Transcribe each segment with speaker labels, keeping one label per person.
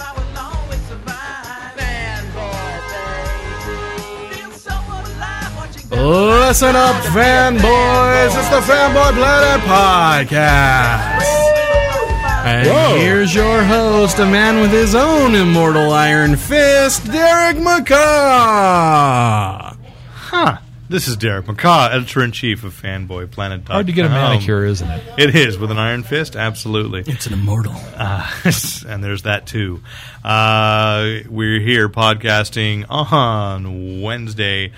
Speaker 1: I will always survive. Fanboy, baby. Feel so alive watching
Speaker 2: Oh. Listen up, fanboys! It's the Fanboy Planet Podcast! And
Speaker 3: Whoa.
Speaker 2: here's your host, a man with his own immortal iron fist, Derek McCaw!
Speaker 3: Huh.
Speaker 4: This is Derek McCaw, editor in chief of Fanboy Planet.
Speaker 3: Hard to get a manicure, isn't it?
Speaker 4: It is with an iron fist, absolutely. Uh,
Speaker 2: It's an immortal.
Speaker 4: and there's that too. Uh, we're here podcasting on Wednesday,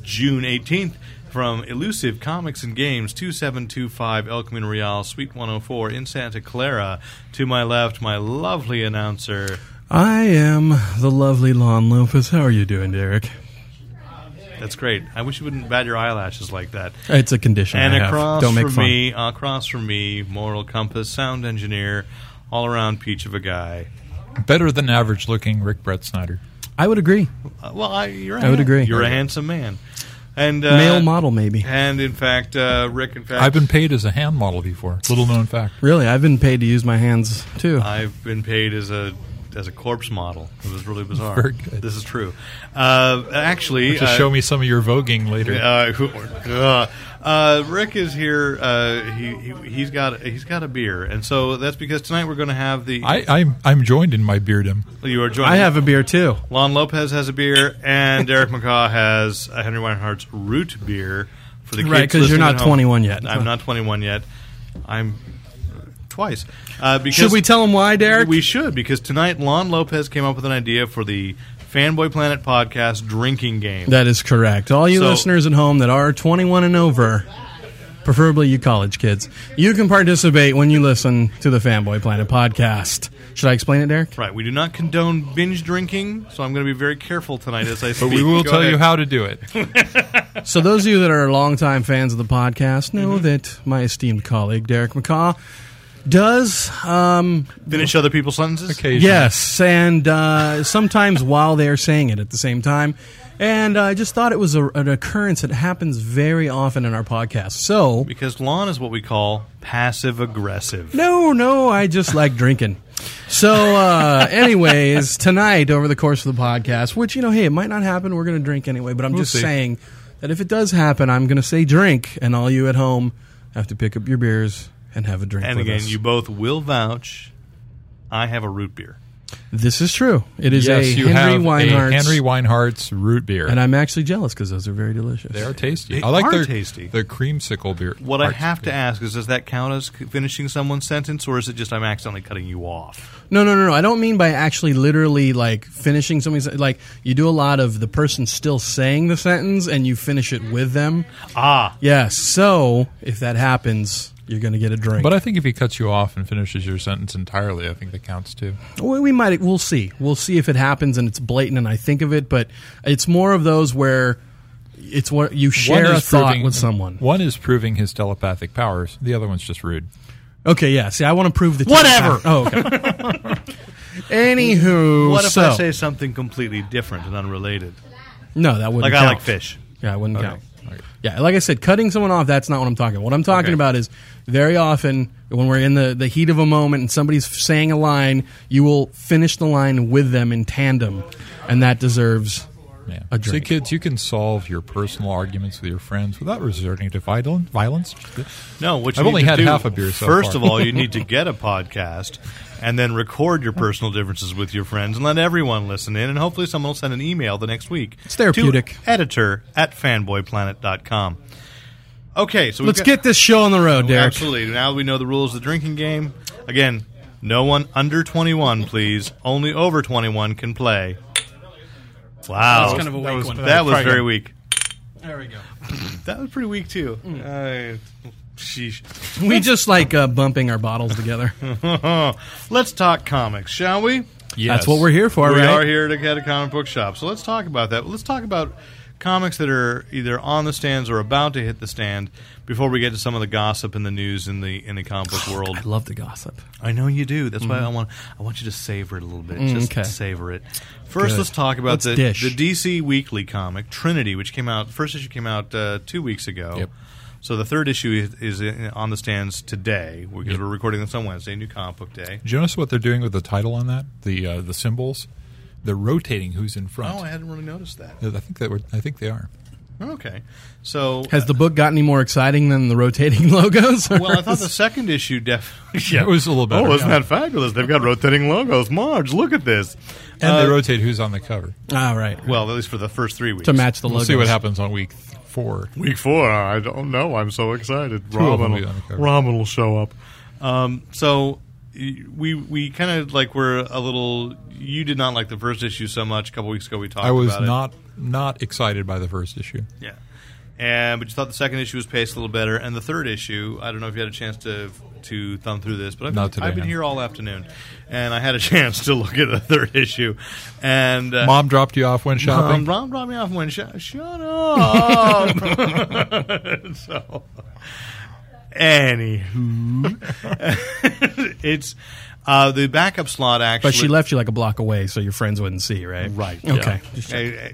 Speaker 4: June 18th from Elusive Comics and Games, 2725 El Camino Real, Suite 104 in Santa Clara. To my left, my lovely announcer.
Speaker 2: I am the lovely Lon Lopez. How are you doing, Derek?
Speaker 4: That's great. I wish you wouldn't bat your eyelashes like that.
Speaker 2: It's a condition. I
Speaker 4: And
Speaker 2: have.
Speaker 4: across
Speaker 2: Don't make
Speaker 4: from
Speaker 2: fun.
Speaker 4: me, across from me, moral compass, sound engineer, all around peach of a guy.
Speaker 3: Better than average looking Rick Brett Snyder.
Speaker 2: I would agree.
Speaker 4: Uh, well, I, you're. I
Speaker 2: I would agree.
Speaker 4: You're a handsome man, and uh,
Speaker 2: Male model, maybe.
Speaker 4: And in fact, uh, Rick. In fact,
Speaker 3: I've been paid as a hand model before. Little known fact.
Speaker 2: Really, I've been paid to use my hands too.
Speaker 4: I've been paid as a as a corpse model. It was really bizarre.
Speaker 3: Very good.
Speaker 4: This is true. Uh, actually,
Speaker 3: Just
Speaker 4: uh,
Speaker 3: show me some of your voguing later.
Speaker 4: Uh, who- uh, uh, Rick is here. Uh, he, he he's got he's got a beer, and so that's because tonight we're going to have the.
Speaker 3: I, I'm I'm joined in my beardom.
Speaker 4: you are joining.
Speaker 2: I have a beer too.
Speaker 4: Lon Lopez has a beer, and Derek McCaw has a Henry Weinhardt's root beer for the kids.
Speaker 2: Right, 'cause you're
Speaker 4: listening
Speaker 2: not
Speaker 4: at home.
Speaker 2: 21 yet.
Speaker 4: I'm not 21 yet. I'm twice. Uh, because
Speaker 2: Should we tell him why, Derek?
Speaker 4: We should because tonight Lon Lopez came up with an idea for the Fanboy Planet podcast drinking game.
Speaker 2: That is correct. All you
Speaker 4: So-
Speaker 2: listeners at home that are 21 and over, preferably you college kids, you can participate when you listen to the Fanboy Planet podcast. Should I explain it, Derek?
Speaker 4: Right, we do not condone binge drinking, so I'm going to be very careful tonight as I
Speaker 3: But
Speaker 4: speak.
Speaker 3: we will
Speaker 4: Go
Speaker 3: tell you
Speaker 4: ahead.
Speaker 3: how to do it.
Speaker 2: So, those of you that are longtime fans of the podcast know that my esteemed colleague, Derek McCaw, does, um,
Speaker 4: finish other people's sentences.
Speaker 3: Occasionally.
Speaker 2: yes, and uh, sometimes while they are saying it at the same time. And I just thought it was a, an occurrence that happens very often in our podcast. So,
Speaker 4: Because Lon is what we call passive aggressive.
Speaker 2: No, no, I just like drinking. So, uh, anyways, tonight over the course of the podcast, which you know, hey, it might not happen. We're going to drink anyway, but I'm just
Speaker 3: see.
Speaker 2: saying that if it does happen, I'm going to say drink, and all you at home have to pick up your beers and have a drink.
Speaker 4: And
Speaker 2: with
Speaker 4: again,
Speaker 2: us.
Speaker 4: you both will vouch. I have a root beer.
Speaker 2: this is true. It is
Speaker 3: yes,
Speaker 2: a
Speaker 3: you
Speaker 2: Henry
Speaker 3: have
Speaker 2: Weinhardt's,
Speaker 3: a Henry Weinhardt's root beer.
Speaker 2: and I'm actually jealous because those are very delicious.
Speaker 3: they are tasty.
Speaker 4: They
Speaker 3: I like
Speaker 4: are
Speaker 3: their
Speaker 4: tasty.
Speaker 3: Their creamsicle beer.
Speaker 4: What I have to ask is, does that count as c- finishing someone's sentence, or is it just I'm accidentally cutting you off?
Speaker 2: No, no, no, no. I don't mean by actually literally like finishing something's like you do a lot of the person still saying the sentence and you finish it with them.
Speaker 4: Ah,
Speaker 2: Yes. So if that happens, you're going to get a drink.
Speaker 3: But I think if he cuts you off and finishes your sentence entirely, I think that counts too.
Speaker 2: we, we might. We'll see. We'll see if it happens and it's blatant and I think of it. But it's more of those where it's what you share a
Speaker 3: is
Speaker 2: thought
Speaker 3: proving-
Speaker 2: with someone.
Speaker 3: One is proving his telepathic powers. The other one's just rude.
Speaker 2: Okay. Yeah. See, I want to prove the
Speaker 4: Whatever.
Speaker 2: Oh. Okay. Anywho,
Speaker 4: what if
Speaker 2: so,
Speaker 4: I say something completely different and unrelated?
Speaker 2: no? That wouldn't
Speaker 4: Like
Speaker 2: count.
Speaker 4: I like fish.
Speaker 2: Yeah, I wouldn't
Speaker 3: Okay.
Speaker 2: count.
Speaker 3: Okay.
Speaker 2: Yeah, like I said, cutting someone off, that's not what I'm talking about. What I'm talking
Speaker 4: Okay.
Speaker 2: about is very often when we're in the, the heat of a moment and somebody's f- saying a line, you will finish the line with them in tandem, and that deserves.
Speaker 3: Yeah.
Speaker 2: A
Speaker 3: See,
Speaker 2: drink.
Speaker 3: kids, you can solve your personal arguments with your friends without resorting to viol- violence.
Speaker 4: No, what you
Speaker 3: I've
Speaker 4: need
Speaker 3: only
Speaker 4: to
Speaker 3: had
Speaker 4: do-
Speaker 3: half a beer so
Speaker 4: First of
Speaker 3: far.
Speaker 4: all, you need to get a podcast and then record your personal differences with your friends and let everyone listen in. And hopefully, someone will send an email the next week.
Speaker 2: It's therapeutic.
Speaker 4: To editor at fanboyplanet.com. Okay, so we've
Speaker 2: Let's
Speaker 4: got-
Speaker 2: get this show on the road, Derek.
Speaker 4: Absolutely. Now we know the rules of the drinking game. Again, no one under 21, please. Only over 21 can play. Wow. That was
Speaker 2: kind of a weak
Speaker 4: was,
Speaker 2: one.
Speaker 4: That was very weak.
Speaker 2: There we go.
Speaker 4: That was pretty weak, too.
Speaker 2: Hmm.
Speaker 4: Uh, sheesh.
Speaker 2: We just like uh, bumping our bottles together.
Speaker 4: Let's talk comics, shall we?
Speaker 2: That's what we're here for,
Speaker 4: We
Speaker 2: right?
Speaker 4: are here to get a comic book shop. So let's talk about that. Let's talk about comics that are either on the stands or about to hit the stand before we get to some of the gossip and the news in the in the comic book world.
Speaker 2: I love the gossip.
Speaker 4: I know you do. That's why I want I want you to savor it a little bit. Just
Speaker 2: okay.
Speaker 4: savor it. First,
Speaker 2: Good.
Speaker 4: let's talk about
Speaker 2: Let's
Speaker 4: the,
Speaker 2: dish.
Speaker 4: the DC Weekly comic Trinity, which came out first issue came out uh, two weeks ago.
Speaker 3: Yep.
Speaker 4: So the third issue is, is in- on the stands today because we're recording this on Wednesday, New Comic Book Day.
Speaker 3: Do you notice what they're doing with the title on that? The uh, the symbols, they're rotating who's in front.
Speaker 4: Oh, I hadn't really noticed that.
Speaker 3: I think that were, I think they are.
Speaker 4: Okay, so
Speaker 2: Has the book got any more exciting than the rotating logos?
Speaker 4: well, I thought the second issue definitely.
Speaker 3: Yeah, it was a little better.
Speaker 4: Oh, isn't
Speaker 3: yeah.
Speaker 4: that fabulous? They've got rotating logos. Marge, look at this.
Speaker 3: And
Speaker 4: Uh,
Speaker 3: they rotate who's on the cover.
Speaker 2: All right.
Speaker 4: Well, at least for the first three weeks.
Speaker 2: to match the
Speaker 3: We'll
Speaker 2: logos.
Speaker 3: see what happens on week th- four.
Speaker 4: Week four, I don't know. I'm so excited.
Speaker 3: of
Speaker 4: Robin,
Speaker 3: them will
Speaker 4: will,
Speaker 3: be on the cover.
Speaker 4: Robin will show up. Um, so y- we we kind of like were a little. You did not like the first issue so much. A couple weeks ago, we talked.
Speaker 3: I was
Speaker 4: about it.
Speaker 3: not not excited by the first issue.
Speaker 4: Yeah. And but you thought the second issue was paced a little better, and the third issue. I don't know if you had a chance to to thumb through this, but I've,
Speaker 3: Not
Speaker 4: been,
Speaker 3: today,
Speaker 4: I've been
Speaker 3: no.
Speaker 4: here all afternoon, and I had a chance to look at the third issue, and uh,
Speaker 3: Mom dropped you off when shopping.
Speaker 4: um, Ron dropped me off when shut shut up. so, anywho, it's uh, the backup slot actually.
Speaker 2: But she left you like a block away, so your friends wouldn't see, right?
Speaker 4: Right.
Speaker 2: Okay.
Speaker 4: Yeah. A-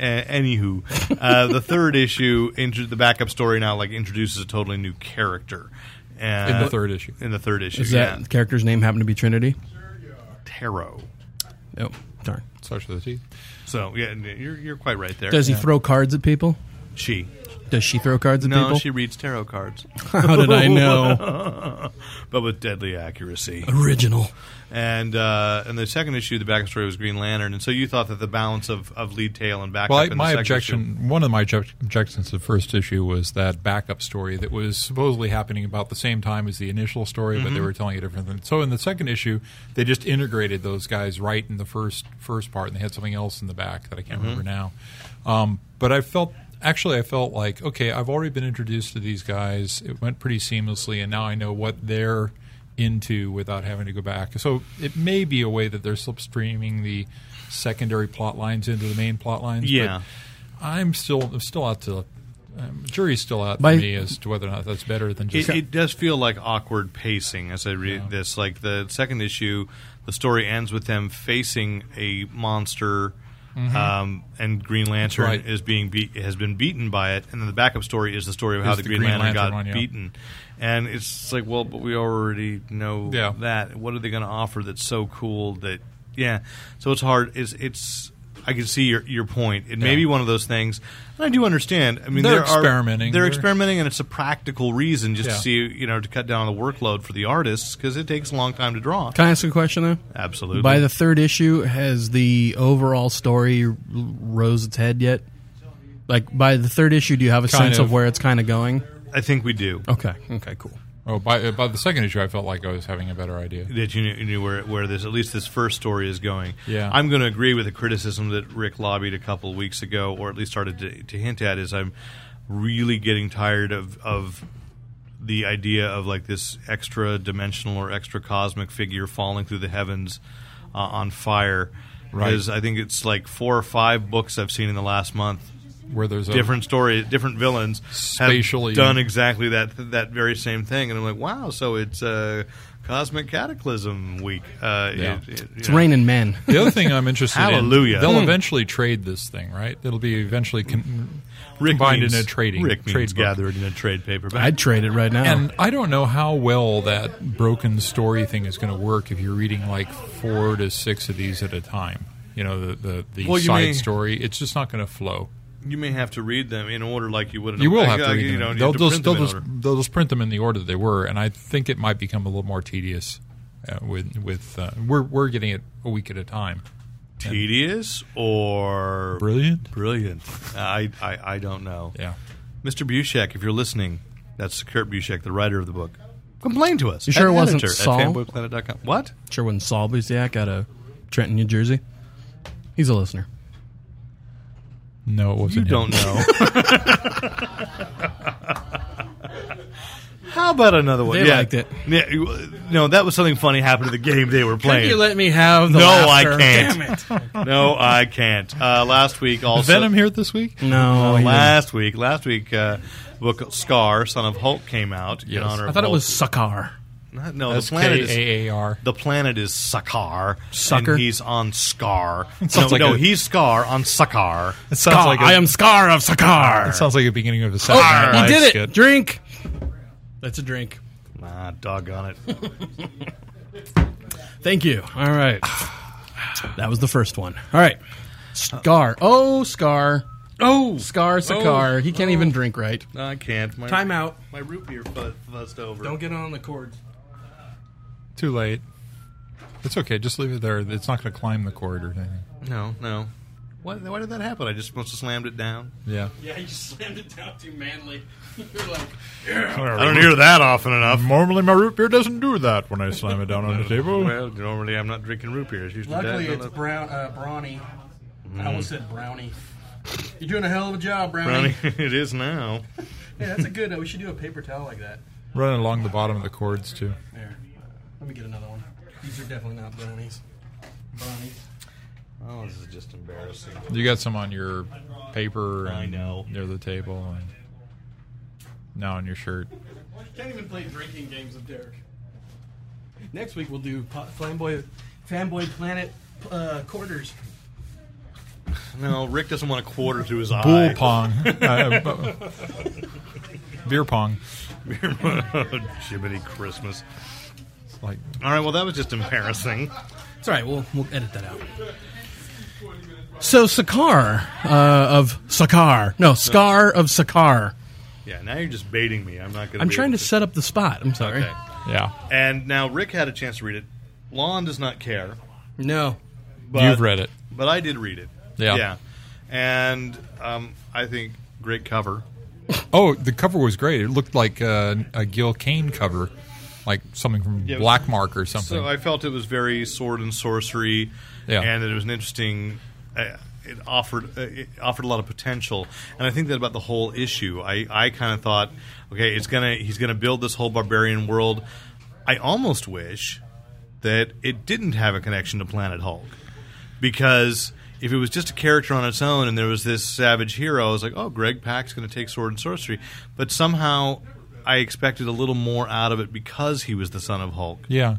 Speaker 4: a- anywho, uh, the third issue, intro- the backup story now like introduces a totally new character. Uh,
Speaker 3: In the third issue.
Speaker 4: In the third issue,
Speaker 2: Is that
Speaker 4: yeah.
Speaker 2: character's name happened to be Trinity?
Speaker 4: Tarot.
Speaker 2: Oh, darn.
Speaker 3: Starts with a T.
Speaker 4: So yeah, you're you're quite right there.
Speaker 2: Does he throw cards at people?
Speaker 4: she?
Speaker 2: Does she throw cards at
Speaker 4: No,
Speaker 2: people?
Speaker 4: she reads tarot cards,
Speaker 2: How did I know?
Speaker 4: but with deadly accuracy.
Speaker 2: Original.
Speaker 4: And uh, and the second issue, the backup story was Green Lantern, and so you thought that the balance of, of lead tail and backup.
Speaker 3: Well, I,
Speaker 4: in the
Speaker 3: my
Speaker 4: second
Speaker 3: objection, one of my object- objections to the first issue was that backup story that was supposedly happening about the same time as the initial story, but
Speaker 4: Mm-hmm.
Speaker 3: they were telling a different thing. So in the second issue, they just integrated those guys right in the first first part, and they had something else in the back that I
Speaker 4: Mm-hmm.
Speaker 3: can't remember now. Um, but I felt actually, I felt like okay, I've already been introduced to these guys. It went pretty seamlessly, and now I know what they're into without having to go back. So it may be a way that they're slipstreaming the secondary plot lines into the main plot lines. but
Speaker 4: Yeah.
Speaker 3: I'm still I'm still out to um, jury's still out
Speaker 2: By-
Speaker 3: to me as to whether or not that's better than
Speaker 4: It,
Speaker 3: just
Speaker 4: it does feel like awkward pacing as I read this. Like the second issue, the story ends with them facing a monster, um, and Green Lantern
Speaker 3: Mm-hmm. right.
Speaker 4: is being beat, has been beaten by it, and then the backup story is the story of how
Speaker 3: Is
Speaker 4: the,
Speaker 3: the
Speaker 4: Green,
Speaker 3: Green
Speaker 4: Lantern,
Speaker 3: Lantern
Speaker 4: got
Speaker 3: one, yeah.
Speaker 4: beaten. And it's like, well, but we already know
Speaker 3: Yeah.
Speaker 4: that. What are they going to offer that's so cool that yeah? So it's hard. It's it's. I can see your your point. It may
Speaker 3: Yeah.
Speaker 4: be one of those things, and I do understand. I mean,
Speaker 3: They're
Speaker 4: there are-
Speaker 3: experimenting.
Speaker 4: they're
Speaker 3: They're-
Speaker 4: experimenting, and it's a practical reason just to
Speaker 3: Yeah.
Speaker 4: see you know to cut down on the workload for the artists because it takes a long time to draw.
Speaker 2: Can I ask a question though?
Speaker 4: Absolutely.
Speaker 2: By the third issue, has the overall story r- rose its head yet? Like by the third issue, do you have a
Speaker 3: Kind
Speaker 2: sense of
Speaker 3: of.
Speaker 2: where it's kind of going?
Speaker 4: I think we do.
Speaker 2: Okay. Okay. Cool.
Speaker 3: oh by uh, by the second issue I felt like I was having a better idea.
Speaker 4: That you knew, you knew where where this at least this first story is going.
Speaker 3: Yeah.
Speaker 4: I'm going to agree with the criticism that Rick lobbied a couple weeks ago, or at least started to, to hint at. Is I'm really getting tired of of the idea of like this extra dimensional or extra cosmic figure falling through the heavens uh, on fire.
Speaker 3: Right.
Speaker 4: Because I think it's like four or five books I've seen in the last month
Speaker 3: Where there's a
Speaker 4: different story, different villains
Speaker 3: Spatially-
Speaker 4: have done exactly that that very same thing, and I'm like, wow, so it's uh, cosmic cataclysm week. Uh,
Speaker 3: Yeah.
Speaker 4: it- it- you
Speaker 2: It's
Speaker 4: know.
Speaker 2: raining men.
Speaker 3: The other thing I'm interested
Speaker 4: Hallelujah.
Speaker 3: in, they'll
Speaker 4: Hmm.
Speaker 3: eventually trade this thing, right? It'll be eventually con-
Speaker 4: Rick
Speaker 3: combined
Speaker 4: means-
Speaker 3: in a trading
Speaker 4: Rick means
Speaker 3: trade book.
Speaker 4: gathered in a trade paperback.
Speaker 2: I'd trade it right now.
Speaker 3: And I don't know how well that broken story thing is going to work if you're reading like four to six of these at a time. You know, the the, the
Speaker 4: Well, you
Speaker 3: side
Speaker 4: may-
Speaker 3: story. It's just not going to flow.
Speaker 4: you may have to read them in order, like you would. In
Speaker 3: You
Speaker 4: a,
Speaker 3: will
Speaker 4: like,
Speaker 3: have to
Speaker 4: uh,
Speaker 3: read
Speaker 4: you
Speaker 3: them.
Speaker 4: know, you
Speaker 3: they'll
Speaker 4: have to
Speaker 3: just
Speaker 4: print them
Speaker 3: they'll
Speaker 4: in
Speaker 3: just
Speaker 4: order.
Speaker 3: they'll just print them in the order they were, and I think it might become a little more tedious. Uh, with with uh, we're we're getting it a week at a time.
Speaker 4: tedious or
Speaker 3: Brilliant.
Speaker 4: brilliant. I, I I don't know.
Speaker 3: Yeah.
Speaker 4: Mr. Bushek, if you're listening, that's Kurt Bushek, the writer of the book. Complain to us.
Speaker 2: You sure
Speaker 4: at
Speaker 2: it wasn't
Speaker 4: editor
Speaker 2: Saul?
Speaker 4: At fanboyplanet.com. What?
Speaker 2: sure, when Saul Busiak out of Trenton, New Jersey, he's a listener.
Speaker 3: No, it wasn't.
Speaker 4: You
Speaker 3: him.
Speaker 4: don't know. How about another one?
Speaker 2: They
Speaker 4: yeah.
Speaker 2: liked it.
Speaker 4: Yeah, you- no, that was something funny happened to the game they were
Speaker 2: Can
Speaker 4: playing.
Speaker 2: you let me have the
Speaker 4: No, I
Speaker 2: laughter?
Speaker 4: can't.
Speaker 2: Damn it.
Speaker 4: no, I can't. Uh, last week also.
Speaker 3: Venom here this week?
Speaker 2: No.
Speaker 4: Uh,
Speaker 2: you-
Speaker 4: last week, last week, uh, book Scar, Son of Hulk, came out in
Speaker 3: Yes.
Speaker 4: honor.
Speaker 2: I
Speaker 4: of
Speaker 2: thought it
Speaker 4: Hulk.
Speaker 2: was Sakar.
Speaker 4: Not- no. The
Speaker 3: That's
Speaker 4: planet is
Speaker 3: K A A R.
Speaker 4: the planet is Sakar.
Speaker 2: Sucker?
Speaker 4: And he's on Scar. no,
Speaker 3: sounds like
Speaker 4: no,
Speaker 3: a-
Speaker 4: he's Scar on Sakar.
Speaker 3: It sounds like a,
Speaker 2: I am Scar of Sakar.
Speaker 3: It sounds like the beginning of a
Speaker 2: Oh,
Speaker 3: Saturday Night
Speaker 2: he
Speaker 3: Live
Speaker 2: did it.
Speaker 3: skit.
Speaker 2: Drink. That's a drink.
Speaker 4: Ah, doggone it.
Speaker 2: Thank you. All right. That was the first one. All right. Scar. Oh, Scar.
Speaker 4: Oh,
Speaker 2: Scar Sakar. he can't even drink right.
Speaker 4: I can't. My,
Speaker 2: Time out.
Speaker 4: My root beer fu- fussed over.
Speaker 2: Don't get on the cords.
Speaker 3: Too late. It's okay. Just leave it there. It's not going to climb the cord or anything.
Speaker 4: No, no. Why, why did that happen? I just must have slammed it down.
Speaker 3: Yeah.
Speaker 2: Yeah, you slammed it down too manly. You're like,
Speaker 4: I don't hear that often enough.
Speaker 3: Normally, my root beer doesn't do that when I slam it down on the table.
Speaker 4: Well, normally I'm not drinking root beers. Usually
Speaker 2: luckily
Speaker 4: that-
Speaker 2: it's brown, uh, brawny. I almost said brownie. You're doing a hell of a job, brownie.
Speaker 4: brownie. it is now.
Speaker 2: Yeah, that's a good. uh, We should do a paper towel like that.
Speaker 3: Running along the bottom of the cords too.
Speaker 2: There. Let me get another one. These are definitely not brownies. Brownies.
Speaker 4: Oh, this is just embarrassing.
Speaker 3: You got some on your paper. And
Speaker 4: I know.
Speaker 3: Near the table. And now on your shirt.
Speaker 2: Can't even play drinking games with Derek. Next week we'll do po- Flamboy, Fanboy Planet uh, quarters.
Speaker 4: No, Rick doesn't want a quarter through his
Speaker 3: Pool
Speaker 4: eye.
Speaker 3: pong. Uh, beer pong.
Speaker 4: Jiminy Christmas.
Speaker 3: It's like
Speaker 4: All right, well, that was just embarrassing.
Speaker 2: It's all right. We'll we'll edit that out. So Sakar uh, of Sakar, no Scar of Sakar.
Speaker 4: Yeah, now you're just baiting me. I'm not going
Speaker 2: I'm trying to set up the spot. I'm sorry.
Speaker 4: Okay.
Speaker 3: yeah.
Speaker 4: And now Rick had a chance to read it. Lon does not care.
Speaker 2: No,
Speaker 4: But,
Speaker 3: You've read it.
Speaker 4: But I did read it.
Speaker 3: Yeah.
Speaker 4: Yeah. And um, I think great cover.
Speaker 3: Oh, the cover was great. It looked like uh, a Gil Kane cover, like something from
Speaker 4: Yeah, it was-
Speaker 3: Black Mark or something.
Speaker 4: So I felt it was very sword and sorcery,
Speaker 3: Yeah.
Speaker 4: and that it was an interesting. Uh, it offered uh, it offered a lot of potential, and I think that about the whole issue. I, I kind of thought, okay, it's gonna he's gonna build this whole barbarian world. I almost wish that it didn't have a connection to Planet Hulk, because if it was just a character on its own and there was this savage hero, I was like, oh, Greg Pak's going to take sword and sorcery, but somehow. I expected a little more out of it because he was the son of Hulk
Speaker 3: yeah.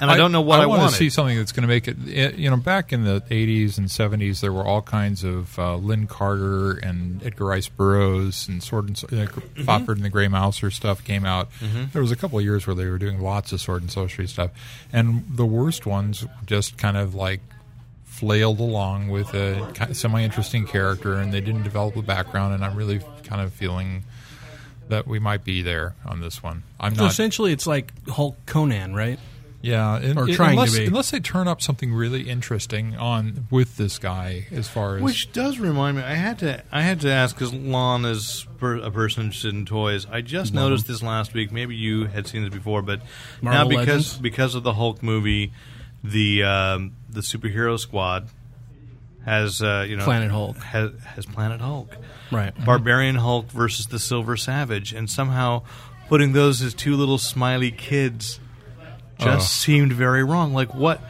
Speaker 4: and I, don't know what I,
Speaker 3: want
Speaker 4: wanted.
Speaker 3: to see something that's going to make it. eh, You know, back in the '80s and '70s, there were all kinds of uh, Lynn Carter and Edgar Rice Burroughs and Sword and so- uh,
Speaker 4: Mm-hmm.
Speaker 3: Fopford and the Gray Mouser stuff came out. There was a couple of years where they were doing lots of sword and sorcery stuff, and the worst ones just kind of like flailed along with a ki- semi-interesting character, and they didn't develop a background. And I'm really kind of feeling that we might be there on this one. I'm
Speaker 2: so
Speaker 3: not.
Speaker 2: essentially it's like Hulk Conan, right?
Speaker 3: Yeah, and-
Speaker 2: Or
Speaker 3: and
Speaker 2: trying to
Speaker 3: unless,
Speaker 2: be.
Speaker 3: unless they turn up something really interesting on with this guy as far as
Speaker 4: Which does remind me, I had to I had to ask because Lon is per, a person interested in toys. I just noticed this last week. Maybe you had seen this before, but now
Speaker 2: Marvel
Speaker 4: because
Speaker 2: Legends?
Speaker 4: because of the Hulk movie, the um, the superhero squad has uh, you know
Speaker 2: Planet Hulk.
Speaker 4: has, has Planet Hulk,
Speaker 2: Right.
Speaker 4: Barbarian Hulk versus the Silver Savage, and somehow putting those as two little smiley kids just
Speaker 3: Oh.
Speaker 4: seemed very wrong. Like what?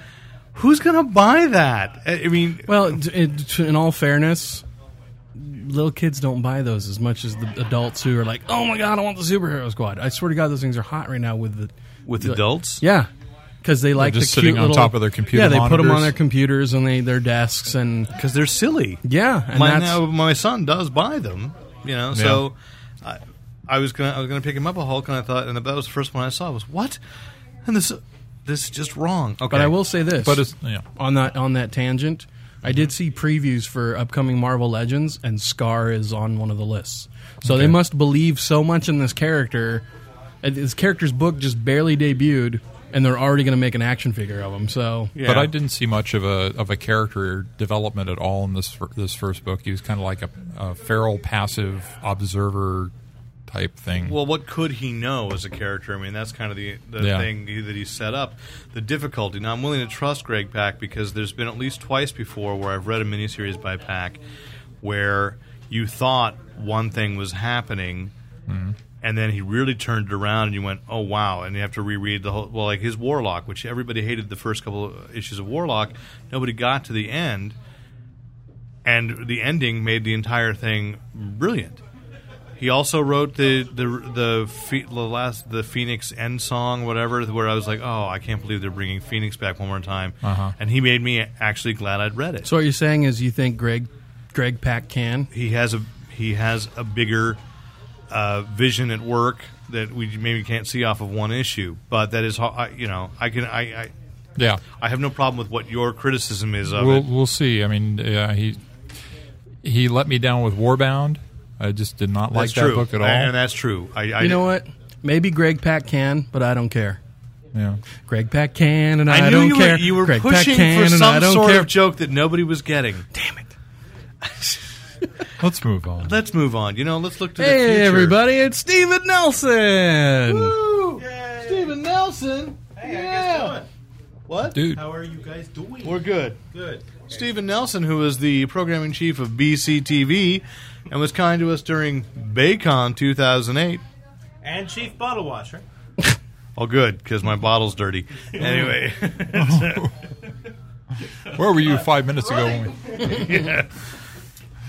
Speaker 4: Who's gonna buy that? I I mean,
Speaker 2: Well, d- it, in all fairness, little kids don't buy those as much as the adults who are like, "Oh my god, I want the superhero squad." I swear to God, those things are hot right now with the
Speaker 4: with adults.
Speaker 2: yeah, because they like
Speaker 3: just
Speaker 2: the
Speaker 3: sitting
Speaker 2: cute
Speaker 3: on
Speaker 2: little-
Speaker 3: top of their computer
Speaker 2: Yeah, they put them on
Speaker 3: monitors.
Speaker 2: their computers and they their desks and
Speaker 4: because they're silly.
Speaker 2: yeah, and
Speaker 4: my
Speaker 2: that's
Speaker 4: now, my son does buy them, you know. So I, I was gonna I was gonna pick him up a Hulk, and I thought, and that was the first one I saw. was what? And this this is just wrong. Okay,
Speaker 2: But I will say this.
Speaker 3: but it's yeah
Speaker 2: on that on that tangent, I did see previews for upcoming Marvel Legends, and Scar is on one of the lists. So they must believe so much in this character. And This character's book just barely debuted, and they're already going to make an action figure of him. So
Speaker 3: but
Speaker 4: Yeah.
Speaker 3: I didn't see much of a of a character development at all in this fir- this first book. He was kind of like a, a feral, passive observer type thing.
Speaker 4: Well, what could he know as a character? I mean, that's kind of the, the
Speaker 3: Yeah.
Speaker 4: thing that he's set up. The difficulty. Now, I'm willing to trust Greg Pack because there's been at least twice before where I've read a miniseries by Pack where you thought one thing was happening, and then he really turned it around and you went oh wow and you have to reread the whole well like his warlock which everybody hated the first couple of issues of warlock nobody got to the end and the ending made the entire thing brilliant he also wrote the the the, phe- the last the Phoenix end song, whatever. Where I was like, oh, I can't believe they're bringing Phoenix back one more time.
Speaker 3: Uh-huh.
Speaker 4: And he made me actually glad I'd read it.
Speaker 2: So what you're saying is you think Greg Greg Pack can?
Speaker 4: he has a he has a bigger uh, vision at work that we maybe can't see off of one issue. But that is, how I, you know, I can I, I
Speaker 3: Yeah.
Speaker 4: I have no problem with what your criticism is of
Speaker 3: We'll
Speaker 4: it.
Speaker 3: we'll see. I mean, yeah, he he let me down with Warbound. I just did not like
Speaker 4: that's
Speaker 3: that
Speaker 4: true,
Speaker 3: book at all.
Speaker 4: and that's true. I, I
Speaker 2: You know what? Maybe Greg Pack can, but I don't care.
Speaker 3: yeah.
Speaker 2: Greg Pack can, and I,
Speaker 4: I, knew
Speaker 2: don't
Speaker 4: you
Speaker 2: care.
Speaker 4: were you were
Speaker 2: Greg Pak
Speaker 4: pushing
Speaker 2: can,
Speaker 4: for
Speaker 2: and I
Speaker 4: some
Speaker 2: don't
Speaker 4: sort
Speaker 2: care.
Speaker 4: of joke that nobody was getting. Damn it.
Speaker 3: Let's move on.
Speaker 4: Let's move on. You know, let's look to the
Speaker 2: hey
Speaker 4: future.
Speaker 2: everybody, it's Steven Nelson.
Speaker 4: Steven Nelson. Hey, how you guys doing? What?
Speaker 3: Dude,
Speaker 5: How are you guys doing?
Speaker 4: We're good.
Speaker 5: good.
Speaker 4: Stephen Nelson, who is the programming chief of BCTV and was kind to us during BayCon 2008.
Speaker 5: And Chief Bottle Washer.
Speaker 4: Oh, good, because my bottle's dirty. Anyway,
Speaker 3: where were you five minutes ago? When we,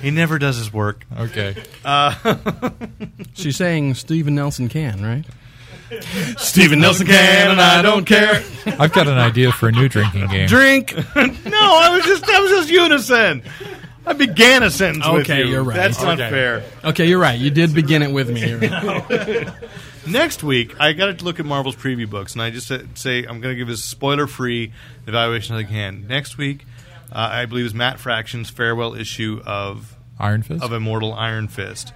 Speaker 4: he never does his work.
Speaker 3: okay.
Speaker 2: She's saying Steven Nelson can, right?
Speaker 4: Stephen Nelson can, and I don't care.
Speaker 3: I've got an idea for a new drinking game.
Speaker 2: Drink.
Speaker 4: No, I was just that was just unison. I began a sentence with
Speaker 2: Okay,
Speaker 4: you.
Speaker 2: you're right.
Speaker 4: That's not
Speaker 3: Okay.
Speaker 4: fair.
Speaker 2: Okay, you're right. You did begin it with me. You're right.
Speaker 4: Next week, I got to look at Marvel's preview books, and I just said- say I'm going to give as spoiler-free evaluation as I can. Next week, uh, I believe is Matt Fraction's farewell issue of
Speaker 3: Iron Fist.
Speaker 4: of Immortal Iron Fist,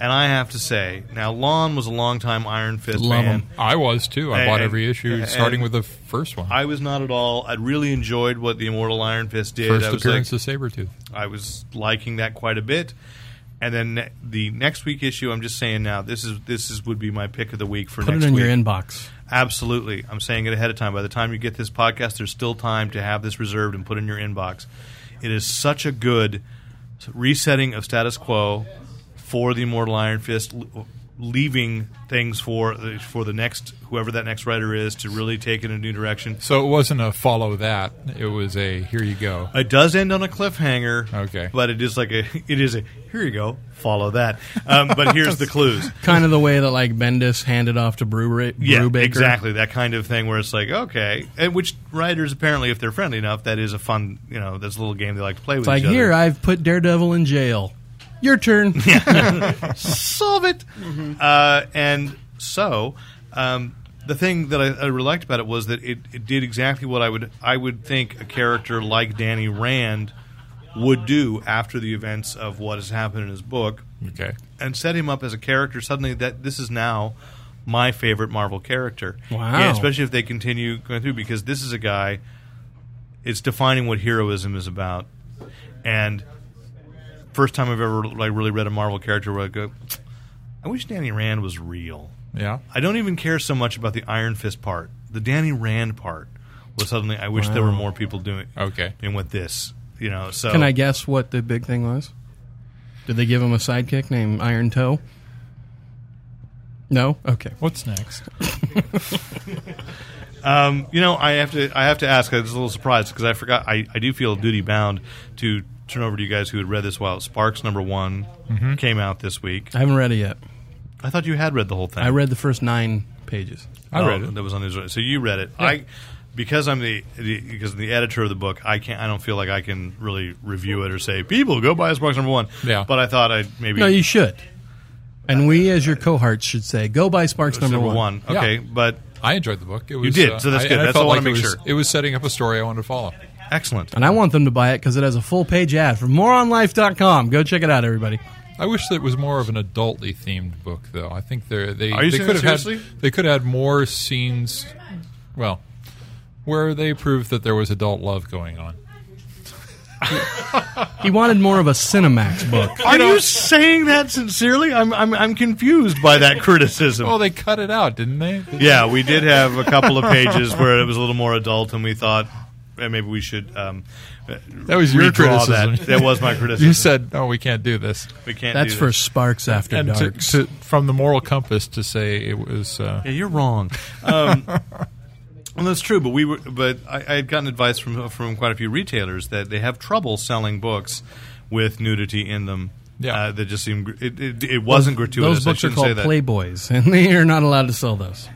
Speaker 4: and I have to say, now Lon was a longtime Iron Fist
Speaker 2: Love
Speaker 4: fan.
Speaker 2: him.
Speaker 3: I was too. I
Speaker 4: And-
Speaker 3: bought every issue,
Speaker 4: and-
Speaker 3: starting with the first one.
Speaker 4: I was not at all. I really enjoyed what the Immortal Iron Fist did.
Speaker 3: first
Speaker 4: I was
Speaker 3: appearance
Speaker 4: like,
Speaker 3: of Sabretooth.
Speaker 4: I was liking that quite a bit. And then ne- the next week issue, I'm just saying now, this is this is would be my pick of the week for
Speaker 2: Put
Speaker 4: next
Speaker 2: it in
Speaker 4: week.
Speaker 2: your inbox.
Speaker 4: Absolutely. I'm saying it ahead of time. By the time you get this podcast, there's still time to have this reserved and put in your inbox. It is such a good resetting of status quo for the Immortal Iron Fist, l- leaving things for for the next whoever that next writer is to really take it in a new direction.
Speaker 3: So it wasn't a follow that. It was a here you go.
Speaker 4: It does end on a cliffhanger.
Speaker 3: Okay.
Speaker 4: but it is like a it is a here you go follow that. Um, but here's the clues.
Speaker 2: Kind of the way that like Bendis handed off to Brew
Speaker 4: Yeah,
Speaker 2: Brubaker.
Speaker 4: exactly that kind of thing where it's like okay, and which writers apparently, if they're friendly enough, that is a fun you know that's a little game they like to play
Speaker 2: It's
Speaker 4: with.
Speaker 2: like
Speaker 4: each other.
Speaker 2: here I've put Daredevil in jail. Your turn.
Speaker 4: solve it. Uh, and so, um, the thing that I, I really liked about it was that it, it did exactly what I would I would think a character like Danny Rand would do after the events of what has happened in his book,
Speaker 3: Okay.
Speaker 4: and set him up as a character. Suddenly, that this is now my favorite Marvel character.
Speaker 2: Wow.
Speaker 4: Yeah, especially if they continue going through because this is a guy. It's defining what heroism is about, and first time I've ever like really read a Marvel character where I go, I wish Danny Rand was real.
Speaker 3: Yeah.
Speaker 4: I don't even care so much about the Iron Fist part. The Danny Rand part was suddenly I wish there were more people doing
Speaker 3: Okay.
Speaker 4: in with this. You know, so
Speaker 2: Can I guess what the big thing was? Did they give him a sidekick named Iron Toe? No. Okay.
Speaker 3: What's next?
Speaker 4: Um, you know, I have to. I have to ask. I was a little surprised because I forgot. I, I do feel duty bound to turn over to you guys who had read this while Sparks number one came out this week.
Speaker 2: I haven't read it yet.
Speaker 4: I thought you had read the whole thing.
Speaker 2: I read the first nine pages.
Speaker 3: I
Speaker 4: Oh,
Speaker 3: read it.
Speaker 4: That was on Israel. So you read it. I because I'm the, the because I'm the editor of the book. I can't. I don't feel like I can really review it or say people go buy Sparks number one.
Speaker 3: Yeah.
Speaker 4: But I thought I'd maybe
Speaker 2: No, you should. And we, as your cohorts, should say, go by Sparks
Speaker 4: number,
Speaker 2: number,
Speaker 4: one.
Speaker 3: Yeah.
Speaker 4: Okay, but
Speaker 3: I enjoyed the book. It was, uh,
Speaker 4: did, so that's
Speaker 3: I-
Speaker 4: good.
Speaker 3: and
Speaker 4: That's
Speaker 3: I felt
Speaker 4: all I
Speaker 3: like
Speaker 4: wanna
Speaker 3: it
Speaker 4: make
Speaker 3: was-
Speaker 4: sure.
Speaker 3: It was setting up a story I wanted to follow.
Speaker 4: excellent.
Speaker 2: And I want them to buy it because it has a full page ad from moronlife.com. Go check it out, everybody.
Speaker 3: I wish that it was more of an adultly themed book, though. I think they're, they
Speaker 4: Are you
Speaker 3: they
Speaker 4: saying
Speaker 3: could
Speaker 4: that
Speaker 3: have
Speaker 4: seriously?
Speaker 3: had they could have had more scenes. Well, where they proved that there was adult love going on.
Speaker 2: He wanted more of a Cinemax book.
Speaker 4: Are you, saying that sincerely? I'm I'm I'm confused by that criticism.
Speaker 3: Oh, they cut it out, didn't they?
Speaker 4: yeah, we did have a couple of pages where it was a little more adult, and we thought uh, maybe we should. Um, uh,
Speaker 3: That was your
Speaker 4: redraw That.
Speaker 3: criticism.
Speaker 4: that was my criticism.
Speaker 3: You said, "No, we can't do this."
Speaker 4: we can't.
Speaker 2: That's
Speaker 4: do
Speaker 2: for
Speaker 4: this.
Speaker 2: Sparks After
Speaker 3: And to,
Speaker 2: Dark.
Speaker 3: to, from the moral compass to say it was uh,
Speaker 4: Yeah, you're wrong. Um, well, that's true, but we were. But I, I had gotten advice from from quite a few retailers that they have trouble selling books with nudity in them.
Speaker 3: Yeah.
Speaker 4: uh, that just seemed gr- it. It, it wasn't gratuitous.
Speaker 2: Those
Speaker 4: I
Speaker 2: books are
Speaker 4: shouldn't say
Speaker 2: called
Speaker 4: that.
Speaker 2: Playboys, and they are not allowed to sell those.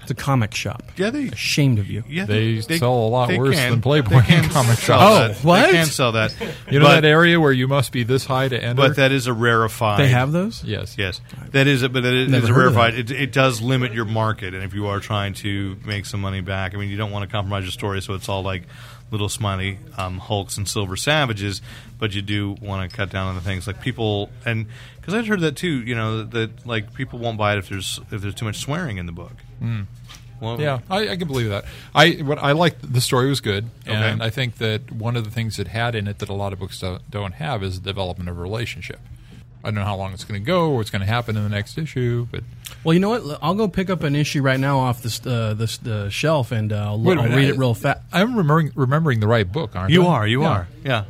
Speaker 2: It's a comic shop.
Speaker 4: Yeah, they.
Speaker 2: Ashamed of you.
Speaker 4: Yeah,
Speaker 3: They sell a lot worse than
Speaker 4: They
Speaker 3: Playboy
Speaker 4: can
Speaker 3: and comic
Speaker 4: sell
Speaker 3: shops.
Speaker 4: that.
Speaker 2: Oh, what?
Speaker 4: They can sell that.
Speaker 3: you know
Speaker 4: but,
Speaker 3: that area where you must be this high to enter.
Speaker 4: but that is a rarefied.
Speaker 2: They have those?
Speaker 3: yes,
Speaker 4: Yes, that is it, but it is
Speaker 2: Never
Speaker 4: it's
Speaker 2: heard of
Speaker 4: rarefied. It, it does limit your market, and if you are trying to make some money back, I mean, you don't want to compromise your story, so it's all like little smiley um, hulks and silver savages. But you do want to cut down on the things like people, and because I've heard that too. You know that like people won't buy it if there's if there's too much swearing in the book.
Speaker 2: Mm.
Speaker 4: Well,
Speaker 3: Yeah, I, I can believe that. I what I liked the story was good, and
Speaker 4: Okay.
Speaker 3: I think that one of the things it had in it that a lot of books don't, don't have is the development of a relationship. I don't know how long it's going to go or what's going to happen in the next issue, but
Speaker 2: Well, you know what? I'll go pick up an issue right now off the st- uh, the, st- uh, shelf, and uh, I'll,
Speaker 3: Wait a
Speaker 2: I'll
Speaker 3: minute,
Speaker 2: read
Speaker 3: I-
Speaker 2: it real fast.
Speaker 3: I'm remembering remembering the right book, aren't
Speaker 4: you
Speaker 3: I?
Speaker 4: are, you
Speaker 3: Yeah.
Speaker 4: are, yeah.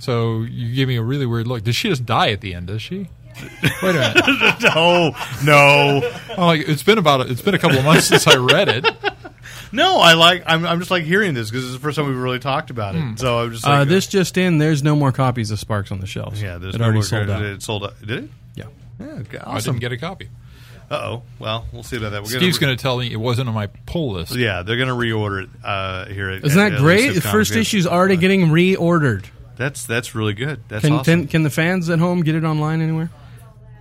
Speaker 3: So you gave me a really weird look. Does she just die at the end? Does she? Wait a minute.
Speaker 4: No, no,
Speaker 3: Oh, like, it's been about a, it's been a couple of months since I read it.
Speaker 4: no. I like. I'm, I'm just like hearing this because it's the first time we've really talked about it. So I'm just like,
Speaker 2: uh, this just in: there's no more copies of Sparks on the shelves.
Speaker 4: Yeah, there's
Speaker 2: it
Speaker 4: no
Speaker 2: already
Speaker 4: more-
Speaker 2: sold out.
Speaker 4: It sold out. Did it?
Speaker 2: Yeah.
Speaker 4: Yeah, okay,
Speaker 3: I
Speaker 4: awesome.
Speaker 3: didn't get a copy.
Speaker 4: Uh oh. Well, we'll see about that. We're
Speaker 3: Steve's
Speaker 4: gonna,
Speaker 3: going to tell me it wasn't on my pull list.
Speaker 4: Yeah, they're gonna reorder it uh, here. At,
Speaker 2: Isn't
Speaker 4: at-
Speaker 2: that
Speaker 4: at
Speaker 2: great?
Speaker 4: Lucid
Speaker 2: The first
Speaker 4: Comics.
Speaker 2: issue's already getting reordered.
Speaker 4: That's that's really good. That's
Speaker 2: Can,
Speaker 4: awesome.
Speaker 2: can can the fans at home get it online anywhere?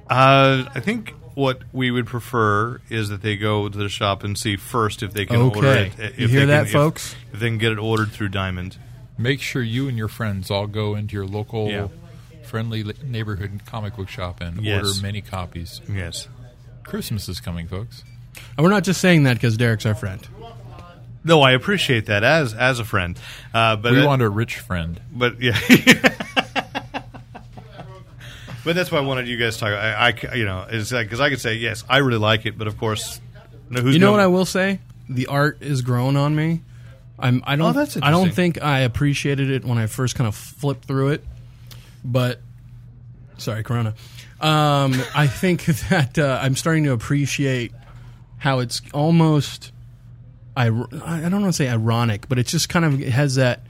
Speaker 4: uh, I think what we would prefer is that they go to the shop and see first if they can order
Speaker 2: Okay.
Speaker 4: it. If
Speaker 2: You
Speaker 4: they
Speaker 2: hear
Speaker 4: can-
Speaker 2: that,
Speaker 4: if-
Speaker 2: folks?
Speaker 4: If they can get it ordered through Diamond.
Speaker 3: Make sure you and your friends all go into your local
Speaker 4: Yeah.
Speaker 3: friendly li- neighborhood comic book shop and
Speaker 4: Yes.
Speaker 3: order many copies.
Speaker 4: Yes.
Speaker 3: Christmas is coming, folks.
Speaker 2: And Uh, we're not just saying that because Derek's our friend.
Speaker 4: No, I appreciate that as as a friend. Uh, but
Speaker 3: We
Speaker 4: it-
Speaker 3: want a rich friend.
Speaker 4: but yeah. But that's why I wanted you guys to talk. I, I c- you know, it's like because I could say yes, I really like it, but of course, no, who's
Speaker 2: You know
Speaker 4: gonna-
Speaker 2: what I will say? The art is grown on me. I'm, I don't.
Speaker 4: Oh, that's
Speaker 2: I don't
Speaker 4: interesting.
Speaker 2: think I appreciated it when I first kind of flipped through it, but sorry, Corona. Um, I think that uh, I'm starting to appreciate how it's almost. I, I don't want to say ironic, but it's just kind of it has that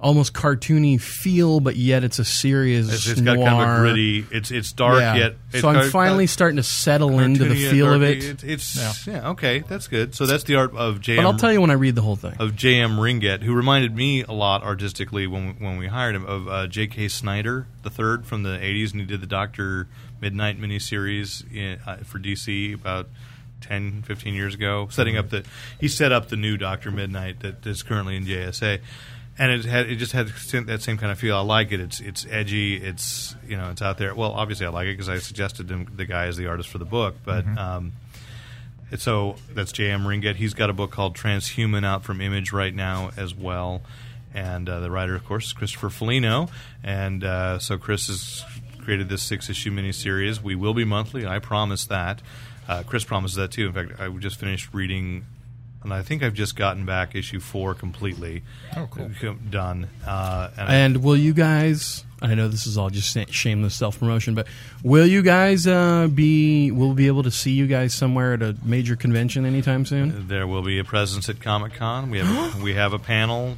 Speaker 2: almost cartoony feel, but yet it's a serious.
Speaker 4: It's, it's got kind of a
Speaker 2: noir.
Speaker 4: gritty. It's it's dark
Speaker 2: Yeah.
Speaker 4: yet. It's
Speaker 2: so I'm
Speaker 4: got-
Speaker 2: finally
Speaker 4: got
Speaker 2: starting to settle into the
Speaker 4: cartoony and
Speaker 2: feel of
Speaker 4: darky.
Speaker 2: it.
Speaker 4: It's yeah. okay. That's good. So that's the art of J.M.
Speaker 2: but I'll tell you when I read the whole thing.
Speaker 4: of J.M. Ringget, who reminded me a lot artistically when we, when we hired him of uh, J.K. Snyder the third from the '80s, and he did the Doctor Midnight miniseries in, uh, for DC about 10, 15 years ago, setting up the he set up the new Doctor Midnight that is currently in JSA. And it had it just had that same kind of feel. I like it. It's it's edgy. It's you know it's out there. Well, obviously I like it because I suggested him the guy as the artist for the book. But um, and so that's J.M. Ringget. He's got a book called Transhuman out from Image right now as well. And uh, the writer, of course, is Christopher Felino. And uh, so Chris has created this six issue miniseries. We will be monthly. I promise that. Uh, Chris promises that too. In fact, I just finished reading, and I think I've just gotten back issue four completely.
Speaker 3: Oh, cool.
Speaker 4: Done. Uh, and I-
Speaker 2: And will you guys? I know this is all just sa- shameless self promotion, but will you guys uh, be? We'll be able to see you guys somewhere at a major convention anytime soon.
Speaker 4: There will be a presence at Comic Con. We have we have a panel,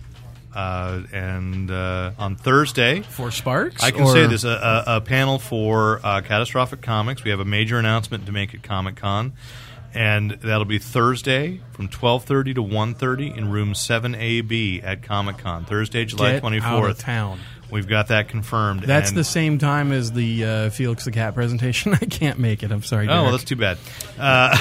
Speaker 4: uh, and uh, on Thursday
Speaker 2: For Sparks,
Speaker 4: I can
Speaker 2: Or-
Speaker 4: say this: a, a, a panel for uh, Catastrophic Comics. We have a major announcement to make at Comic Con, and that'll be Thursday from twelve thirty to one thirty in room seven A B at Comic Con. Thursday, July
Speaker 2: Get
Speaker 4: twenty
Speaker 2: out of
Speaker 4: fourth.
Speaker 2: town.
Speaker 4: We've got that confirmed.
Speaker 2: That's
Speaker 4: and-
Speaker 2: the same time as the uh, Felix the Cat presentation. I can't make it. I'm sorry.
Speaker 4: Oh, well,
Speaker 2: Derek.
Speaker 4: that's too bad. Uh,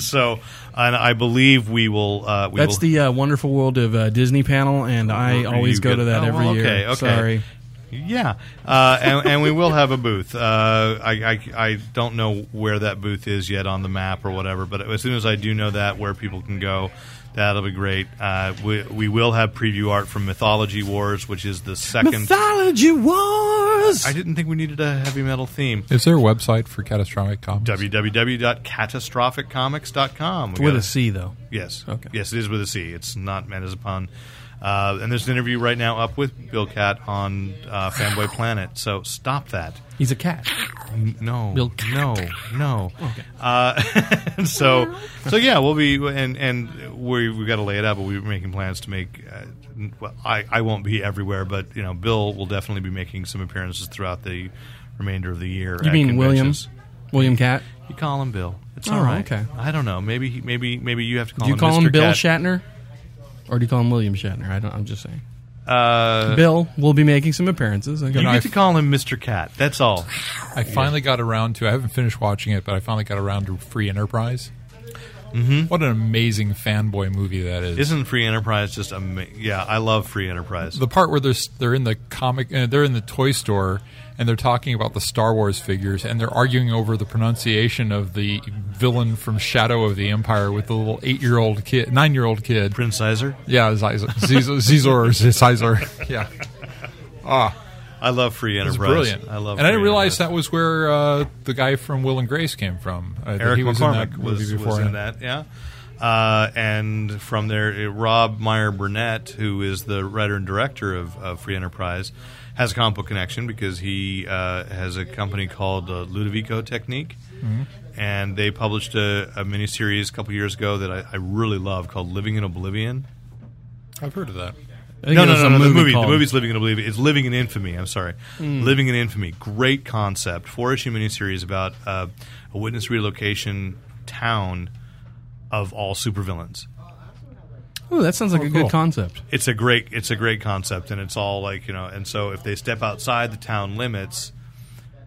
Speaker 4: so, and I believe we will. Uh, we
Speaker 2: That's
Speaker 4: will,
Speaker 2: the uh, Wonderful World of uh, Disney panel, and I
Speaker 4: You
Speaker 2: always go
Speaker 4: get-
Speaker 2: to that
Speaker 4: oh,
Speaker 2: every
Speaker 4: well, okay,
Speaker 2: year.
Speaker 4: okay.
Speaker 2: Sorry.
Speaker 4: Yeah, uh, and, and we will have a booth. Uh, I, I I don't know where that booth is yet on the map or whatever, but as soon as I do know that where people can go, that'll be great. Uh, we we will have preview art from Mythology Wars, which is the second.
Speaker 2: Mythology Wars.
Speaker 4: I didn't think we needed a heavy metal theme.
Speaker 3: Is there a website for catastrophic comics?
Speaker 4: www.catastrophic.comics.com. We
Speaker 2: With
Speaker 4: got
Speaker 2: a C though.
Speaker 4: Yes.
Speaker 2: Okay.
Speaker 4: Yes, it is with a C. It's not meant as a pun. Uh, and there's an interview right now up with Bill Cat on uh, Fanboy Planet. So stop that.
Speaker 2: He's a cat.
Speaker 4: N- No,
Speaker 2: Bill
Speaker 4: no, no. Uh, so, so yeah, we'll be and and we we got to lay it out, but we're making plans to make. Uh, n- well, I I won't be everywhere, but you know, Bill will definitely be making some appearances throughout the remainder of the year.
Speaker 2: You
Speaker 4: at
Speaker 2: mean William?
Speaker 4: conventions.
Speaker 2: William Cat?
Speaker 4: You call him Bill. It's
Speaker 2: Oh,
Speaker 4: all right.
Speaker 2: okay.
Speaker 4: I don't know. Maybe he- maybe maybe you have to call
Speaker 2: Do you
Speaker 4: him.
Speaker 2: call
Speaker 4: Mr.
Speaker 2: him Bill
Speaker 4: Cat.
Speaker 2: Shatner? Or do you call him William Shatner? I don't, I'm just saying.
Speaker 4: Uh,
Speaker 2: Bill will be making some appearances. I
Speaker 4: you
Speaker 2: got-
Speaker 4: get to call him Mr. Cat. That's all.
Speaker 3: I finally got around to. I haven't finished watching it, but I finally got around to Free Enterprise. Mm-hmm. What an amazing fanboy movie that is!
Speaker 4: Isn't Free Enterprise just amazing? Yeah, I love Free Enterprise.
Speaker 3: the part where they're s- they're in the comic, uh, they're in the toy store, and they're talking about the Star Wars figures, and they're arguing over the pronunciation of the villain from Shadow of the Empire with the little eight year old kid, nine year old kid.
Speaker 4: Prince Sizer.
Speaker 3: Yeah, Zizor, Zizor, Zizor. Yeah,
Speaker 4: I love Free
Speaker 3: it's
Speaker 4: Enterprise.
Speaker 3: brilliant.
Speaker 4: I love.
Speaker 3: and I didn't
Speaker 4: Free
Speaker 3: realize
Speaker 4: Enterprise.
Speaker 3: that was where uh, the guy from Will and Grace came from. Uh, that
Speaker 4: Eric
Speaker 3: he was in that
Speaker 4: McCormick
Speaker 3: movie
Speaker 4: was, was
Speaker 3: beforehand.
Speaker 4: in that, yeah. Uh, and from there, uh, Rob Meyer Burnett, who is the writer and director of, of Free Enterprise, has a comic book connection because he uh, has a company called uh, Ludovico Technique.
Speaker 3: Mm-hmm.
Speaker 4: And they published a, a miniseries a couple years ago that I, I really love called Living in Oblivion.
Speaker 3: I've heard of that.
Speaker 2: I think
Speaker 4: No,
Speaker 2: it
Speaker 4: no,
Speaker 2: was
Speaker 4: no,
Speaker 2: a
Speaker 4: no. The movie, the
Speaker 2: called- Hmm.
Speaker 4: movie's Living in Oblivion. It's Living in Infamy. I'm sorry, Living in Infamy. Great concept. Four issue miniseries about uh, a witness relocation town of all supervillains.
Speaker 2: Ooh, that sounds like
Speaker 4: Oh,
Speaker 2: a
Speaker 3: cool.
Speaker 2: good concept.
Speaker 4: It's a great, it's a great concept, and it's all like you know. And so, if they step outside the town limits,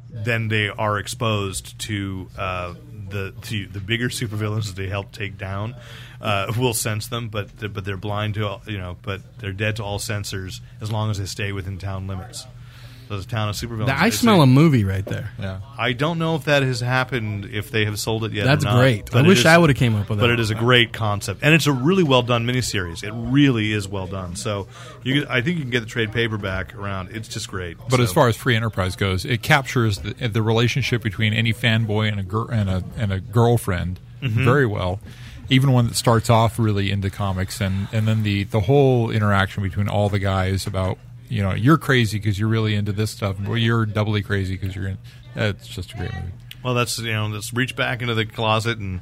Speaker 4: then they are exposed to uh, the to the bigger supervillains that they help take down. Uh, will sense them, but they're, but they're blind to all, you know, but they're dead to all sensors as long as they stay within town limits. So the town of supervillains.
Speaker 2: I
Speaker 4: it's
Speaker 2: smell
Speaker 4: a-
Speaker 2: a movie right there.
Speaker 3: Yeah.
Speaker 4: I don't know if that has happened, if they have sold it yet. or
Speaker 2: That's
Speaker 4: not,
Speaker 2: great. I
Speaker 4: but it
Speaker 2: wish
Speaker 4: is-
Speaker 2: I would have came up with that.
Speaker 4: but it is a great concept, and it's a really well done miniseries. It really is well done. So, you, I think you can get the trade paperback around. It's just great.
Speaker 3: But as far as free enterprise goes, it captures the, the relationship between any fanboy and a girl and a and a girlfriend very well. Even one that starts off really into comics, and and then the the whole interaction between all the guys about you know you're crazy because you're really into this stuff, well you're doubly crazy because you're in. It's just a great movie.
Speaker 4: well, that's you know, let's reach back into the closet and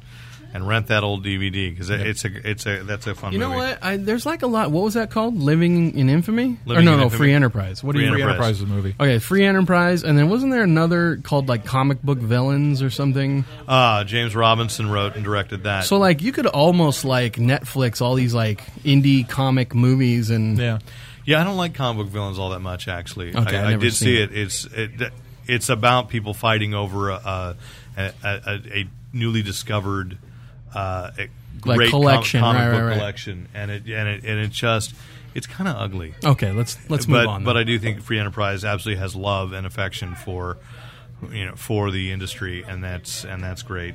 Speaker 4: and rent that old DVD because it's a it's a that's a fun.
Speaker 2: You know
Speaker 4: movie.
Speaker 2: what? I, there's like a lot. What was that called? Living in Infamy? or
Speaker 4: Living
Speaker 2: no,
Speaker 4: in
Speaker 2: no,
Speaker 4: Infamy.
Speaker 2: Free Enterprise. What do
Speaker 4: Free
Speaker 2: you
Speaker 3: Free
Speaker 4: Enterprise.
Speaker 3: enterprise is a movie.
Speaker 2: Okay, Free Enterprise, and then wasn't there another called like comic book villains or something?
Speaker 4: Uh, James Robinson wrote and directed that.
Speaker 2: So like you could almost like Netflix all these like indie comic movies and
Speaker 3: Yeah,
Speaker 4: Yeah, I don't like comic book villains all that much. Actually,
Speaker 2: Okay,
Speaker 4: I,
Speaker 2: I've
Speaker 4: I
Speaker 2: never
Speaker 4: did see
Speaker 2: seen
Speaker 4: it. It's it, it's about people fighting over a a, a, a, a newly discovered uh, a
Speaker 2: Like
Speaker 4: great com-
Speaker 2: collection,
Speaker 4: comic
Speaker 2: right,
Speaker 4: book
Speaker 2: right, right.
Speaker 4: collection, and it and it and it just it's kind of ugly.
Speaker 2: Okay, let's let's move
Speaker 4: but
Speaker 2: on.
Speaker 4: but
Speaker 2: then.
Speaker 4: I do think Free Enterprise absolutely has love and affection for you know for the industry, and that's and that's great.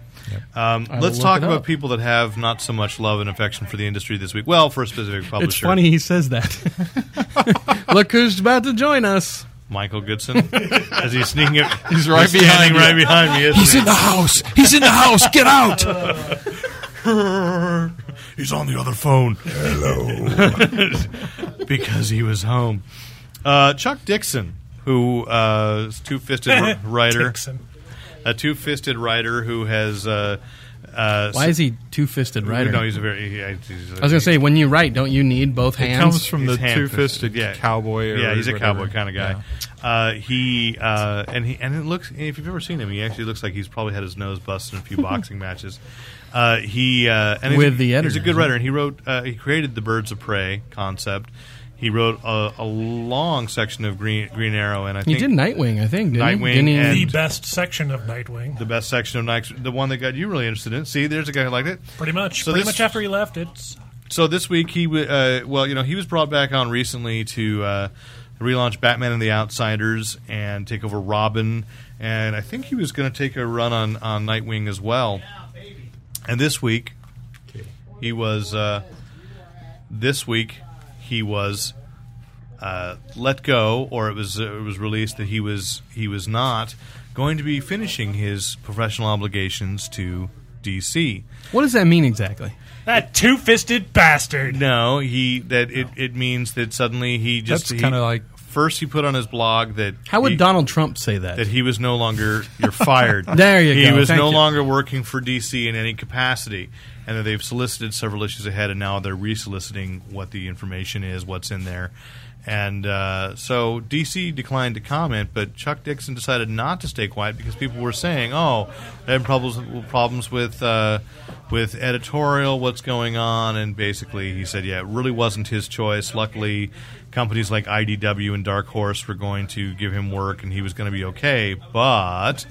Speaker 4: Um,
Speaker 2: I will
Speaker 4: let's
Speaker 2: look
Speaker 4: talk
Speaker 2: it
Speaker 4: about
Speaker 2: up.
Speaker 4: people that have not so much love and affection for the industry this week. Well, for a specific publisher,
Speaker 2: it's funny he says that. Look who's about to join us.
Speaker 4: Michael Goodson as he's sneaking up. He's
Speaker 3: right
Speaker 4: standing
Speaker 3: behind you.
Speaker 4: right behind me. Isn't
Speaker 3: he's in the house. He's in the house. Get out.
Speaker 4: he? he's on the other phone. Hello. because he was home. Uh, Chuck Dixon, who uh, is two-fisted r- writer,
Speaker 6: Dixon.
Speaker 4: a two-fisted writer who has. Uh, uh,
Speaker 2: Why is he two fisted writer?
Speaker 4: No, he's a very. He, he's
Speaker 2: I was gonna say when you write, don't you need both
Speaker 3: It
Speaker 2: hands?
Speaker 3: comes from
Speaker 4: He's
Speaker 3: the
Speaker 4: hand-fisted,
Speaker 3: two-fisted
Speaker 4: yeah.
Speaker 3: cowboy. Or
Speaker 4: yeah, he's a
Speaker 3: whatever.
Speaker 4: cowboy kind of guy. Uh, he uh, and he and it looks. and If you've ever seen him, he actually looks like he's probably had his nose busted in a few boxing matches. Uh, he uh, and he's-
Speaker 2: With the
Speaker 4: he's
Speaker 2: editor,
Speaker 4: a good
Speaker 2: isn't
Speaker 4: writer, and he wrote. Uh, he created the Birds of Prey concept. He wrote a, a long section of Green Green Arrow, and I
Speaker 2: he
Speaker 4: think
Speaker 2: did Nightwing, I think. Didn't
Speaker 4: Nightwing
Speaker 2: he? Didn't he?
Speaker 4: and-
Speaker 6: The best section of Nightwing.
Speaker 4: the best section of Nike, the one that got you really interested in. See, there's a guy who liked it.
Speaker 6: Pretty much.
Speaker 4: So
Speaker 6: pretty
Speaker 4: this-
Speaker 6: much after he left, it's
Speaker 4: So this week he, w- uh, well, you know, he was brought back on recently to uh, relaunch Batman and the Outsiders and take over Robin, and I think he was going to take a run on on Nightwing as well. And this week, he was. Uh, this week, he was uh, let go, or it was uh, it was released that he was he was not going to be finishing his professional obligations to DC.
Speaker 2: What does that mean exactly?
Speaker 6: That two fisted bastard.
Speaker 4: No, he that it, it means that suddenly he just
Speaker 3: That's
Speaker 4: he-
Speaker 3: kinda like-
Speaker 4: first he put on his blog that
Speaker 2: How would
Speaker 4: he,
Speaker 2: Donald Trump say that?
Speaker 4: that he was no longer you're fired.
Speaker 2: There you
Speaker 4: he
Speaker 2: go.
Speaker 4: was
Speaker 2: Thank
Speaker 4: no
Speaker 2: you.
Speaker 4: longer working for DC in any capacity, and that they've solicited several issues ahead, and now they're re-soliciting what the information is, what's in there, and uh, so DC declined to comment, but Chuck Dixon decided not to stay quiet because people were saying, "Oh, they had problems problems with." Uh, with editorial, what's going on, and basically he said, yeah, it really wasn't his choice. Luckily, companies like IDW and Dark Horse were going to give him work, and he was going to be okay. But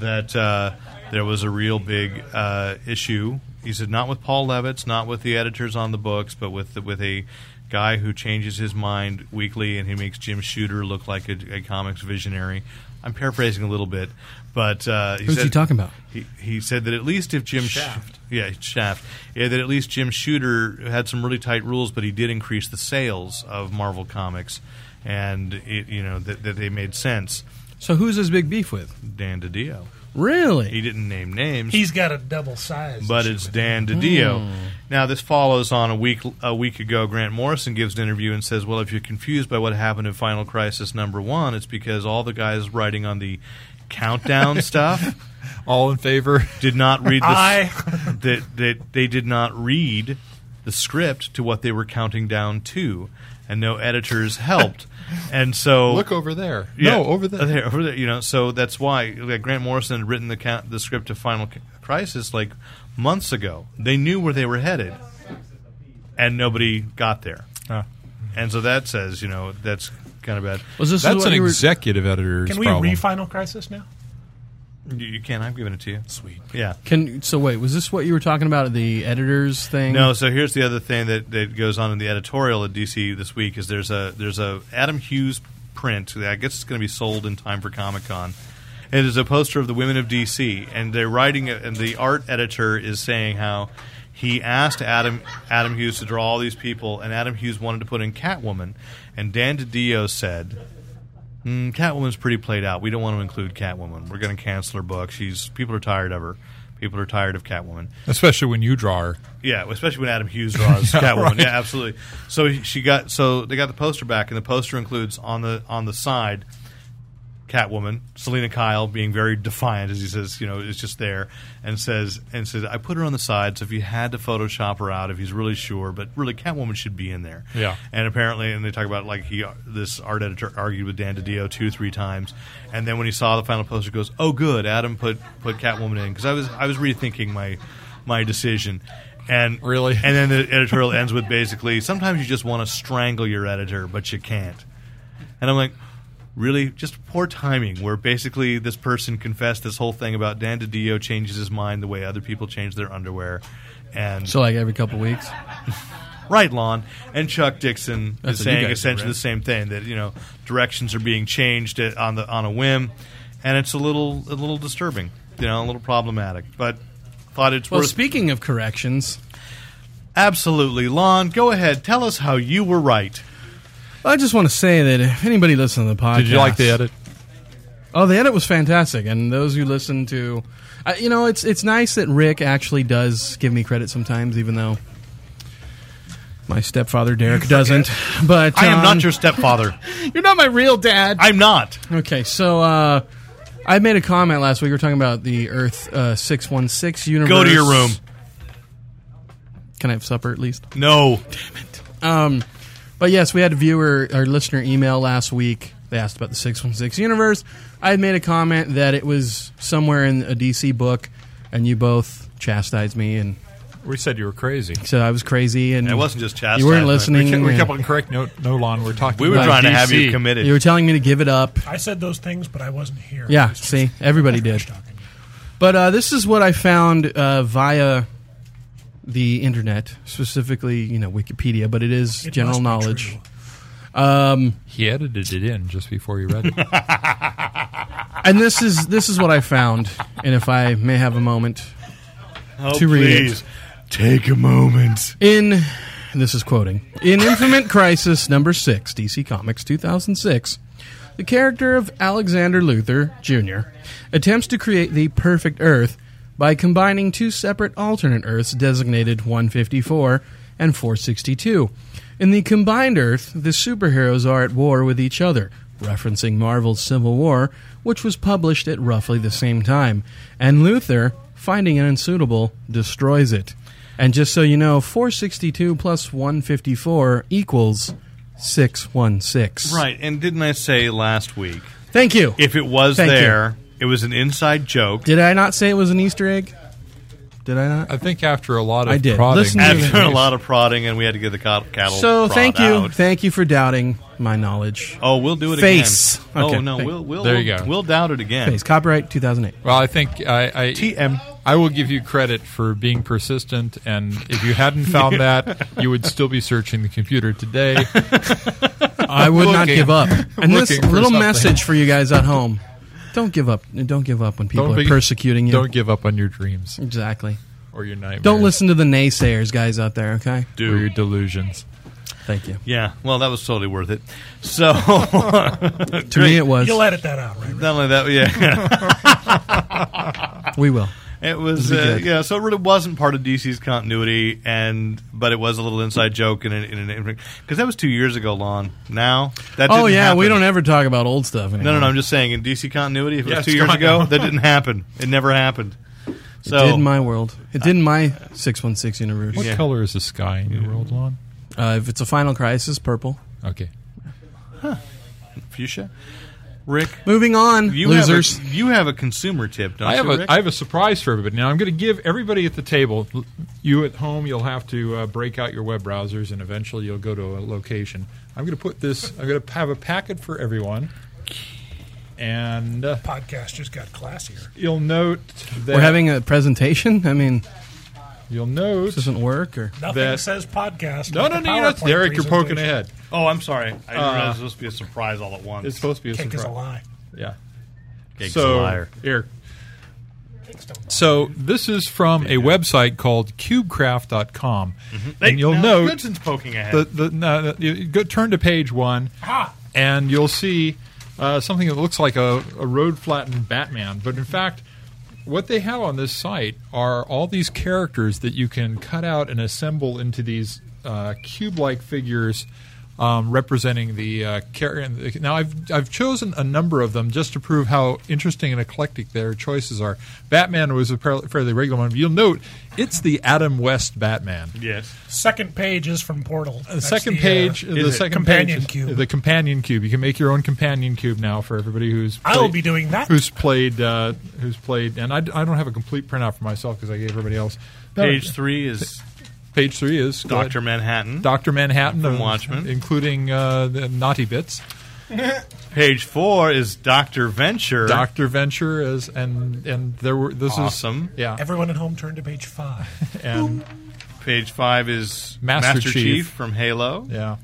Speaker 4: that uh, there was a real big uh, issue. He said not with Paul Levitz, not with the editors on the books, but with the, with a guy who changes his mind weekly and he makes Jim Shooter look like a, a comics visionary. I'm paraphrasing a little bit, but uh, he
Speaker 2: Who's
Speaker 4: said,
Speaker 2: he talking about?
Speaker 4: He, he said that at least if Jim Sh-
Speaker 5: Shaft.
Speaker 4: yeah, Shaft. Yeah, that at least Jim Shooter had some really tight rules, but he did increase the sales of Marvel Comics, and it, you know that, that they made sense.
Speaker 2: So who's his big beef with?
Speaker 4: Dan DiDio. He
Speaker 2: Really?
Speaker 4: didn't name names.
Speaker 6: He's got a double size.
Speaker 4: but it's Dan DiDio. Now, this follows on a week a week ago. Grant Morrison gives an interview and says, "Well, if you're confused by what happened in Final Crisis number one, it's because all the guys writing on the countdown stuff
Speaker 3: All in favor?
Speaker 4: did not read the
Speaker 6: I-
Speaker 4: that that they did not read the script to what they were counting down to, and no editors helped, and so
Speaker 3: Look over there.
Speaker 4: yeah.
Speaker 3: No, over there.
Speaker 4: over there. You know, so that's why like, Grant Morrison had written the ca- the script of Final C- Crisis like months ago. They knew where they were headed, and nobody got there.
Speaker 3: Ah.
Speaker 4: And so that says, you know, that's kind of bad.
Speaker 2: Was this
Speaker 3: That's
Speaker 2: what
Speaker 3: an
Speaker 2: you were-
Speaker 3: executive editor's
Speaker 6: Can we
Speaker 3: problem.
Speaker 6: re-final crisis now?
Speaker 4: You, you can. I've given it to you.
Speaker 6: Sweet.
Speaker 4: Yeah.
Speaker 2: Can so wait? Was this what you were talking about at the editors thing?
Speaker 4: No, so here's the other thing that, that goes on in the editorial at DC this week is there's a there's a Adam Hughes print. that I guess it's going to be sold in time for Comic Con. It is a poster of the women of DC, and they're writing. it- And the art editor is saying how he asked Adam Adam Hughes to draw all these people, and Adam Hughes wanted to put in Catwoman, and Dan DiDio said. Mm, Catwoman's pretty played out. We don't want to include Catwoman. We're going to cancel her book. She's people are tired of her. People are tired of Catwoman.
Speaker 3: Especially when you draw her.
Speaker 4: Yeah, especially when Adam Hughes draws Catwoman.
Speaker 3: right.
Speaker 4: Yeah, absolutely. So she got so they got the poster back, and the poster includes on the on the side Catwoman, Selena Kyle being very defiant as he says, you know, is just there and says and says, I put her on the side, so if you had to Photoshop her out, if he's really sure, but really Catwoman should be in there.
Speaker 3: Yeah.
Speaker 4: And apparently, and they talk about like he this art editor argued with Dan DiDio two three times, and then when he saw the final poster, he goes, oh good, Adam put put Catwoman in because I was I was rethinking my my decision. And
Speaker 3: Really?
Speaker 4: and then the editorial ends with basically, sometimes you just want to strangle your editor, but you can't. And I'm like, really? Just poor timing, where basically this person confessed this whole thing about Dan DiDio changes his mind the way other people change their underwear. And
Speaker 2: So like every couple weeks.
Speaker 4: right, Lon. And Chuck Dixon
Speaker 2: That's
Speaker 4: is
Speaker 2: what you
Speaker 4: saying
Speaker 2: guys
Speaker 4: essentially
Speaker 2: read.
Speaker 4: the same thing that you know directions are being changed at- on the on a whim, and it's a little a little disturbing, you know, a little problematic. But thought it's
Speaker 2: Well,
Speaker 4: worth
Speaker 2: speaking of corrections,
Speaker 4: absolutely, Lon. Go ahead, tell us how you were right.
Speaker 2: I just want to say that if anybody listening to the podcast,
Speaker 3: Did you like the edit?
Speaker 2: Oh, the edit was fantastic, and those who listen to, I you know, it's it's nice that Rick actually does give me credit sometimes, even though my stepfather Derek doesn't. But
Speaker 4: I am
Speaker 2: um,
Speaker 4: not your stepfather.
Speaker 2: You're not my real dad.
Speaker 4: I'm not.
Speaker 2: okay, so. uh I made a comment last week. We were talking about the Earth uh, 616 universe.
Speaker 4: Go to your room.
Speaker 2: Can I have supper at least?
Speaker 4: No.
Speaker 2: Um, but yes, we had a viewer, our listener email last week. They asked about the 616 universe. I had made a comment that it was somewhere in a DC book, and you both chastised me and
Speaker 3: We said you were crazy.
Speaker 2: said I was crazy. And
Speaker 4: It wasn't just chastisement.
Speaker 2: You weren't listening.
Speaker 3: We, kept- we
Speaker 2: and
Speaker 3: kept on correct. No, no, Lon. We're talking.
Speaker 4: We were
Speaker 3: about
Speaker 4: trying to have
Speaker 3: DC.
Speaker 4: you committed.
Speaker 2: you were telling me to give it up.
Speaker 6: I said those things, but I wasn't here.
Speaker 2: Yeah, see, everybody did. But uh, this is what I found uh, via the internet, specifically, you know, Wikipedia, but it is
Speaker 6: It
Speaker 2: general
Speaker 6: must be
Speaker 2: knowledge.
Speaker 6: true.
Speaker 2: Um,
Speaker 3: He edited it in just before you read it.
Speaker 2: and this is this is what I found. And if I may have a moment,
Speaker 4: Oh,
Speaker 2: to read it.
Speaker 4: please. Take a moment.
Speaker 2: In this is quoting in Infinite Crisis number six, DC Comics, two thousand six. The character of Alexander Luthor Jr. attempts to create the perfect Earth, by combining two separate alternate Earths designated 154 and 462. In the combined Earth, the superheroes are at war with each other, referencing Marvel's Civil War, which was published at roughly the same time, and Luther, finding it unsuitable, destroys it. And just so you know, 462 plus 154 equals 616.
Speaker 4: Right, and didn't I say last week
Speaker 2: Thank you.
Speaker 4: if it was
Speaker 2: Thank you.
Speaker 4: there, it was an inside joke.
Speaker 2: Did I not say it was an Easter egg? Did I not?
Speaker 3: I think after a lot of
Speaker 2: I did.
Speaker 3: prodding,
Speaker 2: Listen to me.
Speaker 4: After a lot of prodding, and we had to get the co- cattle.
Speaker 2: So
Speaker 4: prod
Speaker 2: thank you,
Speaker 4: out.
Speaker 2: thank you for doubting my knowledge.
Speaker 4: Oh, we'll do it
Speaker 2: Face.
Speaker 4: again.
Speaker 2: Okay,
Speaker 4: Oh no,
Speaker 2: thank-
Speaker 4: we'll we'll
Speaker 3: There you
Speaker 4: we'll,
Speaker 3: go.
Speaker 4: we'll doubt it again.
Speaker 2: Face copyright 2008.
Speaker 3: well, I think I, I
Speaker 4: TM.
Speaker 3: I will give you credit for being persistent, and if you hadn't found that, you would still be searching the computer today.
Speaker 2: I would not
Speaker 3: Looking-
Speaker 2: give up. And this
Speaker 3: looking for
Speaker 2: little
Speaker 3: something.
Speaker 2: message for you guys at home: don't give up. Don't give up when people
Speaker 3: Don't
Speaker 2: are
Speaker 3: be-
Speaker 2: persecuting you.
Speaker 3: Don't give up on your dreams
Speaker 2: exactly.
Speaker 3: or your nightmares.
Speaker 2: Don't listen to the naysayers, guys out there. Okay.
Speaker 3: to your delusions.
Speaker 2: Thank you.
Speaker 4: Yeah, well, that was totally worth it. So
Speaker 2: To me, it was.
Speaker 6: You'll edit that out, right?
Speaker 4: not only that, yeah,
Speaker 2: We will.
Speaker 4: it was
Speaker 2: It'll be
Speaker 4: uh,
Speaker 2: good.
Speaker 4: yeah. So it really wasn't part of DC's continuity, and but it was a little inside joke and in an because that was two years ago. Lon, now that
Speaker 2: Oh
Speaker 4: didn't
Speaker 2: yeah, we
Speaker 4: happen.
Speaker 2: don't ever talk about old stuff anymore.
Speaker 4: No, no, no. I'm just saying in DC continuity, if it was
Speaker 3: Yes,
Speaker 4: two years
Speaker 3: God,
Speaker 4: ago,
Speaker 3: no.
Speaker 4: that didn't happen. It never happened.
Speaker 2: It
Speaker 4: So
Speaker 2: did in my world. It did in my 616 universe.
Speaker 3: What
Speaker 4: Yeah.
Speaker 3: color is the sky in your world, Lon?
Speaker 2: Uh, if it's a Final Crisis, purple.
Speaker 3: Okay.
Speaker 4: fuchsia, Rick,
Speaker 2: Moving on,
Speaker 4: you
Speaker 2: losers.
Speaker 4: have a, you have a consumer tip, don't
Speaker 3: I have
Speaker 4: you?
Speaker 3: a
Speaker 4: Rick?
Speaker 3: I have a surprise for everybody. Now I'm going to give everybody at the table. You at home, you'll have to uh, break out your web browsers, and eventually you'll go to a location. I'm going to put this. I'm going to have a packet for everyone, and uh,
Speaker 6: Podcast just got classier.
Speaker 3: you'll note that
Speaker 2: We're having a presentation. I mean,
Speaker 3: you'll note.
Speaker 2: doesn't work or
Speaker 6: Nothing
Speaker 3: That-
Speaker 6: says podcast.
Speaker 3: No,
Speaker 6: like
Speaker 3: no,
Speaker 6: the
Speaker 3: no, you know,
Speaker 6: PowerPoint
Speaker 3: Derek, you're poking
Speaker 6: presentation.
Speaker 3: ahead.
Speaker 4: Oh, I'm sorry. I didn't realize it was supposed to be a surprise all at once.
Speaker 3: Uh, It's supposed to be a
Speaker 6: Cake is
Speaker 3: surprise.
Speaker 6: a lie.
Speaker 3: Yeah.
Speaker 4: Cake's
Speaker 3: so
Speaker 4: a liar.
Speaker 3: here.
Speaker 6: Cakes don't lie.
Speaker 3: So this is from a website called CubeCraft.com, and you'll
Speaker 4: Mm-hmm. now,
Speaker 3: note
Speaker 4: Vincent's poking ahead.
Speaker 3: the the no, no, you- you go, turn to page one,
Speaker 6: Ah!
Speaker 3: and you'll see uh, something that looks like a, a road flattened Batman. But in fact, what they have on this site are all these characters that you can cut out and assemble into these uh, cube like figures. Um, representing the uh, car- now, I've I've chosen a number of them just to prove how interesting and eclectic their choices are. Batman was a par- fairly regular one. You'll note it's the Adam West Batman.
Speaker 4: yes.
Speaker 6: Second page is from Portal.
Speaker 3: The second page,
Speaker 6: Uh,
Speaker 3: the
Speaker 6: is it
Speaker 3: second
Speaker 6: companion
Speaker 3: page,
Speaker 6: cube.
Speaker 3: the companion cube. You can make your own companion cube now for everybody who's.
Speaker 6: I will
Speaker 3: played-
Speaker 6: be doing that.
Speaker 3: Who's played? Uh, who's played? And I, d- I don't have a complete printout for myself because I gave everybody else. No,
Speaker 4: Page three is
Speaker 3: page three is
Speaker 4: Doctor Manhattan.
Speaker 3: Doctor Manhattan
Speaker 4: From
Speaker 3: uh,
Speaker 4: Watchmen.
Speaker 3: including uh, the naughty bits.
Speaker 4: Page four is Doctor Venture.
Speaker 3: Doctor Venture is and and there were this
Speaker 4: Awesome.
Speaker 3: is yeah
Speaker 6: Everyone at home, turn to page five.
Speaker 3: and
Speaker 4: Page five is
Speaker 3: Master
Speaker 4: Chief.
Speaker 3: Chief.
Speaker 4: from Halo.
Speaker 3: yeah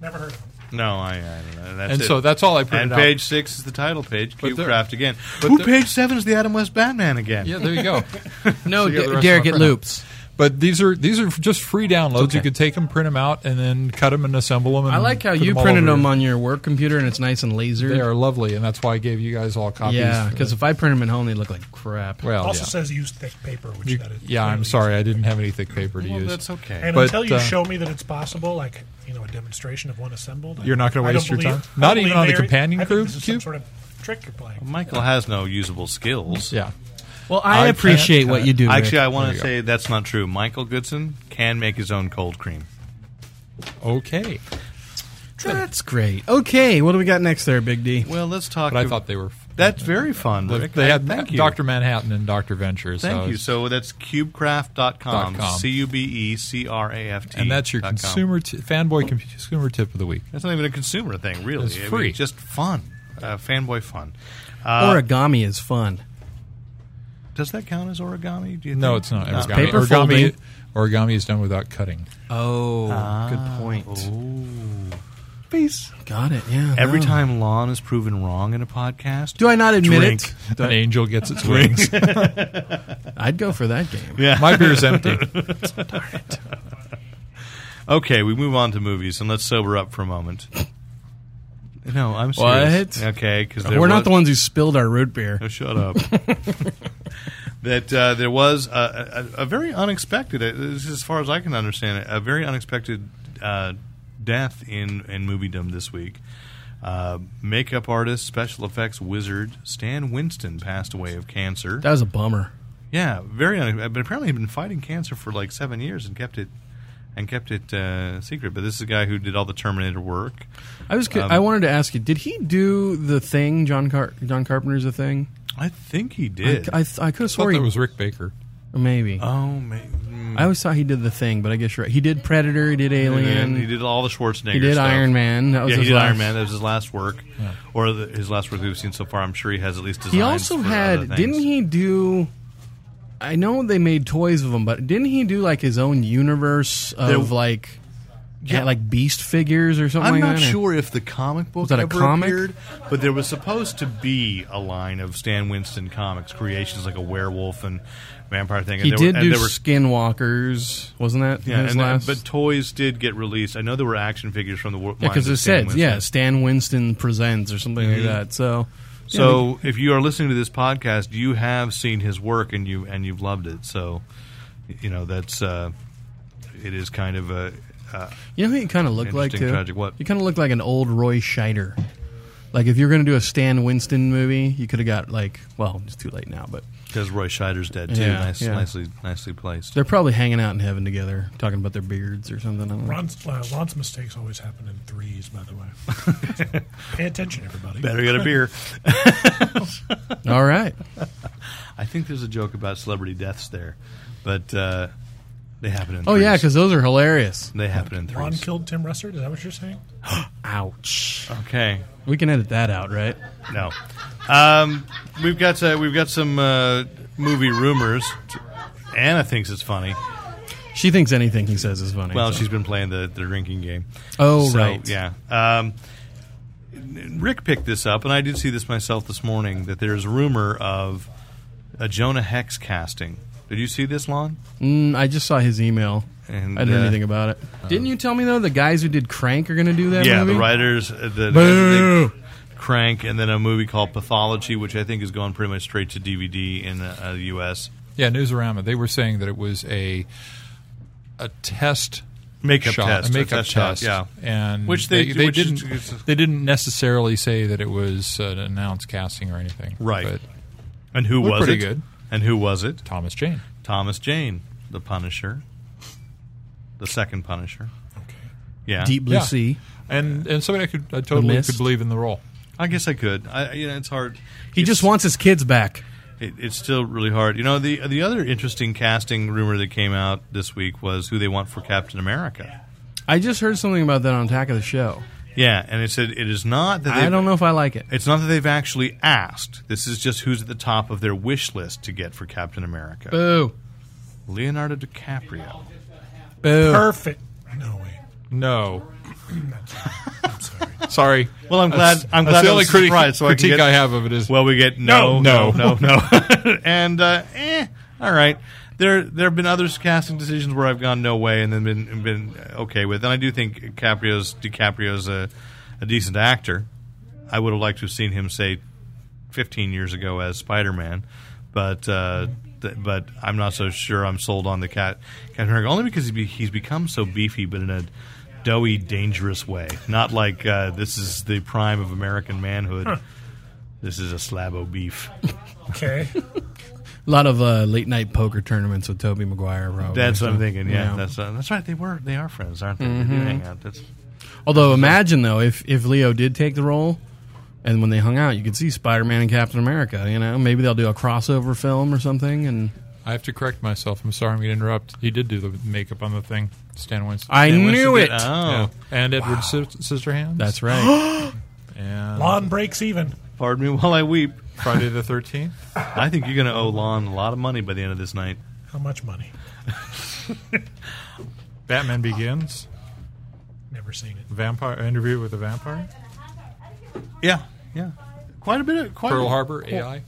Speaker 6: Never heard of them.
Speaker 4: No, I, I don't know. That's
Speaker 3: and
Speaker 4: it.
Speaker 3: so that's all I printed
Speaker 4: and
Speaker 3: out.
Speaker 4: page six is the title page,
Speaker 3: But there-
Speaker 4: Cubecraft again.
Speaker 3: but
Speaker 4: Ooh,
Speaker 3: there-
Speaker 4: page seven is the Adam West Batman again.
Speaker 3: yeah, there you go.
Speaker 2: no?
Speaker 3: you have the
Speaker 2: D-
Speaker 3: rest
Speaker 2: Derek,
Speaker 3: of my
Speaker 2: it
Speaker 3: printout.
Speaker 2: loops.
Speaker 3: But these are these are just free downloads. You could take them, print them out, and then cut them and assemble them. And
Speaker 2: I like how
Speaker 3: put
Speaker 2: you
Speaker 3: all
Speaker 2: printed
Speaker 3: over.
Speaker 2: them on your work computer and it's nice and laser.
Speaker 3: They are lovely, and that's why I gave you guys all copies.
Speaker 2: yeah, because if I print them at home, they look like crap.
Speaker 3: well,
Speaker 6: also
Speaker 3: yeah.
Speaker 6: says use thick paper, which
Speaker 3: You-
Speaker 6: that is.
Speaker 3: yeah, I'm
Speaker 6: clearly-
Speaker 3: sorry, I didn't have any thick paper to
Speaker 4: Well,
Speaker 3: use.
Speaker 4: that's okay.
Speaker 6: And
Speaker 3: But,
Speaker 6: until you
Speaker 3: uh,
Speaker 6: show me that it's possible, like you know, a demonstration of one assembled, I-
Speaker 3: You're not gonna
Speaker 6: I don't
Speaker 3: waste your
Speaker 6: believe-
Speaker 3: time?
Speaker 6: I
Speaker 3: Not
Speaker 6: don't
Speaker 3: even
Speaker 6: believe
Speaker 3: on the
Speaker 6: there-
Speaker 3: companion
Speaker 6: I think this
Speaker 3: cube-
Speaker 6: is some
Speaker 3: cube?
Speaker 6: sort of trick you're playing.
Speaker 4: Michael has no usable skills.
Speaker 3: yeah,
Speaker 2: Well, I,
Speaker 3: I uh,
Speaker 2: appreciate
Speaker 3: can't
Speaker 2: what
Speaker 3: cut
Speaker 2: you
Speaker 3: it.
Speaker 2: do. Rick.
Speaker 4: Actually, I want
Speaker 3: There
Speaker 4: to
Speaker 3: you
Speaker 4: say that's not true. Michael Goodson can make his own cold cream.
Speaker 3: okay.
Speaker 2: that's great. Okay, what do we got next there, Big D?
Speaker 4: Well, let's talk.
Speaker 3: But I
Speaker 4: ab-
Speaker 3: thought they were.
Speaker 4: that's very fun. Rick.
Speaker 3: They
Speaker 4: I-
Speaker 3: had
Speaker 4: thank you.
Speaker 3: Doctor Manhattan and Doctor Venture. so
Speaker 4: Thank you. So that's cubecraft.com.
Speaker 3: Dot com.
Speaker 4: C U B E C R A F T.
Speaker 3: and that's your
Speaker 4: dot com.
Speaker 3: consumer t- fanboy com- consumer tip of the week.
Speaker 4: That's not even a consumer thing, really.
Speaker 3: It's
Speaker 4: I mean,
Speaker 3: free.
Speaker 4: just fun. Uh, fanboy fun.
Speaker 3: Uh,
Speaker 2: Origami is fun.
Speaker 4: Does that count as origami? Do you
Speaker 3: No,
Speaker 4: think?
Speaker 3: it's not
Speaker 4: No.
Speaker 3: origami.
Speaker 2: paper
Speaker 3: origami,
Speaker 2: folding.
Speaker 3: origami is done without cutting.
Speaker 2: Oh, good point.
Speaker 4: Peace.
Speaker 2: Got it. Yeah.
Speaker 4: Every
Speaker 2: no.
Speaker 4: time Lon is proven wrong in a podcast,
Speaker 2: Do I not admit
Speaker 4: Drink.
Speaker 2: it? Do
Speaker 3: An
Speaker 2: I-
Speaker 3: angel gets its wings.
Speaker 2: I'd go for that game.
Speaker 3: My beer's empty.
Speaker 4: Okay, we move on to movies and let's sober up for a moment. No, I'm
Speaker 2: What?
Speaker 4: serious. Okay, because
Speaker 2: We're not the ones who spilled our root beer.
Speaker 4: Oh, shut up. that uh, there was a, a, a very unexpected, uh, this is as far as I can understand it, a very unexpected uh, death in, in moviedom this week. Uh, makeup artist, special effects wizard Stan Winston passed away of cancer.
Speaker 2: That was a bummer.
Speaker 4: Yeah, very. Un- but apparently, he'd been fighting cancer for like seven years and kept it and kept it uh, secret. But this is a guy who did all the Terminator work.
Speaker 2: I was. cu-
Speaker 4: Um,
Speaker 2: I wanted to ask you, did he do the thing? John Car- John Carpenter's the thing.
Speaker 4: I think he
Speaker 2: I-
Speaker 4: did.
Speaker 2: I, th- I could have
Speaker 3: thought
Speaker 2: sworn he
Speaker 3: that was Rick Baker.
Speaker 2: maybe.
Speaker 4: oh man,
Speaker 2: I always thought he did the thing, but I guess you're right. He did Predator. He did Alien.
Speaker 4: He did all the Schwarzenegger.
Speaker 2: He did
Speaker 4: stuff.
Speaker 2: Iron Man. That was
Speaker 4: yeah, he
Speaker 2: his
Speaker 4: did
Speaker 2: last-
Speaker 4: Iron Man. That was his last work, or the, his last work we've seen so far. I'm sure he has at least. Designs
Speaker 2: He also
Speaker 4: for other
Speaker 2: had,
Speaker 4: things.
Speaker 2: didn't he do? I know they made toys of him, but didn't he do like his own universe of
Speaker 4: There-
Speaker 2: like, yeah, like beast figures or something?
Speaker 4: I'm
Speaker 2: like
Speaker 4: not
Speaker 2: that? or-
Speaker 4: sure if the comic book
Speaker 2: Was that a
Speaker 4: ever
Speaker 2: comic?
Speaker 4: appeared, but there was supposed to be a line of Stan Winston comics creations, like a werewolf and vampire thing. And
Speaker 2: He
Speaker 4: there
Speaker 2: did
Speaker 4: were, and
Speaker 2: do
Speaker 4: there were,
Speaker 2: Skinwalkers, wasn't that
Speaker 4: yeah,
Speaker 2: his
Speaker 4: and uh,
Speaker 2: last?
Speaker 4: but toys did get released. I know there were action figures from the world.
Speaker 2: because it said, yeah, Stan Winston presents or something like that. So, yeah, I mean,
Speaker 4: Mm-hmm. So if you are listening to this podcast, you have seen his work and you and you've loved it. So, you know that's uh, it is kind of a. Uh,
Speaker 2: you know who you kind of look like
Speaker 4: Interesting
Speaker 2: too.
Speaker 4: tragic what?
Speaker 2: You kind of look like an old Roy Scheider. Like if you're going to do a Stan Winston movie, you could have got like, well, it's too late now, but
Speaker 4: because Roy Scheider's dead too.
Speaker 2: Yeah,
Speaker 4: nice,
Speaker 2: yeah.
Speaker 4: nicely, nicely placed.
Speaker 2: they're probably hanging out in heaven together, talking about their beards or something. I don't know.
Speaker 6: Ron's, uh, Ron's mistakes always happen in threes, by the way. Pay attention, everybody.
Speaker 4: Better get a beer.
Speaker 2: All right,
Speaker 4: I think there's a joke about celebrity deaths there, but uh, they happen in.
Speaker 2: Oh yeah,
Speaker 4: threes.
Speaker 2: because those are hilarious.
Speaker 4: they happen in
Speaker 6: Ron
Speaker 4: threes.
Speaker 6: killed Tim Russert. Is that what you're saying?
Speaker 2: Ouch.
Speaker 4: Okay,
Speaker 2: We can edit that out, right?
Speaker 4: no, um, we've got uh, we've got some uh, movie rumors. Anna thinks it's funny.
Speaker 2: She thinks anything he says is funny.
Speaker 4: Well,
Speaker 2: so.
Speaker 4: she's been playing the, the drinking game.
Speaker 2: Oh,
Speaker 4: So,
Speaker 2: right.
Speaker 4: Yeah. Um, Rick picked this up, and I did see this myself this morning. That there's rumor of a Jonah Hex casting. Did you see this, Lon?
Speaker 2: Mm, I just saw his email.
Speaker 4: And,
Speaker 2: I didn't know
Speaker 4: uh,
Speaker 2: anything about it. Didn't you tell me though the guys who did Crank are going to do that?
Speaker 4: yeah,
Speaker 2: movie?
Speaker 4: the writers, uh, the,
Speaker 2: Boo.
Speaker 4: the- Crank, and then a movie called Pathology, which I think is going pretty much straight to DVD in uh, uh, the U.S.
Speaker 3: Yeah, Newsarama. They were saying that it was a a test
Speaker 4: Makeup
Speaker 3: shot,
Speaker 4: test,
Speaker 3: a
Speaker 4: a
Speaker 3: makeup
Speaker 4: test
Speaker 3: test,
Speaker 4: shot, yeah.
Speaker 3: and
Speaker 4: Which they-
Speaker 3: they,
Speaker 4: which is-
Speaker 3: didn't they didn't necessarily say that it was an announced casting or anything,
Speaker 4: Right.
Speaker 3: But
Speaker 4: And who
Speaker 3: Looked
Speaker 4: was
Speaker 3: pretty
Speaker 4: it?
Speaker 3: good.
Speaker 4: And who was it?
Speaker 3: Thomas Jane.
Speaker 4: Thomas Jane, the Punisher, the second Punisher.
Speaker 6: Okay.
Speaker 4: Yeah,
Speaker 2: Deep Blue
Speaker 3: Yeah.
Speaker 2: Sea.
Speaker 3: and and somebody I could I totally
Speaker 2: Mist.
Speaker 3: could believe in the role.
Speaker 4: I guess I could. I, you know, it's hard.
Speaker 2: He
Speaker 4: It's-
Speaker 2: just wants his kids back.
Speaker 4: It, it's still really hard. You know, the the other interesting casting rumor that came out this week was who they want for Captain America.
Speaker 2: I just heard something about that on Attack of the Show.
Speaker 4: Yeah, and it said it is not that they
Speaker 2: I don't know if I like it.
Speaker 4: It's not that they've actually asked. This is just who's at the top of their wish list to get for Captain America.
Speaker 2: Boo.
Speaker 4: Leonardo DiCaprio.
Speaker 2: Boo.
Speaker 6: Perfect. No, wait.
Speaker 3: No,
Speaker 6: I'm sorry.
Speaker 3: sorry.
Speaker 4: Well, I'm glad.
Speaker 3: That's-
Speaker 4: I'm
Speaker 3: that's
Speaker 4: glad
Speaker 3: the
Speaker 4: I
Speaker 3: only
Speaker 4: was
Speaker 3: critique,
Speaker 4: surprised, so I can
Speaker 3: critique
Speaker 4: get-
Speaker 3: I have of it is
Speaker 4: Well, we get no,
Speaker 3: No,
Speaker 4: no, no,
Speaker 3: no.
Speaker 4: no, and uh, eh, all right. There, there have been other casting decisions where I've gone no way and then been been okay with. And I do think DiCaprio's DiCaprio's a, a decent actor. I would have liked to have seen him say 15 years ago as Spider Man, but uh, th- but I'm not so sure I'm sold on the cat Captain America only because he be, he's become so beefy, but in a doughy, dangerous way. Not like uh, this is the prime of American manhood. This is a slab o' beef.
Speaker 6: Okay.
Speaker 2: A lot of uh, late night poker tournaments with Toby Maguire. Probably,
Speaker 4: That's what
Speaker 2: so,
Speaker 4: I'm thinking. Yeah, Mm-hmm. that's uh, that's right. They were they are friends, aren't they? They do hang out. That's
Speaker 2: Although, imagine though, if if Leo did take the role, and when they hung out, you could see Spider Man and Captain America. You know, maybe they'll do a crossover film or something. And
Speaker 3: I have to correct myself. I'm sorry, I'm going to interrupt. He did do the makeup on the thing, Stan Winston.
Speaker 2: I
Speaker 4: Yeah, Winston
Speaker 2: knew
Speaker 4: did-
Speaker 2: it.
Speaker 4: Oh,
Speaker 3: Yeah. and Edward Sis- Scissorhands.
Speaker 2: That's right.
Speaker 3: and
Speaker 6: Lon breaks even.
Speaker 4: pardon me while I weep.
Speaker 3: Friday the 13th.
Speaker 4: I think you're going to owe Lon a lot of money by the end of this night.
Speaker 6: How much money?
Speaker 3: Batman Begins.
Speaker 6: Never seen it.
Speaker 3: Vampire interview with a vampire.
Speaker 4: Yeah, yeah. Quite a bit of quite
Speaker 3: Pearl
Speaker 4: a,
Speaker 3: Harbor AI.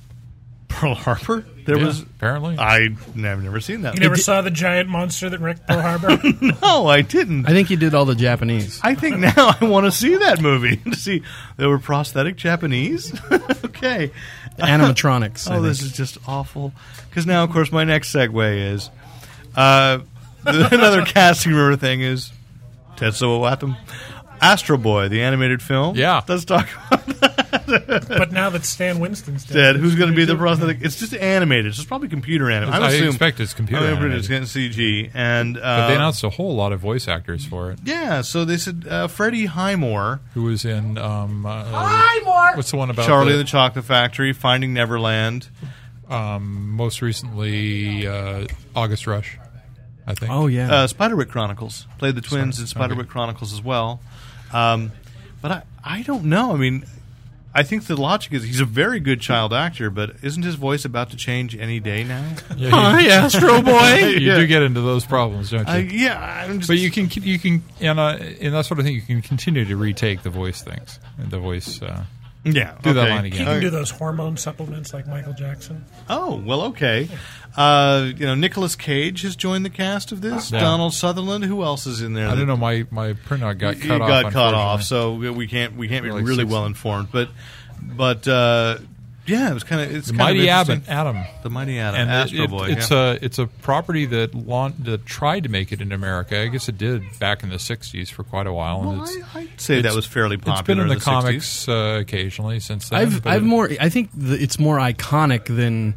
Speaker 4: Pearl Harbor. There
Speaker 3: Yeah,
Speaker 4: was
Speaker 3: apparently.
Speaker 4: I n- I've never seen that.
Speaker 6: You never
Speaker 2: did-
Speaker 6: saw the giant monster that wrecked Pearl Harbor?
Speaker 4: no, I didn't.
Speaker 2: I think he did all the Japanese.
Speaker 4: I think now I want to see that movie to see there were prosthetic Japanese. okay.
Speaker 2: Animatronics. I
Speaker 4: Oh, this
Speaker 2: think.
Speaker 4: is just awful. Because now, of course, my next segue is uh, the, another casting rumor thing is Tetsuo Watam, Astro Boy, the animated film.
Speaker 3: Yeah.
Speaker 4: let's talk about
Speaker 6: but now that Stan Winston's dead,
Speaker 4: that. Who's going to be the prosthetic? It's just animated. It's just probably computer animated.
Speaker 3: I expect it's computer
Speaker 4: I remember
Speaker 3: animated.
Speaker 4: it's getting CG, and uh,
Speaker 3: But they announced a whole lot of voice actors for it.
Speaker 4: yeah. So they said uh, Freddie Highmore.
Speaker 3: Who was in um, uh, What's the one about
Speaker 4: Charlie
Speaker 3: the-
Speaker 4: and the Chocolate Factory, Finding Neverland.
Speaker 3: um, most recently uh, August Rush, I think.
Speaker 2: Oh yeah.
Speaker 4: Uh, Spiderwick Chronicles. Played the twins in
Speaker 3: Spider-
Speaker 4: Spiderwick
Speaker 3: okay.
Speaker 4: Chronicles as well. Um, but I, I don't know. I mean, I think the logic is he's a very good child actor, but isn't his voice about to change any day now?
Speaker 3: yeah, you,
Speaker 2: Hi, Astro Boy.
Speaker 3: you
Speaker 4: yeah.
Speaker 3: do get into those problems, don't you?
Speaker 4: I, yeah, I'm just.
Speaker 3: but you can you can and uh, in that sort of thing you can continue to retake the voice things the voice uh,
Speaker 4: yeah,
Speaker 3: do that
Speaker 4: okay.
Speaker 3: line
Speaker 6: he
Speaker 3: again
Speaker 6: can do those hormone supplements like Michael Jackson.
Speaker 4: Oh well, okay. Uh, you know, Nicolas Cage has joined the cast of this.
Speaker 3: Yeah.
Speaker 4: Donald Sutherland. Who else is in there?
Speaker 3: I
Speaker 4: that-
Speaker 3: don't know my my printout got
Speaker 4: It
Speaker 3: cut off
Speaker 4: got cut off,
Speaker 3: unfortunately.
Speaker 4: so we- we can't we can't be
Speaker 3: Like
Speaker 4: really
Speaker 3: six-
Speaker 4: well informed. But but uh, yeah, it was kind of it's kind
Speaker 3: Mighty
Speaker 4: of
Speaker 3: Adam,
Speaker 4: interesting.
Speaker 3: Adam,
Speaker 4: the mighty Adam,
Speaker 3: and it-
Speaker 4: Astro
Speaker 3: it-
Speaker 4: Boy.
Speaker 3: It's
Speaker 4: yeah.
Speaker 3: a it's a property that laun- that tried to make it in America. I guess it did back in the '60s for quite a while, and
Speaker 4: well,
Speaker 3: it's
Speaker 4: I, I'd say that
Speaker 3: it's-
Speaker 4: was fairly popular.
Speaker 3: it's been in the,
Speaker 4: 60s.
Speaker 3: comics uh, occasionally since then.
Speaker 2: I've
Speaker 3: but
Speaker 2: I've
Speaker 3: it-
Speaker 2: more. I think the, it's more iconic than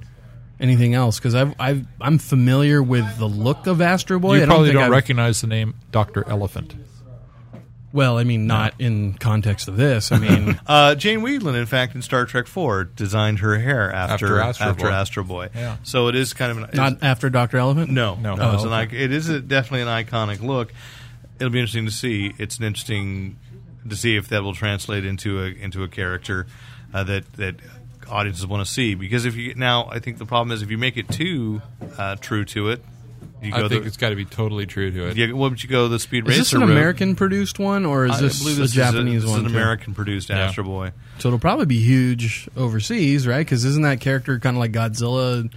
Speaker 2: anything else because I've I've I'm familiar with the look of Astro Boy.
Speaker 3: You
Speaker 2: I don't
Speaker 3: probably
Speaker 2: think
Speaker 3: don't
Speaker 2: I've-
Speaker 3: recognize the name Doctor Elephant.
Speaker 2: Well, I mean, not in context of this. I mean,
Speaker 4: Uh, Jane Wheedlin, in fact, in Star Trek IV, designed her hair after
Speaker 3: After Astro
Speaker 4: after
Speaker 3: Boy.
Speaker 4: Astro Boy.
Speaker 3: Yeah.
Speaker 4: So it is kind of an it's-
Speaker 2: not after Doctor Elephant.
Speaker 4: No,
Speaker 3: No.
Speaker 4: no.
Speaker 3: Oh,
Speaker 4: it's an,
Speaker 2: okay.
Speaker 4: ic- it is a, definitely an iconic look. It'll be interesting to see. It's an interesting to see if that will translate into a into a character uh, that that audiences want to see. Because if you now, I think the problem is if you make it too uh, true to it, you go
Speaker 3: I think
Speaker 4: the,
Speaker 3: it's got to be totally true to it.
Speaker 4: yeah, well, but you go the speed
Speaker 2: Is
Speaker 4: racer
Speaker 2: this an
Speaker 4: route.
Speaker 2: American produced one or is
Speaker 4: I
Speaker 2: this
Speaker 4: believe
Speaker 2: a
Speaker 4: this
Speaker 2: Japanese
Speaker 4: is a, this
Speaker 2: one?
Speaker 4: Is an
Speaker 2: too?
Speaker 4: American produced
Speaker 3: Yeah.
Speaker 4: Astro Boy.
Speaker 2: So it'll probably be huge overseas, right? Because isn't that character kind of like Godzilla,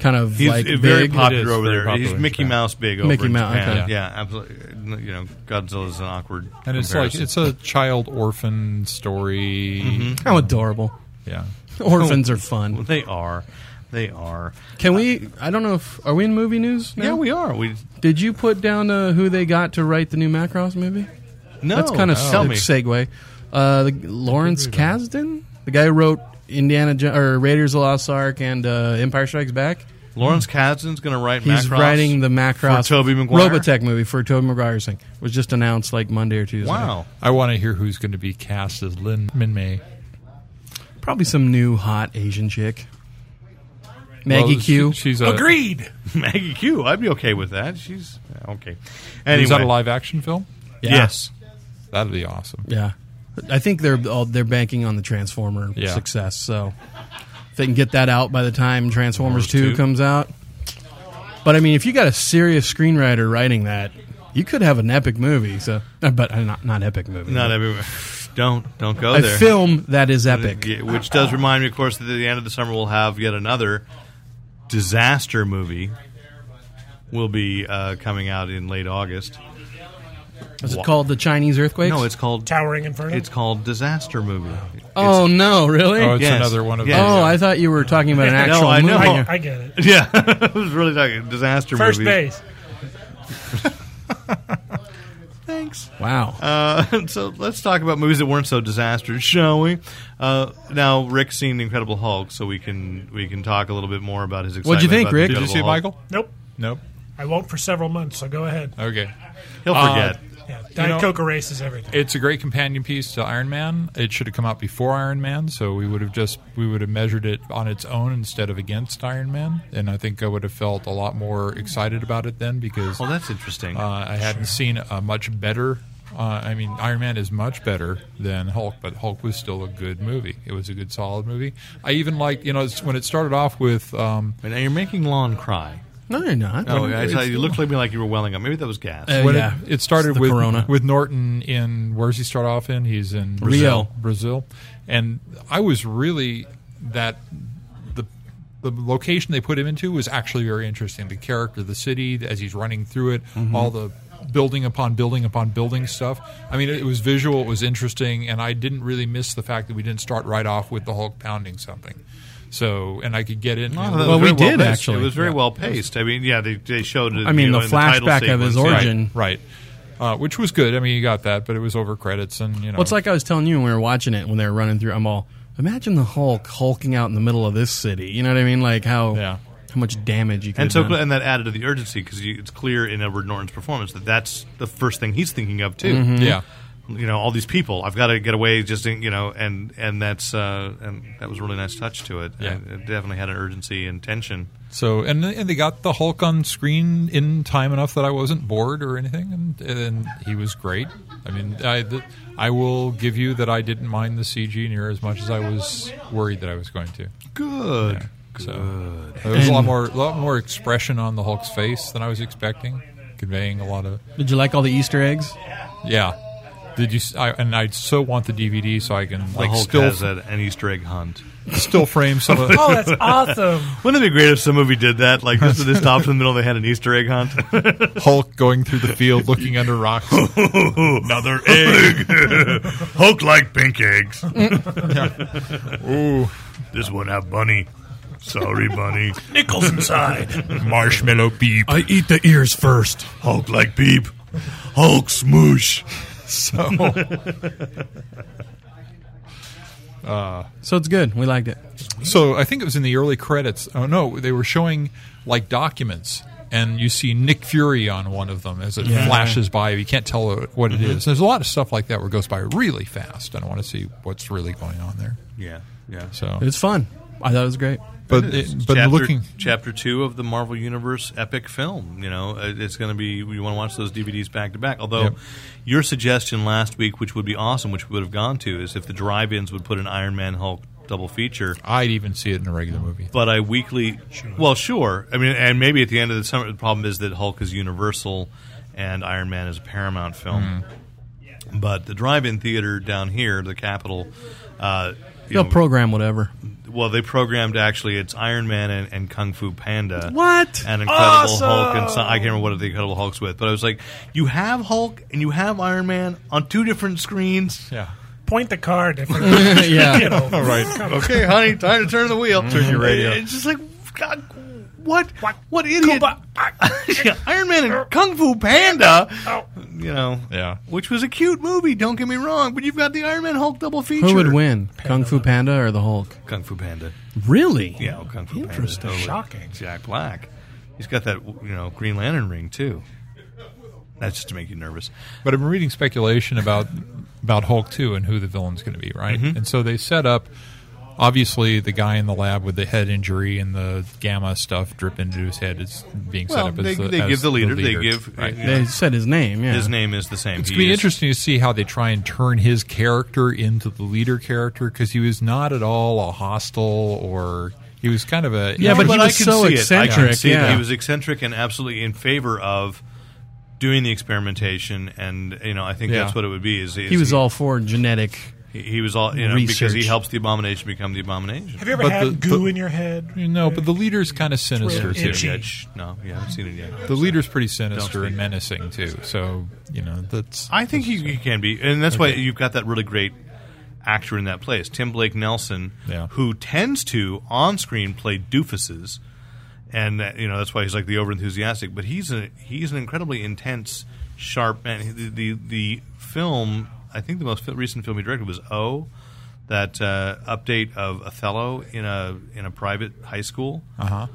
Speaker 2: kind of
Speaker 4: He's
Speaker 2: like
Speaker 4: uh, very
Speaker 2: big?
Speaker 3: It
Speaker 4: popular
Speaker 3: is
Speaker 4: over
Speaker 3: very
Speaker 4: there.
Speaker 3: popular
Speaker 4: He's
Speaker 3: in
Speaker 4: Mickey
Speaker 3: Japan.
Speaker 4: Mouse big over
Speaker 2: Mickey
Speaker 4: in
Speaker 2: Mouse,
Speaker 4: Japan.
Speaker 2: okay.
Speaker 4: Yeah, absolutely. You know, Godzilla's an awkward.
Speaker 3: And it's like
Speaker 4: comparison.
Speaker 3: it's a child orphan story.
Speaker 4: Mm-hmm.
Speaker 2: How adorable!
Speaker 3: Yeah.
Speaker 2: Orphans are
Speaker 4: Well,
Speaker 2: fun.
Speaker 4: they are. They are.
Speaker 2: Can we? I don't know if are we in movie news? Now?
Speaker 4: Yeah, we are. We
Speaker 2: Did you put down uh, who they got to write the new Macross movie?
Speaker 4: no. Oh.
Speaker 2: That's kind of
Speaker 4: tell me.
Speaker 2: segue. Uh, the, Lawrence Kasdan, the guy who wrote Indiana jo- or Raiders of the Lost Ark and uh, Empire Strikes Back.
Speaker 4: Lawrence Kasdan's going to write.
Speaker 2: He's
Speaker 4: Macross?
Speaker 2: writing the Macross
Speaker 4: for Tobey Maguire?
Speaker 2: Robotech movie for Toby Maguire's thing. Was just announced like Monday or Tuesday.
Speaker 4: Wow.
Speaker 3: I want to hear who's going to be cast as Lin Min May.
Speaker 2: Probably some new hot Asian chick.
Speaker 3: Well,
Speaker 2: Maggie
Speaker 3: she-
Speaker 2: Q.
Speaker 3: she's a,
Speaker 6: Agreed.
Speaker 4: Maggie Q. I'd be okay with that. She's okay. Anyway,
Speaker 3: Is that a live action film?
Speaker 2: Yeah.
Speaker 4: Yes.
Speaker 3: That'd be awesome.
Speaker 2: Yeah. I think they're all, they're banking on the Transformer
Speaker 3: Yeah.
Speaker 2: success. So if they can get that out by the time Transformers 2,
Speaker 3: Transformers 2.
Speaker 2: comes out. But I mean, if you got a serious screenwriter writing that, you could have an epic movie. So, uh, but uh, not not epic movie.
Speaker 4: Not everywhere. Don't don't go
Speaker 2: a
Speaker 4: there.
Speaker 2: film that is epic.
Speaker 4: Yeah, Which does remind me, of course, that at the end of the summer we'll have yet another disaster movie. Will be uh, coming out in late August.
Speaker 2: Is it called the Chinese earthquakes?
Speaker 4: No, it's called
Speaker 6: Towering Inferno.
Speaker 4: it's called disaster movie.
Speaker 2: oh no, really?
Speaker 3: Oh,
Speaker 2: Oh,
Speaker 3: it's
Speaker 4: Yes.
Speaker 3: another one of
Speaker 4: Yes.
Speaker 3: those.
Speaker 2: I thought you were talking about an actual
Speaker 4: I know.
Speaker 2: movie.
Speaker 6: I, I get it.
Speaker 4: Yeah, I was really talking disaster
Speaker 6: First
Speaker 4: movie.
Speaker 6: base.
Speaker 4: Thanks.
Speaker 2: Wow.
Speaker 4: Uh, so let's talk about movies that weren't so disastrous, shall we? Uh, now Rick's seen The Incredible Hulk, so we can we can talk a little bit more about his.
Speaker 2: What'd you
Speaker 4: excitement
Speaker 2: think,
Speaker 4: about The
Speaker 2: Rick?
Speaker 3: Did you
Speaker 4: Incredible
Speaker 3: see it,
Speaker 4: Hulk.
Speaker 3: Michael?
Speaker 6: Nope.
Speaker 3: Nope.
Speaker 6: I won't for several months. So go ahead.
Speaker 3: Okay.
Speaker 4: He'll
Speaker 3: Uh,
Speaker 4: forget.
Speaker 6: Yeah, Diet
Speaker 3: know-
Speaker 6: Coke erases everything.
Speaker 3: It's a great companion piece to Iron Man. It should have come out before Iron Man, so we would have just we would have measured it on its own instead of against Iron Man, and I think I would have felt a lot more excited about it then because
Speaker 4: well, that's interesting.
Speaker 3: Uh, I hadn't seen a much better. Uh, I mean, Iron Man is much better than Hulk, but Hulk was still a good movie. It was a good, solid movie. I even liked, you know, it's- when it started off with. Um,
Speaker 4: but now you're making Lon cry.
Speaker 2: no, you're not.
Speaker 4: Oh, I
Speaker 3: it's-
Speaker 4: saw you looked like me like you were welling up. Maybe that was gas.
Speaker 2: Uh,
Speaker 3: when
Speaker 2: yeah.
Speaker 3: it, it started
Speaker 2: It's the
Speaker 3: with
Speaker 2: Corona.
Speaker 3: with Norton in where's he start off in? He's in
Speaker 2: Brazil.
Speaker 3: Brazil, Brazil, and I was really that the the location they put him into was actually very interesting. The character, the city, as he's running through it,
Speaker 2: Mm-hmm.
Speaker 3: all the building upon building upon building stuff. I mean, it, it was visual, it was interesting, and I didn't really miss the fact that we didn't start right off with the Hulk pounding something. So, and I could get in.
Speaker 4: Oh, that was
Speaker 2: Well, we
Speaker 4: very
Speaker 2: did,
Speaker 4: paced.
Speaker 2: actually.
Speaker 4: It was very
Speaker 3: Yeah.
Speaker 4: well paced. I mean, yeah, they, they showed. it,
Speaker 2: I mean,
Speaker 4: you know,
Speaker 2: the
Speaker 4: in title
Speaker 2: flashback of his
Speaker 4: sequence,
Speaker 2: origin.
Speaker 4: yeah.
Speaker 2: Right.
Speaker 3: right. Uh, which was good. I mean, you got that, but it was over credits, and you know,
Speaker 2: Well, it's like I was telling you when we were watching it when they were running through. I'm all imagine the Hulk hulking out in the middle of this city. You know what I mean? Like how
Speaker 3: Yeah.
Speaker 2: how much damage you can.
Speaker 4: And so, and that added to the urgency because it's clear in Edward Norton's performance that that's the first thing he's thinking of too.
Speaker 3: yeah.
Speaker 4: You know, all these people, I've got to get away. Just in- you know, and and that's uh, and that was a really nice touch to it.
Speaker 3: Yeah.
Speaker 4: And it definitely had an urgency and tension.
Speaker 3: So and and they got the Hulk on screen in time enough that I wasn't bored or anything, and and he was great. I mean, I th- I will give you that I didn't mind the CG near as much as I was worried that I was going to.
Speaker 4: Good.
Speaker 3: So there was a lot more lot more expression on the Hulk's face than I was expecting, conveying a lot of
Speaker 2: Did you like all the Easter eggs?
Speaker 3: yeah. Did you? s I and I so want the DVD so I can
Speaker 4: The
Speaker 3: like
Speaker 4: Hulk
Speaker 3: still
Speaker 4: has a, an Easter egg hunt.
Speaker 3: still frame some of
Speaker 7: Oh, that's awesome.
Speaker 4: Wouldn't it be great if some movie did that? Like this, this stops in the middle. They had an Easter egg hunt.
Speaker 3: Hulk going through the field looking under rocks.
Speaker 4: Another egg. Hulk like pink eggs.
Speaker 3: Ooh.
Speaker 4: This one have bunny. Sorry, bunny.
Speaker 6: Nichols inside.
Speaker 3: Marshmallow beep.
Speaker 6: I eat the ears first.
Speaker 4: Hulk like beep. Hulk smoosh.
Speaker 2: So it's good. We liked it.
Speaker 3: So I think it was in the early credits. Oh no, they were showing like documents, and you see Nick Fury on one of them as it flashes by. You can't tell what it is. There's a lot of stuff like that where it goes by really fast, and I want to see what's really going on there.
Speaker 4: Yeah, yeah.
Speaker 3: So,
Speaker 2: It's fun. I thought it was great.
Speaker 3: but it, but
Speaker 4: chapter,
Speaker 3: looking,
Speaker 4: chapter two of the Marvel Universe epic film. You know, it- it's going to be. You want to watch those DVDs back to back. Although,
Speaker 3: Yep.
Speaker 4: your suggestion last week, which would be awesome, which we would have gone to, is if the drive-ins would put an Iron Man Hulk double feature.
Speaker 3: I'd even see it in a regular movie.
Speaker 4: But I weekly, well, sure. I mean, and maybe at the end of the summer, the problem is that Hulk is Universal, and Iron Man is a Paramount film. But the drive-in theater down here, the capital, uh, you
Speaker 2: They'll
Speaker 4: know,
Speaker 2: program whatever.
Speaker 4: well, they programmed actually it's Iron Man and, and Kung Fu Panda.
Speaker 2: What?
Speaker 4: And Incredible Hulk and so, I can't remember what the Incredible Hulk's with, but I was like, you have Hulk and you have Iron Man on two different screens.
Speaker 3: Yeah.
Speaker 7: Point the car different.
Speaker 2: yeah.
Speaker 3: All right.
Speaker 4: Okay, honey, time to turn the wheel. Turn your
Speaker 3: radio.
Speaker 4: It's just like, God, what? What idiot? Yeah, Iron Man and Kung Fu Panda.
Speaker 7: oh.
Speaker 4: You know,
Speaker 3: Yeah.
Speaker 4: which was a cute movie. Don't get me wrong, but you've got the Iron Man Hulk double feature.
Speaker 2: Who would win, Kung Fu Panda or the Hulk?
Speaker 4: Kung Fu Panda.
Speaker 2: Really?
Speaker 4: Yeah, oh, Kung Fu Panda.
Speaker 2: Interesting.
Speaker 4: Totally.
Speaker 7: Shocking.
Speaker 4: Jack Black. He's got that you know Green Lantern ring too. That's just to make you nervous.
Speaker 3: But I'm reading speculation about about Hulk two and who the villain's going to be, right?
Speaker 4: Mm-hmm.
Speaker 3: And so they set up obviously the guy in the lab with the head injury and the gamma stuff drip into his head is being
Speaker 4: Well,
Speaker 3: set up as
Speaker 4: they-
Speaker 3: the,
Speaker 4: they
Speaker 3: as
Speaker 4: give the leader,
Speaker 3: The
Speaker 4: they give-
Speaker 3: right.
Speaker 4: yeah.
Speaker 2: They said his name. Yeah.
Speaker 4: His name is the same.
Speaker 3: It's
Speaker 4: He
Speaker 3: going to be
Speaker 4: is-
Speaker 3: interesting to see how they try and turn his character into the leader character because he was not at all a hostile or he was kind of a
Speaker 2: Yeah, but he
Speaker 4: I
Speaker 2: was
Speaker 4: can
Speaker 2: so
Speaker 4: see it. I can
Speaker 2: eccentric,
Speaker 4: see that
Speaker 2: yeah.
Speaker 4: he was eccentric and absolutely in favor of doing the experimentation. And you know, I think
Speaker 3: Yeah.
Speaker 4: that's what it would be. Is, is
Speaker 2: He was all for genetic.
Speaker 4: he, he was all you know because he
Speaker 2: Research.
Speaker 4: helps the abomination become the abomination.
Speaker 7: Have you ever
Speaker 3: But
Speaker 7: had
Speaker 3: the-
Speaker 7: goo
Speaker 3: the-
Speaker 7: in your head?
Speaker 3: no, but the leader's kind of sinister
Speaker 7: It's
Speaker 3: too.
Speaker 7: really itchy.
Speaker 4: Yeah, sh- no, yeah, I haven't seen it yet.
Speaker 3: The leader's pretty sinister
Speaker 4: speak.
Speaker 3: and menacing too. So you know that's
Speaker 4: I think he, he can be, and that's why you've got that really great actor in that place, Tim Blake Nelson,
Speaker 3: Yeah.
Speaker 4: who tends to on screen play doofuses, and that, you know that's why he's like the overenthusiastic. But he's a he's an incredibly intense, sharp man. He- The the, the film, I think the most fi- recent film he directed was O, that uh, update of Othello in a in a private high school.
Speaker 3: uh-huh.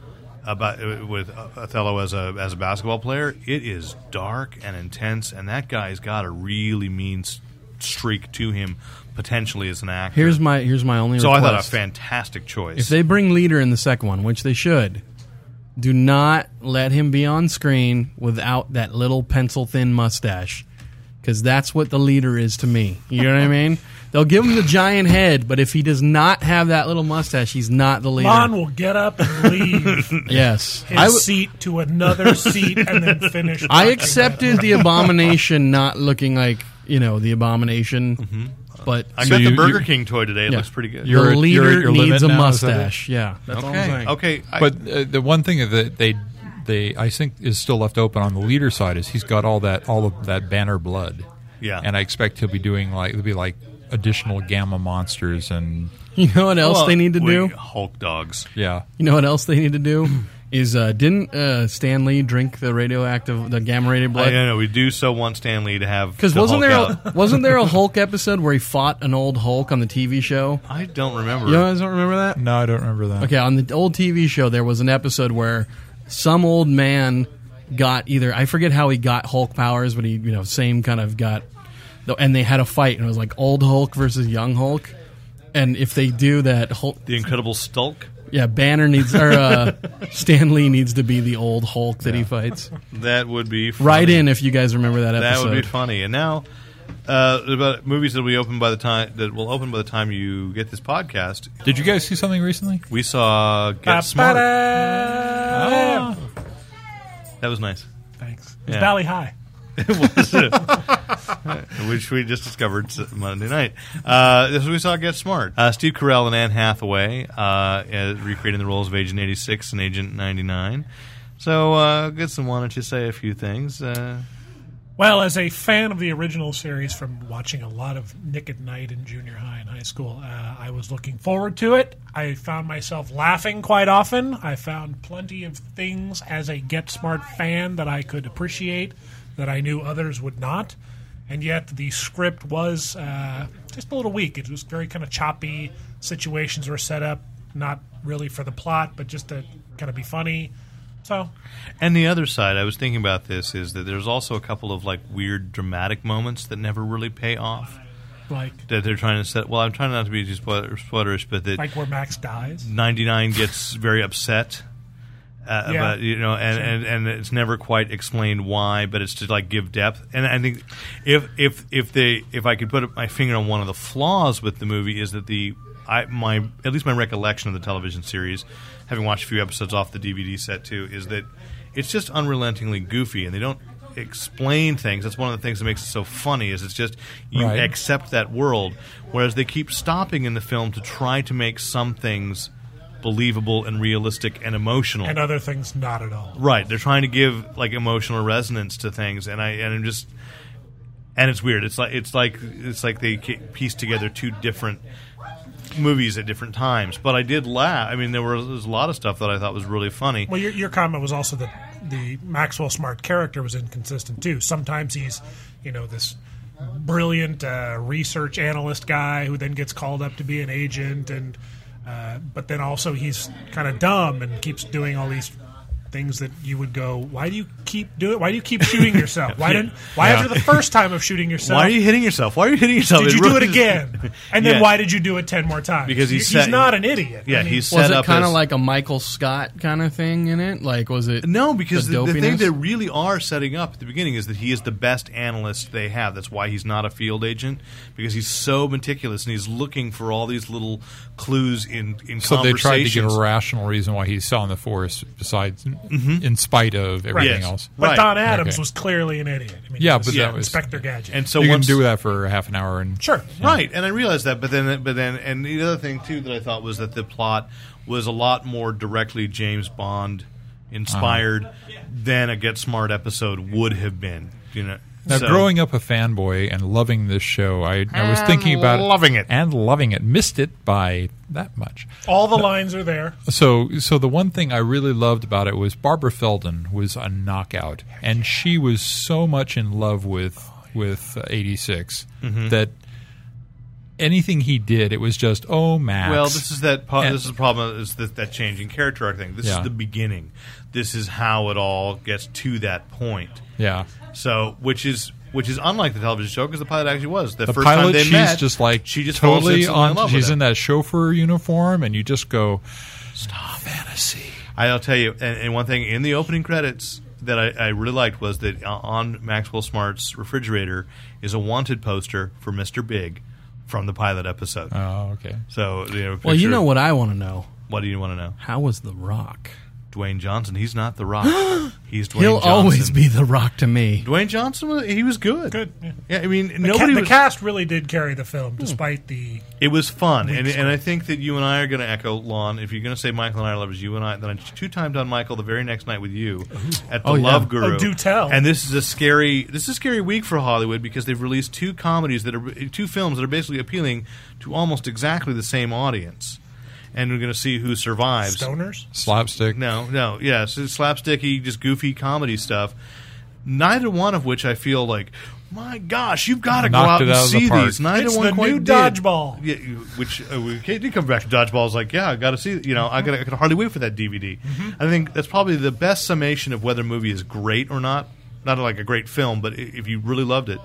Speaker 4: About uh, with Othello as a as a basketball player, it is dark and intense, and that guy's got a really mean s- streak to him potentially as an actor.
Speaker 2: Here's my here's my only.
Speaker 4: so I thought a
Speaker 2: request.
Speaker 4: fantastic choice.
Speaker 2: If they bring Leader in the second one, which they should, do not let him be on screen without that little pencil thin mustache. Because that's what the leader is to me. You know what I mean? They'll give him the giant head, but if he does not have that little mustache, he's not the leader.
Speaker 7: Lon will get up and leave his
Speaker 2: yes. I, w-
Speaker 7: seat to another seat and then finish.
Speaker 2: I
Speaker 7: watching that.
Speaker 2: accepted the abomination not looking like, you know, the abomination But
Speaker 4: I
Speaker 3: So
Speaker 4: got
Speaker 3: you-
Speaker 4: the Burger
Speaker 3: you-
Speaker 4: King toy today. It
Speaker 2: yeah.
Speaker 4: looks pretty good.
Speaker 3: You're-
Speaker 2: your
Speaker 3: at-
Speaker 2: leader
Speaker 3: you're at your
Speaker 2: needs
Speaker 3: limit
Speaker 2: a
Speaker 3: now, is that it?
Speaker 2: mustache. Yeah, that's all I'm
Speaker 4: okay.
Speaker 2: saying.
Speaker 4: Okay. I-
Speaker 3: But uh, the one thing that they they I think is still left open on the leader side is he's got all that all of that banner blood.
Speaker 4: Yeah.
Speaker 3: and I expect he'll be doing like there'll be like additional gamma monsters and
Speaker 2: You know what else
Speaker 4: Well,
Speaker 2: they need to
Speaker 4: we-
Speaker 2: do?
Speaker 4: Hulk dogs.
Speaker 3: yeah.
Speaker 2: You know what else they need to do? Is uh, didn't uh, Stan Lee drink the radioactive, the gamma rated
Speaker 4: I
Speaker 2: blood?
Speaker 4: know we do so want Stanley to have
Speaker 2: Because
Speaker 4: to
Speaker 2: wasn't
Speaker 4: Hulk
Speaker 2: there a,
Speaker 4: out.
Speaker 2: wasn't there a uh, Hulk episode where he fought an old Hulk on the TV show?
Speaker 4: I don't remember.
Speaker 2: You guys don't remember that?
Speaker 3: No, I don't remember that.
Speaker 2: Okay, on the old TV show, there was an episode where some old man got either I forget how he got Hulk powers, but he you know same kind of got, and they had a fight, and it was like old Hulk versus young Hulk, and if they do that, Hulk,
Speaker 4: The Incredible Stulk.
Speaker 2: yeah, Banner needs or uh, Stan Lee needs to be the old Hulk that he fights.
Speaker 4: That would be funny.
Speaker 2: Write in if you guys remember that
Speaker 4: That
Speaker 2: episode.
Speaker 4: would be funny. And now, uh, about movies that will be open by the time that will open by the time you get this podcast.
Speaker 3: Did you guys see something recently?
Speaker 4: We saw Get Smart.
Speaker 7: Ba-da!
Speaker 4: That was nice,
Speaker 7: Ah, Thanks. It's
Speaker 4: Yeah.
Speaker 7: Valley High.
Speaker 4: which we just discovered s- Monday night. Uh, this- we saw Get Smart. Uh, Steve Carell and Anne Hathaway uh, uh, recreating the roles of Agent 86 and Agent 99. So, uh, Goodson, why don't you say a few things? Uh,
Speaker 7: Well, as a fan of the original series from watching a lot of Nick at Night in junior high and high school, uh, I was looking forward to it. I found myself laughing quite often. I found plenty of things as a Get Smart fan that I could appreciate that I knew others would not. And yet, the script was uh, just a little weak. It was very kind of choppy. Situations were set up not really for the plot, but just to kind of be funny. So,
Speaker 4: And the other side, I was thinking about this, is that there's also a couple of like weird dramatic moments that never really pay off.
Speaker 7: like,
Speaker 4: That they're trying to set. Well, I'm trying not to be too spoiler, spoilerish, but that
Speaker 7: like where Max dies.
Speaker 4: 99 gets very upset. Uh,
Speaker 7: Yeah.
Speaker 4: about, you know, and, and, and it's never quite explained why, but it's to like give depth. And I think if if if they if I could put my finger on one of the flaws with the movie is that the I my at least my recollection of the television series, having watched a few episodes off the DVD set too, is that it's just unrelentingly goofy, and they don't explain things. That's one of the things that makes it so funny is it's just you
Speaker 3: Right.
Speaker 4: accept that world, whereas they keep stopping in the film to try to make some things believable and realistic and emotional.
Speaker 7: and other things not at all.
Speaker 4: Right. They're trying to give like emotional resonance to things, and I and I'm just and it's weird. It's like it's like it's like they ca- piece together two different movies at different times. But I did laugh. I mean, there was, there was a lot of stuff that I thought was really funny.
Speaker 7: Well, your, your comment was also that the Maxwell Smart character was inconsistent too. Sometimes he's, you know, this brilliant uh, research analyst guy who then gets called up to be an agent, and uh, but then also he's kind of dumb and keeps doing all these things that you would go, why do you keep doing? Why do you keep shooting yourself? Why didn't? Why after the first time of shooting yourself?
Speaker 4: Why are you hitting yourself? Why are you hitting yourself?
Speaker 7: did you do
Speaker 4: really
Speaker 7: it
Speaker 4: just-
Speaker 7: again? And then
Speaker 4: Yeah.
Speaker 7: why did you do it ten more times?
Speaker 4: Because he's
Speaker 7: he's,
Speaker 4: set-
Speaker 7: not an idiot. I
Speaker 4: Yeah,
Speaker 7: mean,
Speaker 4: he's set
Speaker 2: was it
Speaker 4: up
Speaker 2: kind of
Speaker 4: as-
Speaker 2: like a Michael Scott kind of thing in it? Like, was it
Speaker 4: No, because the, the thing
Speaker 2: dopiness?
Speaker 4: they really are setting up at the beginning is that he is the best analyst they have. That's why he's not a field agent because he's so meticulous and he's looking for all these little clues in in
Speaker 3: So they
Speaker 4: conversations.
Speaker 3: tried to get a rational reason why he's selling the forest, besides, in spite of everything
Speaker 4: Yes.
Speaker 3: else.
Speaker 7: But
Speaker 4: Mm-hmm. Right.
Speaker 7: Don Adams
Speaker 3: Okay.
Speaker 7: was clearly an idiot. I mean,
Speaker 3: Yeah,
Speaker 7: he was
Speaker 3: but
Speaker 4: that
Speaker 3: was-
Speaker 7: Inspector Gadget.
Speaker 4: and so
Speaker 3: you
Speaker 4: once,
Speaker 3: can do that for half an hour and
Speaker 7: sure,
Speaker 4: Right, and I realized that, but then, but then, and the other thing too that I thought was that the plot was a lot more directly James Bond inspired
Speaker 3: Uh-huh.
Speaker 4: than a Get Smart episode would have been. You know,
Speaker 3: Now,
Speaker 4: So-
Speaker 3: growing up a fanboy and loving this show, I, I was thinking about
Speaker 4: loving it.
Speaker 3: and loving it. Missed it by that much.
Speaker 7: all the lines are there.
Speaker 3: So, so the one thing I really loved about it was Barbara Feldon was a knockout, and she was so much in love with with uh, '86
Speaker 4: Mm-hmm.
Speaker 3: that anything he did, it was just oh Max.
Speaker 4: Well, this is that. Po-
Speaker 3: And-
Speaker 4: this is the problem. Is that that changing character arc thing? This
Speaker 3: Yeah.
Speaker 4: is the beginning. This is how it all gets to that point.
Speaker 3: yeah.
Speaker 4: So, which is which is unlike the television show because the pilot actually was the,
Speaker 3: The
Speaker 4: first time
Speaker 3: pilot,
Speaker 4: they
Speaker 3: she's
Speaker 4: met.
Speaker 3: just like
Speaker 4: she just falls
Speaker 3: totally
Speaker 4: instantly
Speaker 3: on.
Speaker 4: In love
Speaker 3: she's
Speaker 4: with
Speaker 3: in
Speaker 4: him.
Speaker 3: that chauffeur uniform, and you just go,
Speaker 4: I'll tell you, and, and one thing in the opening credits that I, I really liked was that uh, on Maxwell Smart's refrigerator is a wanted poster for Mister Big from the pilot episode.
Speaker 3: "Oh, okay."
Speaker 4: so, you know,
Speaker 2: Well, you
Speaker 4: picture-
Speaker 2: know what I want to know.
Speaker 4: What do you want to know?
Speaker 2: How was The Rock?
Speaker 4: Dwayne Johnson. He's not the Rock. he's Dwayne.
Speaker 2: He'll
Speaker 4: Johnson.
Speaker 2: always be the rock to me.
Speaker 4: Dwayne Johnson. was- He was good.
Speaker 7: Good, yeah.
Speaker 4: I mean,
Speaker 7: The,
Speaker 4: nobody.
Speaker 7: ca- the
Speaker 4: was,
Speaker 7: cast really did carry the film, despite the.
Speaker 4: It was fun, and,
Speaker 7: Weak
Speaker 4: and I think that you and I are going to echo Lon. If you're going to say Michael and I are lovers, you and I. Then I two timed on Michael the very next night with you at the
Speaker 2: Oh, yeah.
Speaker 4: Love Guru.
Speaker 7: Oh, do tell.
Speaker 4: And this is a scary. This is a scary week for Hollywood because they've released two comedies that are two films that are basically appealing to almost exactly the same audience, and we're going to see who survives.
Speaker 7: Stoners?
Speaker 3: Slapstick.
Speaker 4: No, no, yes, it's slapsticky, just goofy comedy stuff. Neither one of which I feel like, my gosh, you've got to go
Speaker 3: Knocked
Speaker 4: out
Speaker 3: it
Speaker 4: and
Speaker 3: out of the
Speaker 4: see
Speaker 3: park.
Speaker 4: these. Neither
Speaker 7: It's
Speaker 4: one
Speaker 7: the
Speaker 4: quite
Speaker 7: new
Speaker 4: did.
Speaker 7: Dodgeball.
Speaker 4: Yeah, you- which uh, we can't- did come back to dodgeball. Is like, yeah, I got to see. You know, I got I could hardly wait for that DVD.
Speaker 7: Mm-hmm.
Speaker 4: I think that's probably the best summation of whether a movie is great or not. Not like a great film, but i- if you really loved it,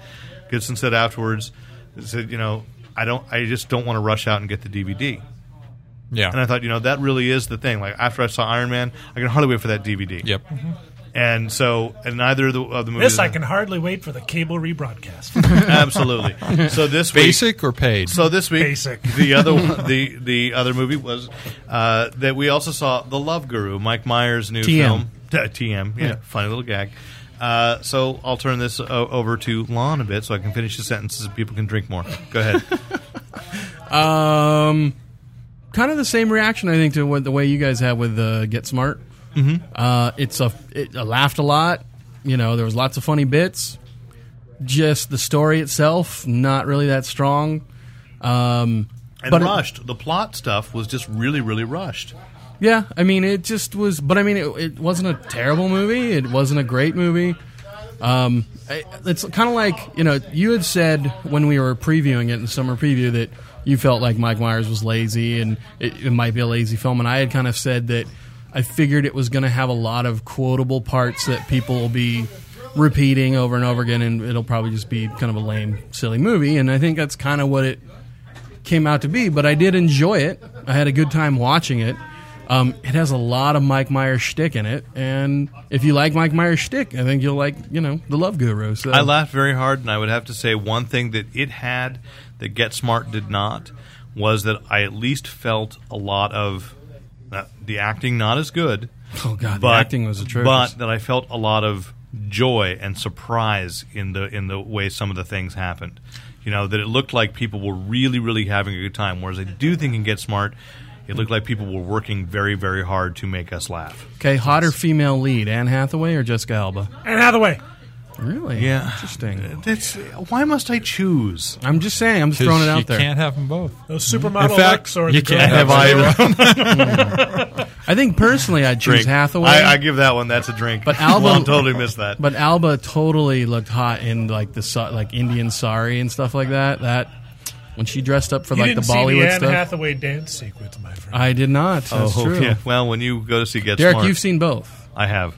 Speaker 4: Gibson said afterwards, he said, you know, I don't, I just don't want to rush out and get the DVD.
Speaker 3: Yeah.
Speaker 4: And I thought, you know, that really is the thing. Like after I saw Iron Man, I can hardly wait for that DVD.
Speaker 3: yep.
Speaker 4: And so, and neither of the, of the movies.
Speaker 7: This I can hardly wait for the cable rebroadcast.
Speaker 4: absolutely. So this week,
Speaker 3: Basic or paid?
Speaker 4: so this week,
Speaker 7: Basic.
Speaker 4: the other one- the the other movie was uh, that we also saw The Love Guru, Mike Myers' new
Speaker 2: TM.
Speaker 4: film. T- TM, yeah, funny little gag. Uh, so I'll turn this o- over to Lon a bit, so I can finish the sentences, and people can drink more. Go ahead.
Speaker 2: Um, kind of the same reaction I think to what the way you guys had with uh, Get Smart. Mm-hmm. Uh, it's a it, I laughed a lot. You know, there was lots of funny bits. Just the story itself, not really that strong. Um,
Speaker 4: And
Speaker 2: But it-
Speaker 4: rushed. the plot stuff was just really, really rushed.
Speaker 2: yeah, I mean, it just was. But I mean, it, it wasn't a terrible movie. It wasn't a great movie. Um, I- it's kind of like you know you had said when we were previewing it in the summer preview that you felt like Mike Myers was lazy and it, it might be a lazy film, and I had kind of said that I figured it was going to have a lot of quotable parts that people will be repeating over and over again, and it'll probably just be kind of a lame, silly movie. And I think that's kind of what it came out to be, but I did enjoy it. I had a good time watching it. Um, it has a lot of Mike Myers shtick in it, and if you like Mike Myers shtick, I think you'll like you know the Love Guru. So
Speaker 4: I laughed very hard, and I would have to say one thing that it had that Get Smart did not was that I at least felt a lot of uh, the acting not as good.
Speaker 2: Oh, God, the
Speaker 4: but,
Speaker 2: acting was atrocious.
Speaker 4: But that I felt a lot of joy and surprise in the in the way some of the things happened. You know that it looked like people were really, really having a good time. Whereas I do think in Get Smart, it looked like people were working very, very hard to make us laugh.
Speaker 2: okay, hotter female lead: Anne Hathaway or Jessica Alba?
Speaker 7: and Hathaway.
Speaker 2: Really?
Speaker 4: Yeah.
Speaker 2: Interesting.
Speaker 4: That's why must I choose?
Speaker 2: I'm just saying. I'm just
Speaker 3: 'Cause
Speaker 2: throwing it
Speaker 3: you
Speaker 2: out there.
Speaker 3: can't have them both.
Speaker 7: Those supermodel
Speaker 3: In fact,
Speaker 7: looks or
Speaker 3: you
Speaker 7: the
Speaker 3: can't
Speaker 7: girl-
Speaker 3: have either.
Speaker 2: I think personally, I'd choose
Speaker 4: Drink.
Speaker 2: Hathaway.
Speaker 4: I, I give that one. That's a drink.
Speaker 2: But Alba-
Speaker 4: Lon totally missed that.
Speaker 2: but Alba totally looked hot in like the sa- like Indian sari and stuff like that. That when she dressed up for
Speaker 7: You
Speaker 2: like
Speaker 7: didn't
Speaker 2: the Bollywood
Speaker 7: see the
Speaker 2: stuff, Uh,
Speaker 7: Anne Hathaway dance sequence, my friend.
Speaker 2: I did not. That's true.
Speaker 4: Oh, yeah. Well, when you go to see Get
Speaker 2: Derek,
Speaker 4: Smart,
Speaker 2: you've seen both.
Speaker 4: I have,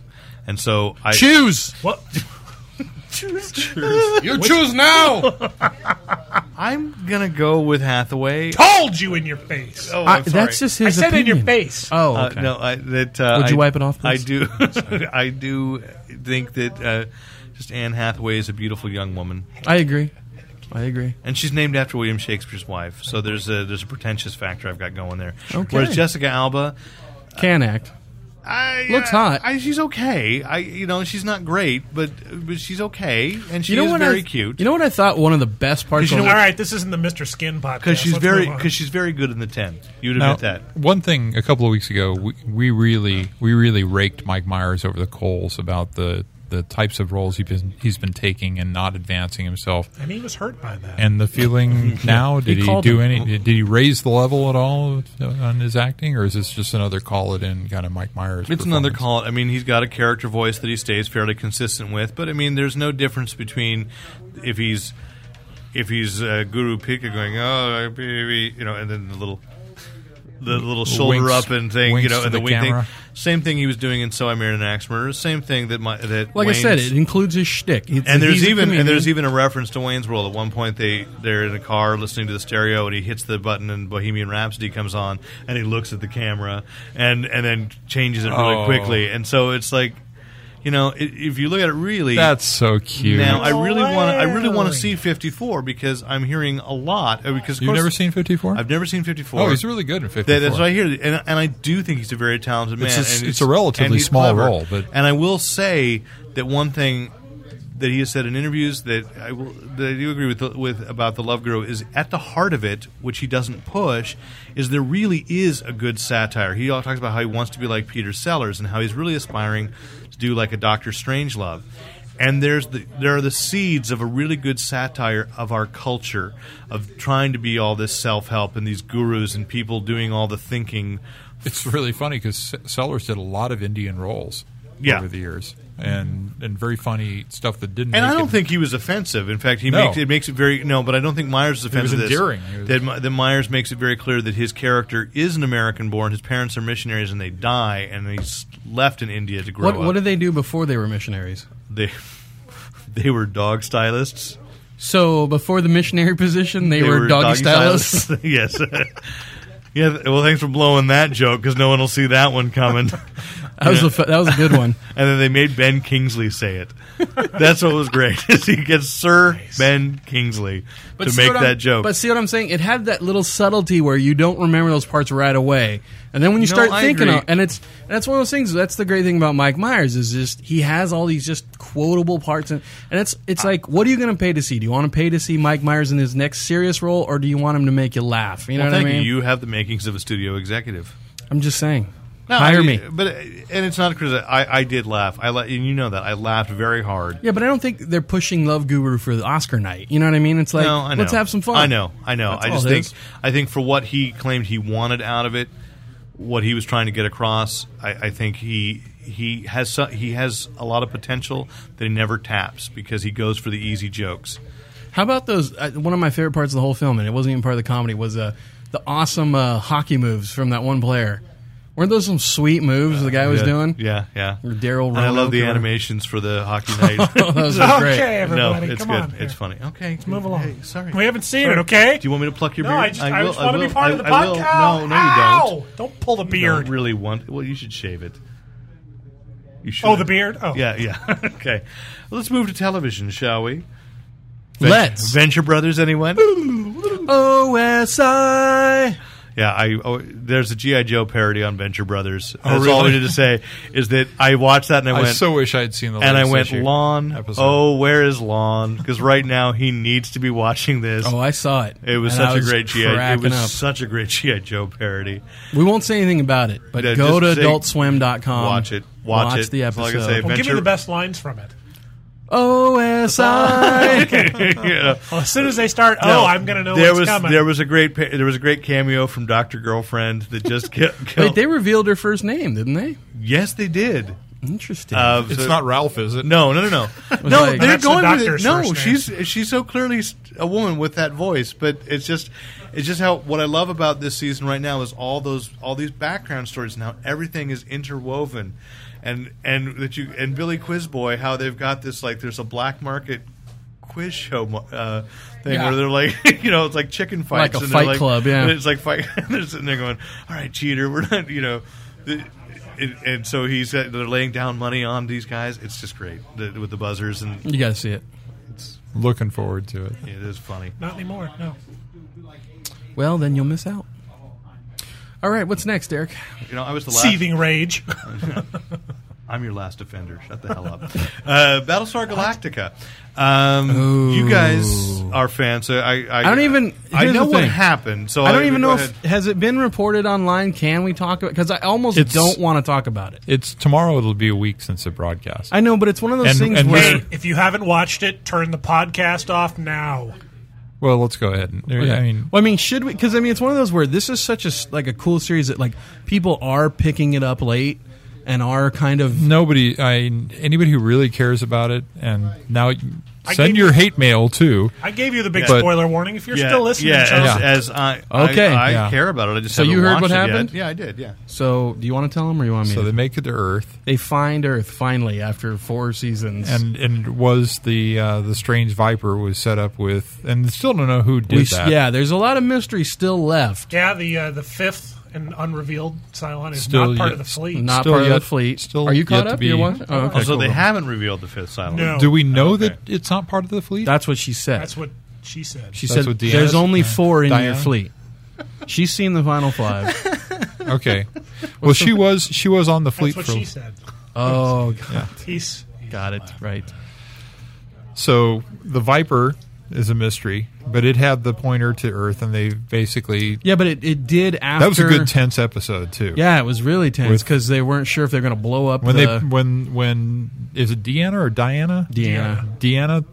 Speaker 4: and so I
Speaker 2: Choose.
Speaker 7: what?
Speaker 2: You choose
Speaker 4: Oh,
Speaker 2: now.
Speaker 4: I'm gonna go with Hathaway.
Speaker 2: Oh,
Speaker 7: Told you in your face.
Speaker 4: Oh, I'm sorry.
Speaker 2: that's just
Speaker 7: I
Speaker 2: his.
Speaker 7: said in your
Speaker 2: opinion.
Speaker 7: face.
Speaker 2: Oh,
Speaker 4: Uh,
Speaker 2: okay.
Speaker 4: no, I, that uh,
Speaker 2: Would you
Speaker 4: I-
Speaker 2: wipe it off,
Speaker 4: I
Speaker 2: please?
Speaker 4: do. I do think that uh, just Anne Hathaway is a beautiful young woman,
Speaker 2: I agree. I agree.
Speaker 4: and she's named after William Shakespeare's wife. So there's a there's a pretentious factor I've got going there.
Speaker 2: Okay.
Speaker 4: Whereas Jessica Alba,
Speaker 2: Can
Speaker 4: Uh,
Speaker 2: act.
Speaker 4: I,
Speaker 2: Looks
Speaker 4: uh,
Speaker 2: hot.
Speaker 4: I, she's okay. I you know she's not great, but but she's okay, and she
Speaker 2: you know
Speaker 4: is
Speaker 2: what?
Speaker 4: very
Speaker 2: I,
Speaker 4: cute.
Speaker 2: You know what I thought? One of the best parts.
Speaker 7: All
Speaker 2: of
Speaker 7: right, this isn't the Mr. Skin podcast.
Speaker 4: because she's
Speaker 7: Let's
Speaker 4: very
Speaker 7: move on.
Speaker 4: because she's very good in the ten. You'd
Speaker 3: Now,
Speaker 4: admit that.
Speaker 3: One thing a couple of weeks ago, we, we really we really raked Mike Myers over the coals about the the types of roles he's been he's been taking and not advancing himself.
Speaker 7: and he was hurt by that.
Speaker 3: And the feeling now, did
Speaker 2: He
Speaker 3: he,
Speaker 2: called
Speaker 3: do
Speaker 2: him.
Speaker 3: any? Did he raise the level at all on his acting, or is this just another call it in kind of Mike Myers?
Speaker 4: It's another
Speaker 3: performance?
Speaker 4: call. I mean, he's got a character voice that he stays fairly consistent with, but I mean, there's no difference between if he's if he's uh, Guru Pika going, oh baby, you know, and then the little the little shoulder
Speaker 3: winks-
Speaker 4: up and thing, you
Speaker 3: winks
Speaker 4: know,
Speaker 3: to
Speaker 4: and the,
Speaker 3: the
Speaker 4: wing thing.
Speaker 3: camera.
Speaker 4: Same thing he was doing in So I Married an Axe Murderer. Same thing that my that
Speaker 2: Like I
Speaker 4: Wayne's-
Speaker 2: said, it includes his shtick. It's-
Speaker 4: and there's
Speaker 2: he's a
Speaker 4: even and there's
Speaker 2: comedian.
Speaker 4: even a reference to Wayne's World. At one point, they they're in a car listening to the stereo, and he hits the button, and Bohemian Rhapsody comes on, and he looks at the camera, and and then changes it really
Speaker 3: Oh.
Speaker 4: quickly, and so it's like. You know, i if you look at it really,
Speaker 3: That's so cute.
Speaker 4: now I really want to I really want to see
Speaker 7: Larry.
Speaker 4: 54 because I'm hearing a lot uh, because of
Speaker 3: You've
Speaker 4: course-
Speaker 3: never seen 54?
Speaker 4: I've never seen 54.
Speaker 3: Oh, he's really good in 54.
Speaker 4: That, that's what I hear, and, and I do think he's a very talented man.
Speaker 3: It's just-
Speaker 4: and
Speaker 3: it's a relatively
Speaker 4: and he's
Speaker 3: small
Speaker 4: clever.
Speaker 3: role, but-
Speaker 4: and I will say that one thing that he has said in interviews that I will, that I do agree with with about the Love Guru is at the heart of it, which he doesn't push, is there really is a good satire. He all talks about how he wants to be like Peter Sellers and how he's really aspiring to do like a Doctor Strange Love. And there's the, there are the seeds of a really good satire of our culture, of trying to be all this self help and these gurus and people doing all the thinking
Speaker 3: It's really funny because Sellers did a lot of Indian roles
Speaker 4: Yeah.
Speaker 3: over the years, and and very funny stuff that didn't.
Speaker 4: And
Speaker 3: make
Speaker 4: I don't
Speaker 3: it-
Speaker 4: think he was offensive. In fact, he
Speaker 3: No.
Speaker 4: makes it makes it very no. But I don't think Myers is
Speaker 3: was
Speaker 4: offensive. to this.
Speaker 3: endearing. He was-
Speaker 4: That, My- that Myers makes it very clear that his character is an American born. His parents are missionaries, and they die, and he's left in India to grow
Speaker 2: What,
Speaker 4: up.
Speaker 2: what did they do before they were missionaries?
Speaker 4: they? They were dog stylists.
Speaker 2: So before the missionary position, they, were, doggy stylists.
Speaker 4: yes. yeah. th- Well, thanks for blowing that joke because no one will see that one coming.
Speaker 2: That was a fu- that was a good one.
Speaker 4: and then they made Ben Kingsley say it. That's what was great. is he gets Sir Ben Kingsley to
Speaker 2: see
Speaker 4: make
Speaker 2: what I'm-
Speaker 4: that joke.
Speaker 2: But see what I'm saying? It had that little subtlety where you don't remember those parts right away, and then when you
Speaker 4: No,
Speaker 2: start
Speaker 4: I
Speaker 2: thinking,
Speaker 4: agree.
Speaker 2: of, and it's that's one of those things. That's the great thing about Mike Myers is just he has all these just quotable parts, and and it's it's like, what are you going to pay to see? Do you want to pay to see Mike Myers in his next serious role, or do you want him to make you laugh? You know
Speaker 4: Well,
Speaker 2: what I mean?
Speaker 4: thank you. You have the makings of a studio executive.
Speaker 2: I'm just saying,
Speaker 4: No,
Speaker 2: hire
Speaker 4: I-
Speaker 2: me.
Speaker 4: But and it's not a criticism. I, I did laugh. I la- and you know that I laughed very hard.
Speaker 2: Yeah, but I don't think they're pushing Love Guru for the Oscar night. You know what I mean? It's like,
Speaker 4: no, I know.
Speaker 2: let's have some fun.
Speaker 4: I know. I know.
Speaker 2: That's
Speaker 4: I
Speaker 2: all
Speaker 4: just
Speaker 2: it
Speaker 4: think
Speaker 2: is.
Speaker 4: I think for what he claimed he wanted out of it, what he was trying to get across, I, I think he he has so, he has a lot of potential that he never taps because he goes for the easy jokes.
Speaker 2: How about those? Uh, one of my favorite parts of the whole film, and it wasn't even part of the comedy, was uh, the awesome uh, hockey moves from that one player. Weren't those some sweet moves the guy was
Speaker 4: yeah,
Speaker 2: doing?
Speaker 4: Yeah, yeah.
Speaker 2: Or Daryl
Speaker 4: And I love
Speaker 2: Roanoke
Speaker 4: the
Speaker 2: or-
Speaker 4: animations for the hockey night.
Speaker 2: Those were great.
Speaker 7: Okay, everybody,
Speaker 4: no, it's
Speaker 7: come
Speaker 4: good.
Speaker 7: on. here.
Speaker 4: It's funny. Okay, let's
Speaker 7: Move along.
Speaker 4: sorry,
Speaker 7: We haven't seen it, okay?
Speaker 4: Do you want me to pluck your
Speaker 7: no,
Speaker 4: beard?
Speaker 7: I just, I
Speaker 4: will-
Speaker 7: just want to
Speaker 4: will-
Speaker 7: be part
Speaker 4: I-
Speaker 7: of the
Speaker 4: I will.
Speaker 7: podcast.
Speaker 4: No, no, you
Speaker 7: Ow! Don't pull the
Speaker 4: don't. You
Speaker 7: beard.
Speaker 4: don't really want. Well, you should shave it. You should.
Speaker 7: Oh, the beard. Oh,
Speaker 4: Yeah, yeah. okay, let's move to television, shall we?
Speaker 2: Let's.
Speaker 4: Venture Brothers, anyone?
Speaker 2: OSI.
Speaker 4: Yeah, I oh, there's a GI Joe parody on Venture Brothers.
Speaker 7: Oh,
Speaker 4: That's all I
Speaker 3: really?
Speaker 4: needed to say is that I watched that and I
Speaker 3: I
Speaker 4: went.
Speaker 3: so wish I had seen the.
Speaker 4: and I
Speaker 3: latest
Speaker 4: went
Speaker 3: issue
Speaker 4: lawn.
Speaker 3: episode.
Speaker 4: Oh, where is lawn? Because right now he needs to be watching this.
Speaker 2: Oh, I saw it.
Speaker 4: it was
Speaker 2: and I
Speaker 4: such a great GI. It
Speaker 2: cracking
Speaker 4: was
Speaker 2: up.
Speaker 4: such a great GI Joe parody.
Speaker 2: We won't say anything about it, but
Speaker 4: Yeah,
Speaker 2: go to
Speaker 4: just say-
Speaker 2: adultswim.com.
Speaker 4: Watch it. Watch it.
Speaker 2: the
Speaker 4: That's all I can
Speaker 2: episode.
Speaker 4: say.
Speaker 7: Well, give me
Speaker 4: Venture-
Speaker 7: the best lines from it.
Speaker 2: OSI.
Speaker 4: Yeah.
Speaker 7: Well, as soon as they start, oh, I'm going to know
Speaker 4: there
Speaker 7: what's
Speaker 4: was
Speaker 7: coming.
Speaker 4: there was a great pa- there was a great cameo from Doctor Girlfriend that just ki- killed.
Speaker 2: Wait, they revealed her first name, didn't they?
Speaker 4: yes, they did.
Speaker 2: Interesting.
Speaker 4: Uh,
Speaker 3: it's
Speaker 4: so-
Speaker 3: not Ralph, is it?
Speaker 4: No, no, no, no.
Speaker 2: was
Speaker 4: no,
Speaker 2: like-
Speaker 4: they're
Speaker 7: That's the
Speaker 4: going with it.
Speaker 7: doctor's
Speaker 4: No,
Speaker 7: first name.
Speaker 4: she's she's so clearly st- a woman with that voice, but it's just it's just how what I love about this season right now is all those all these background stories and how everything is interwoven. And and that you and Billy Quizboy, how they've got this like there's a black market quiz show mo- uh, thing
Speaker 2: Yeah.
Speaker 4: where they're like you know it's like chicken
Speaker 2: Like
Speaker 4: fights
Speaker 2: a
Speaker 4: and they're
Speaker 2: fight club, yeah.
Speaker 4: and it's like fight they're sitting there going all right cheater we're not you know the- and, and so he's uh, they're laying down money on these guys it's just great the, with the buzzers and
Speaker 2: you got to see it.
Speaker 3: Looking forward to it.
Speaker 4: it is funny
Speaker 7: Not anymore. No.
Speaker 2: Well, then you'll miss out. All right, what's next, Derek?
Speaker 4: you know I was the last
Speaker 7: Seething rage.
Speaker 4: I'm your last offender shut the hell up uh, Battlestar Galactica um, you guys are fans so I I,
Speaker 2: I don't even-
Speaker 4: I
Speaker 2: here's
Speaker 4: know
Speaker 2: the
Speaker 4: what
Speaker 2: thing.
Speaker 4: happened so
Speaker 2: I don't even
Speaker 4: go
Speaker 2: know
Speaker 4: ahead.
Speaker 2: if has it been reported online. Can we talk about? Because I almost
Speaker 3: It's-
Speaker 2: don't want to talk about it.
Speaker 3: It's tomorrow. It'll be a week since it broadcast.
Speaker 2: I know, but it's one of those
Speaker 3: And-
Speaker 2: things
Speaker 3: and
Speaker 2: where
Speaker 7: hey, if you haven't watched it, turn the podcast off now.
Speaker 3: well, let's go ahead. And, yeah, I mean,
Speaker 2: Well, I mean, should we? Because I mean, it's one of those where this is such a s- like a cool series that like people are picking it up late and are kind of
Speaker 3: nobody. I anybody who really cares about it, and now you-
Speaker 7: I
Speaker 3: send
Speaker 7: gave-
Speaker 3: your hate mail too.
Speaker 7: I gave you the big
Speaker 3: But-
Speaker 7: spoiler warning. If you're
Speaker 4: Yeah,
Speaker 7: still listening,
Speaker 4: yeah,
Speaker 7: Charles,
Speaker 4: as, as I
Speaker 2: Okay.
Speaker 4: I, I
Speaker 3: Yeah.
Speaker 4: care about it I just
Speaker 2: So you
Speaker 4: haven't
Speaker 2: heard
Speaker 4: watched
Speaker 2: what
Speaker 4: it yet.
Speaker 2: happened?
Speaker 4: yeah I did yeah
Speaker 2: so. Do you want to tell them or you want me?
Speaker 3: So
Speaker 2: to?
Speaker 3: they make it to Earth,
Speaker 2: They find Earth finally after four seasons.
Speaker 3: and and it was the uh, the strange Viper was set up with, and still don't know who did
Speaker 2: we, s-
Speaker 3: that.
Speaker 2: yeah, there's a lot of mystery still left.
Speaker 7: yeah, the uh, the fifth and unrevealed Cylon is
Speaker 3: Still
Speaker 7: not part
Speaker 3: yet-
Speaker 7: of the fleet.
Speaker 2: Not
Speaker 3: Still
Speaker 2: part of
Speaker 3: yet-
Speaker 2: the fleet.
Speaker 3: still
Speaker 2: Are you
Speaker 3: yet
Speaker 2: caught
Speaker 3: to
Speaker 2: up?
Speaker 3: be-
Speaker 2: You're watching? Oh, okay,
Speaker 4: so they
Speaker 2: cool.
Speaker 4: haven't revealed the fifth Cylon.
Speaker 7: No.
Speaker 3: Do we know
Speaker 4: Okay.
Speaker 3: that it's not part of the fleet?
Speaker 2: That's what she said.
Speaker 7: That's what she said.
Speaker 2: she
Speaker 3: That's
Speaker 2: said
Speaker 3: what Deanna
Speaker 2: there's
Speaker 3: said.
Speaker 2: only four in your
Speaker 3: Diana?
Speaker 2: fleet. She's seen the final five.
Speaker 3: okay. Well, she was she was on the fleet
Speaker 7: That's what
Speaker 3: for
Speaker 7: she said.
Speaker 2: Oh, God.
Speaker 7: He's,
Speaker 2: got it right.
Speaker 3: so the Viper is a mystery, but it had the pointer to Earth, and they basically
Speaker 2: Yeah, but it, it did after.
Speaker 3: that was a good tense episode too.
Speaker 2: Yeah, it was really tense
Speaker 3: With-
Speaker 2: because they weren't sure if they're going to blow up
Speaker 3: When
Speaker 2: the
Speaker 3: they when when is it Deanna or Diana?
Speaker 2: Deanna.
Speaker 3: Deanna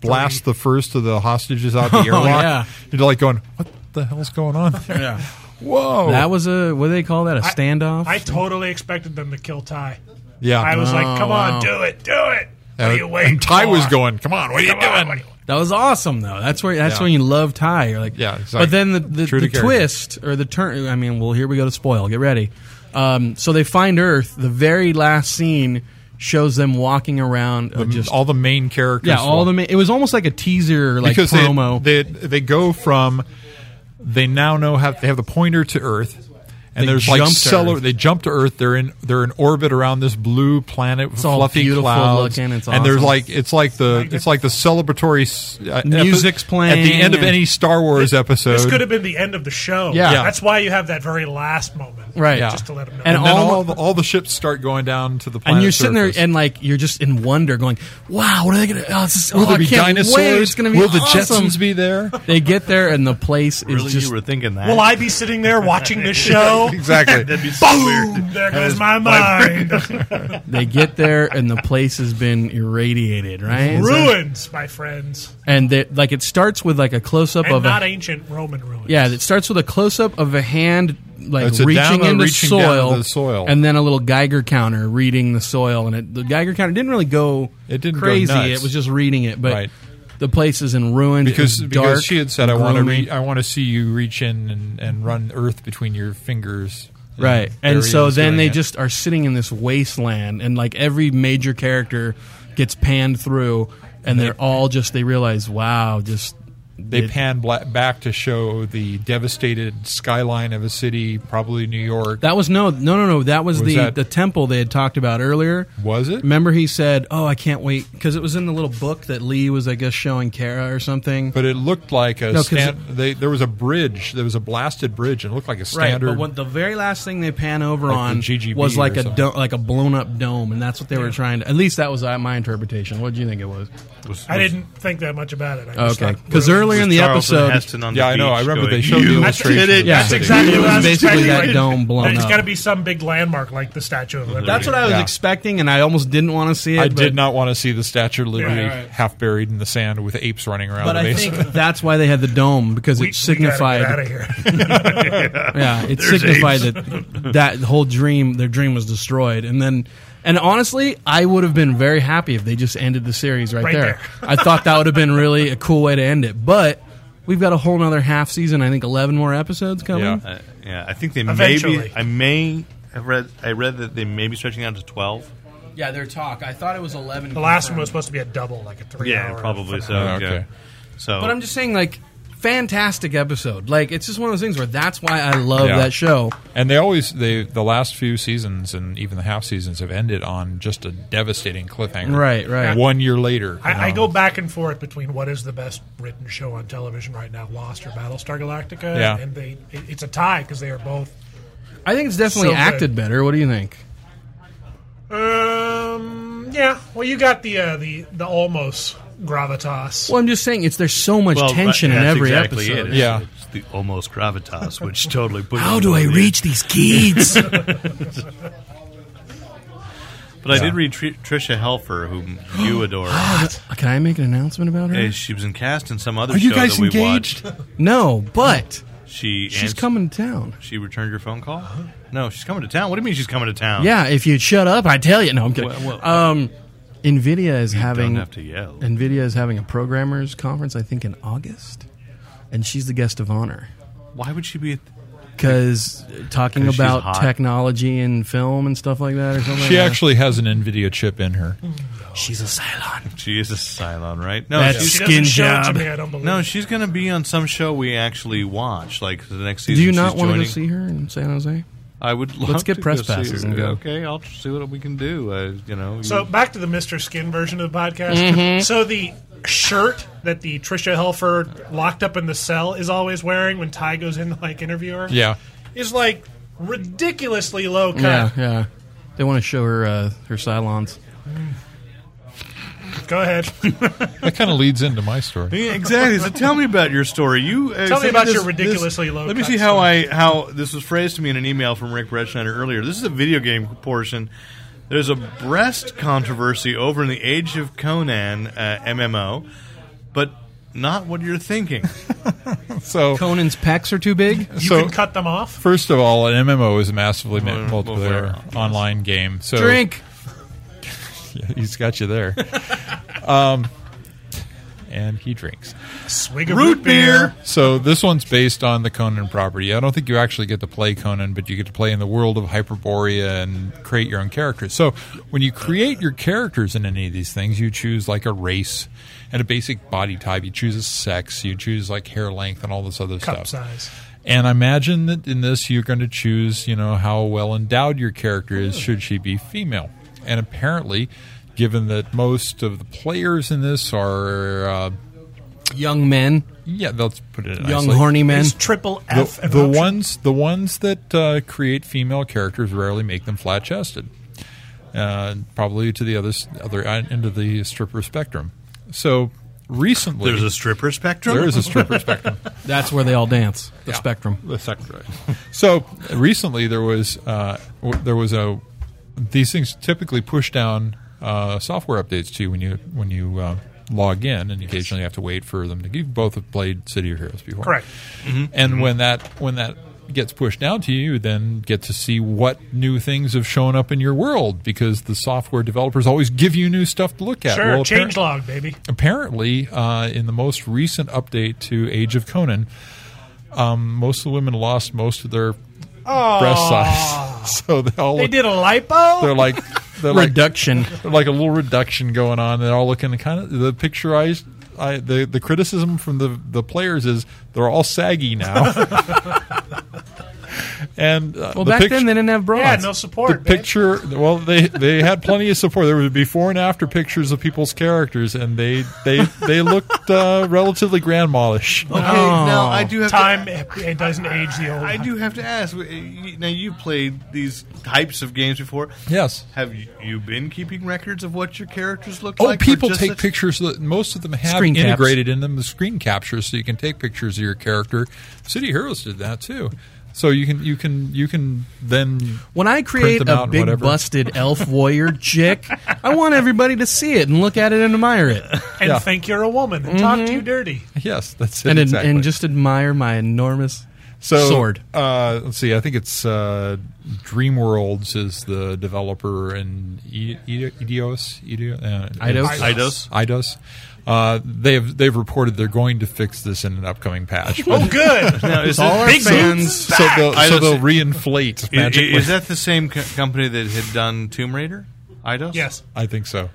Speaker 3: blasts the first of the hostages out the
Speaker 2: Oh,
Speaker 3: airlock.
Speaker 2: yeah.
Speaker 3: You're like going, what the hell's going on? There?
Speaker 2: Yeah.
Speaker 3: Whoa!
Speaker 2: That was a what do they call that? A standoff.
Speaker 7: I totally expected them to kill Ty.
Speaker 3: yeah.
Speaker 7: I was like, come
Speaker 2: wow.
Speaker 7: on, do it, do it. What
Speaker 3: Uh,
Speaker 7: are you waiting
Speaker 3: and Ty
Speaker 7: for?
Speaker 3: was going, "Come on, what are you
Speaker 7: Come on,
Speaker 3: doing?"
Speaker 7: what are you-
Speaker 2: that was awesome though. That's where that's
Speaker 3: Yeah.
Speaker 2: when you love Ty. You're like,
Speaker 3: Yeah, it's
Speaker 2: But
Speaker 3: like
Speaker 2: then the the,
Speaker 3: true to
Speaker 2: the
Speaker 3: character.
Speaker 2: twist or the turn. I mean, well, here we go to spoil. Get ready. Um, so they find Earth. The very last scene shows them walking around. uh,
Speaker 3: The-
Speaker 2: just
Speaker 3: all the main characters.
Speaker 2: yeah, all
Speaker 3: walk-
Speaker 2: the ma- it was almost like a teaser, like
Speaker 3: because they-
Speaker 2: promo.
Speaker 3: They, they go from they now know have they have the pointer to Earth. And
Speaker 2: They
Speaker 3: there's like
Speaker 2: jump to
Speaker 3: cellar.
Speaker 2: Earth.
Speaker 3: They jump to Earth. They're in they're in orbit around this blue planet with
Speaker 2: all
Speaker 3: fluffy
Speaker 2: beautiful
Speaker 3: clouds.
Speaker 2: looking, it's
Speaker 3: and there's
Speaker 2: awesome.
Speaker 3: like it's like the it's like the celebratory s- uh, epi-
Speaker 2: Music's
Speaker 3: at the
Speaker 2: playing
Speaker 3: end of
Speaker 2: and-
Speaker 3: any Star Wars episode.
Speaker 7: This could have been the end of the show.
Speaker 2: Yeah. Yeah.
Speaker 7: That's why you have that very last moment.
Speaker 2: Right.
Speaker 3: Yeah.
Speaker 7: Just to let them know.
Speaker 2: And
Speaker 3: and then
Speaker 2: all-
Speaker 3: all the, all the ships start going down to the planet.
Speaker 2: and you're sitting there
Speaker 3: surface.
Speaker 2: and like you're just in wonder, going, "Wow, what are they gonna? Oh, this is,
Speaker 3: will
Speaker 2: oh,
Speaker 3: there
Speaker 2: I
Speaker 3: be
Speaker 2: can't
Speaker 3: dinosaurs?
Speaker 2: Wait, it's gonna be
Speaker 3: will the
Speaker 2: awesome."
Speaker 3: Jetsons be there?
Speaker 2: They get there and the place is
Speaker 4: Really,
Speaker 2: just
Speaker 4: you were thinking that?
Speaker 7: Will I be sitting there watching this show?
Speaker 3: exactly.
Speaker 4: That'd be so weird.
Speaker 7: Boom! There goes my mind.
Speaker 2: They get there and the place has been irradiated, right?
Speaker 7: Ruins, my friends.
Speaker 2: And they, like it starts with like a close up
Speaker 7: And
Speaker 2: of
Speaker 7: not
Speaker 2: a,
Speaker 7: ancient Roman ruins.
Speaker 2: yeah, it starts with a close up of a hand like
Speaker 3: It's a
Speaker 2: reaching
Speaker 3: down-
Speaker 2: into
Speaker 3: reaching down
Speaker 2: soil,
Speaker 3: into the soil.
Speaker 2: and then a little Geiger counter reading the soil, and it, the Geiger counter didn't really go
Speaker 3: It didn't go
Speaker 2: crazy.
Speaker 3: nuts.
Speaker 2: It was just reading it, but
Speaker 3: Right.
Speaker 2: the place is in ruins It
Speaker 3: because
Speaker 2: was
Speaker 3: because
Speaker 2: dark,
Speaker 3: she had said I want to
Speaker 2: gloomy."
Speaker 3: re- I want to see you reach in and, and run earth between your fingers.
Speaker 2: Right.
Speaker 3: there
Speaker 2: And
Speaker 3: he
Speaker 2: so
Speaker 3: is
Speaker 2: then
Speaker 3: doing
Speaker 2: they
Speaker 3: it.
Speaker 2: just are sitting in this wasteland, and like every major character gets panned through, and they're all just, they realize, wow, just.
Speaker 3: they
Speaker 2: it-
Speaker 3: pan bla- back to show the devastated skyline of a city, probably New York.
Speaker 2: That was no, no, no, no. That was,
Speaker 3: Was
Speaker 2: the,
Speaker 3: that-
Speaker 2: the temple they had talked about earlier.
Speaker 3: Was it?
Speaker 2: Remember, he said, oh, I can't wait, because it was in the little book that Lee was, I guess, showing Kara or something.
Speaker 3: but it looked like a
Speaker 2: 'cause
Speaker 3: stand, they, there was a bridge. There was a blasted bridge, and it looked like a
Speaker 2: Right,
Speaker 3: standard.
Speaker 2: but what the very last thing they pan over
Speaker 3: Like the
Speaker 2: on
Speaker 3: GGB
Speaker 2: was like
Speaker 3: or
Speaker 2: a
Speaker 3: something.
Speaker 2: do- like a blown up dome, and that's what they were trying to. At least that was uh, my interpretation. What do you think it was?
Speaker 7: I didn't think that much about it. I just
Speaker 2: Okay,
Speaker 7: thought-
Speaker 2: because earlier in the
Speaker 4: Charlton
Speaker 2: episode,
Speaker 4: Heston on the
Speaker 3: Yeah, I know.
Speaker 4: beach
Speaker 3: I remember
Speaker 4: going,
Speaker 3: they showed the
Speaker 4: "You
Speaker 3: illustration
Speaker 4: did
Speaker 3: of
Speaker 4: it."
Speaker 3: the
Speaker 7: That's
Speaker 3: city.
Speaker 7: exactly
Speaker 2: It
Speaker 7: what
Speaker 2: was
Speaker 7: I was
Speaker 2: basically
Speaker 7: expecting.
Speaker 2: that dome blown
Speaker 7: It's
Speaker 2: up.
Speaker 7: got to be some big landmark like the Statue of Liberty.
Speaker 2: That's what I was
Speaker 3: Yeah.
Speaker 2: expecting, and I almost didn't want to see it.
Speaker 3: I
Speaker 2: but,
Speaker 3: did not want to see the Statue of Liberty
Speaker 7: Yeah, right.
Speaker 3: half buried in the sand with apes running around.
Speaker 2: But
Speaker 3: the
Speaker 2: I
Speaker 3: base.
Speaker 2: think that's why they had the dome because it
Speaker 7: We- We gotta
Speaker 2: signified.
Speaker 7: get out of here.
Speaker 2: Yeah, it signified that that whole dream, their dream was destroyed, and then. And honestly, I would have been very happy if they just ended the series right,
Speaker 7: Right there.
Speaker 2: I thought that would have been really a cool way to end it. But we've got a whole nother half season. I think eleven more episodes coming.
Speaker 3: Yeah.
Speaker 4: Uh, yeah, I think they maybe.
Speaker 7: Eventually.
Speaker 4: I may have read. I read that they may be stretching out to twelve.
Speaker 2: yeah, their talk. I thought it was eleven.
Speaker 7: The last one was supposed to be a double, like a three.
Speaker 4: Yeah,
Speaker 7: hour
Speaker 4: probably so.
Speaker 3: Yeah,
Speaker 4: yeah.
Speaker 3: okay.
Speaker 4: So,
Speaker 2: But I'm just saying, like, fantastic episode. Like, it's just one of those things where that's why I love
Speaker 3: Yeah.
Speaker 2: that show.
Speaker 3: And they always they the last few seasons and even the half seasons have ended on just a devastating cliffhanger.
Speaker 2: Right, right.
Speaker 3: One year later, you
Speaker 7: I, I
Speaker 3: know.
Speaker 7: go back and forth between what is the best written show on television right now, Lost or Battlestar Galactica,
Speaker 3: Yeah.
Speaker 7: and they it, it's a tie because they are both.
Speaker 2: I think it's definitely
Speaker 7: So good.
Speaker 2: acted better. What do you think?
Speaker 7: Um, yeah. Well, you got the uh, the the almost gravitas.
Speaker 2: Well, I'm just saying, it's there's so much
Speaker 4: well,
Speaker 2: tension in
Speaker 4: that's
Speaker 2: every
Speaker 4: exactly
Speaker 2: episode.
Speaker 4: It. It's-
Speaker 3: Yeah.
Speaker 4: it's the almost gravitas, which totally. Put
Speaker 2: How
Speaker 4: it
Speaker 2: do I
Speaker 4: over the-
Speaker 2: reach these kids?
Speaker 4: But I did read Tr- Trisha Helfer, whom you adore.
Speaker 2: Can I make an announcement about her?
Speaker 4: Uh, she was in cast in some other
Speaker 3: Are
Speaker 4: show
Speaker 3: you guys
Speaker 4: that we
Speaker 3: engaged?
Speaker 4: watched.
Speaker 2: No, but
Speaker 4: She
Speaker 2: she's
Speaker 4: ans-
Speaker 2: coming to town.
Speaker 4: She returned your phone call. No, she's coming to town. What do you mean she's coming to town?
Speaker 2: Yeah, if you'd shut up, I tell you. No, I'm kidding.
Speaker 4: Well, well,
Speaker 2: um, Nvidia is
Speaker 4: you
Speaker 2: having
Speaker 4: don't have to yell.
Speaker 2: Nvidia is having a programmers conference, I think, in August, and she's the guest of honor.
Speaker 4: Why would she be? At
Speaker 2: because talking
Speaker 4: 'Cause she's
Speaker 2: about
Speaker 4: hot.
Speaker 2: technology and film and stuff like that, or something.
Speaker 3: She
Speaker 2: like
Speaker 3: actually has an NVIDIA chip in her.
Speaker 7: Mm-hmm.
Speaker 2: that. she's a Cylon.
Speaker 4: She is a Cylon, right? No,
Speaker 2: That's-
Speaker 4: she's,
Speaker 7: She doesn't
Speaker 2: Skin
Speaker 7: show it to
Speaker 2: job.
Speaker 7: me, I don't believe
Speaker 4: no,
Speaker 7: it.
Speaker 4: she's going to be on some show we actually watch, like the next
Speaker 2: Do
Speaker 4: season.
Speaker 2: you not
Speaker 4: she's
Speaker 2: want to go
Speaker 4: joining.
Speaker 2: see her in San Jose?
Speaker 4: I would. Love
Speaker 2: Let's get
Speaker 4: to
Speaker 2: press
Speaker 4: go see her.
Speaker 2: passes and go.
Speaker 4: Okay, I'll see what we can do. Uh, you know,
Speaker 7: So
Speaker 4: you-
Speaker 7: back to the Mr. Skin version of the podcast. So the shirt that the Trisha Helfer locked up in the cell is always wearing when Ty goes in to like interview her.
Speaker 3: Yeah.
Speaker 7: Is like ridiculously low cut.
Speaker 2: Yeah, yeah. They want to show her uh, her Cylons.
Speaker 7: Go ahead.
Speaker 3: That kind of leads into my story.
Speaker 4: Yeah, exactly. So tell me about your story. You uh,
Speaker 7: Tell me
Speaker 4: sent
Speaker 7: about
Speaker 4: this-
Speaker 7: your ridiculously
Speaker 4: this-
Speaker 7: low
Speaker 4: Let me
Speaker 7: cut
Speaker 4: see how I how this was phrased to me in an email from Rick Bretschneider earlier. This is a video game portion. There's a breast controversy over in the Age of Conan uh, MMO, but not what you're thinking.
Speaker 3: So,
Speaker 2: Conan's pecs are too big.
Speaker 7: You
Speaker 3: so
Speaker 7: can cut them off.
Speaker 3: first of all, an MMO is a massively multiplayer
Speaker 4: multiplayer,
Speaker 3: online game. So
Speaker 2: Drink.
Speaker 3: he's got you there. um, and he drinks.
Speaker 7: Swig of
Speaker 4: Root beer.
Speaker 3: So this one's based on the Conan property. I don't think you actually get to play Conan, but you get to play in the world of Hyperborea and create your own characters. So when you create your characters in any of these things, you choose like a race and a basic body type. You choose a sex. You choose like hair length and all this other
Speaker 7: Cup
Speaker 3: stuff.
Speaker 7: size.
Speaker 3: And I imagine that in this, you're going to choose, you know, how well endowed your character is, should she be female. And apparently, given that most of the players in this are, uh,
Speaker 2: Young men,
Speaker 3: yeah, let's put it
Speaker 2: young
Speaker 3: nicely.
Speaker 2: horny men.
Speaker 7: It's triple F.
Speaker 3: The, the ones, the ones that uh, create female characters rarely make them flat-chested, uh, probably to the other s- other end of the stripper spectrum. So recently,
Speaker 4: There's a stripper spectrum.
Speaker 3: there is a stripper spectrum.
Speaker 2: That's where they all dance. The spectrum.
Speaker 3: the sector. so recently there was uh, w- there was a these things typically push down uh, software updates to you when you when you uh, log in, and occasionally you have to wait for them to. You both have played City of Heroes before,
Speaker 7: Correct.
Speaker 3: And
Speaker 7: Mm-hmm.
Speaker 3: when that when that gets pushed down to you, you then get to see what new things have shown up in your world because the software developers always give you new stuff to look at.
Speaker 7: Sure,
Speaker 3: Well, apparent-
Speaker 7: change log, baby.
Speaker 3: apparently, uh, in the most recent update to Age of Conan, um, most of the women lost most of their breast size. So they all
Speaker 7: They
Speaker 3: look,
Speaker 7: did a lipo.
Speaker 3: they're like they're like,
Speaker 2: Reduction.
Speaker 3: they're like a little reduction going on. They're all looking kind of the picturized. I, the the criticism from the the players is they're all saggy now. and uh,
Speaker 2: Well,
Speaker 3: the
Speaker 2: back
Speaker 3: pict-
Speaker 2: then they didn't have bras.
Speaker 7: yeah, no support.
Speaker 3: the
Speaker 7: babe.
Speaker 3: picture well they they had plenty of support there were before and after pictures of people's characters and they they they looked uh, relatively grandmodish
Speaker 4: Okay, now I do have to-
Speaker 7: Time it doesn't age the old.
Speaker 4: I do have to ask. uh, you- Now you played these types of games before.
Speaker 3: yes
Speaker 4: Have you, you been keeping records of what your characters look
Speaker 3: Oh,
Speaker 4: like? or
Speaker 3: people
Speaker 4: just
Speaker 3: take
Speaker 4: that-
Speaker 3: pictures. That most of them have
Speaker 2: Screen caps.
Speaker 3: integrated in them the screen captures, so you can take pictures of your character. City Heroes did that too, so you can you can you can then
Speaker 2: When I create
Speaker 3: them out
Speaker 2: a
Speaker 3: and
Speaker 2: big
Speaker 3: whatever.
Speaker 2: busted elf warrior chick, I want everybody to see it and look at it and admire it,
Speaker 7: and
Speaker 3: Yeah.
Speaker 7: think you're a woman and talk to you dirty.
Speaker 3: yes, that's it
Speaker 2: and ad-
Speaker 3: exactly.
Speaker 2: and just admire my enormous
Speaker 3: so,
Speaker 2: sword.
Speaker 3: Uh, let's see. I think it's uh, DreamWorlds is the developer and E- E- Eidos. Eido- uh,
Speaker 2: Eidos?
Speaker 4: Eidos.
Speaker 3: Eidos. Uh, they have they've reported they're going to fix this in an upcoming patch. But
Speaker 7: Oh, good.
Speaker 4: Now, is
Speaker 2: All
Speaker 4: this-
Speaker 2: our fans.
Speaker 3: so they'll, so
Speaker 4: Eidos-
Speaker 3: they'll reinflate
Speaker 4: I- i-
Speaker 3: magically.
Speaker 4: Is that the same co- company that had done Tomb Raider? Eidos?
Speaker 7: yes.
Speaker 3: I think so.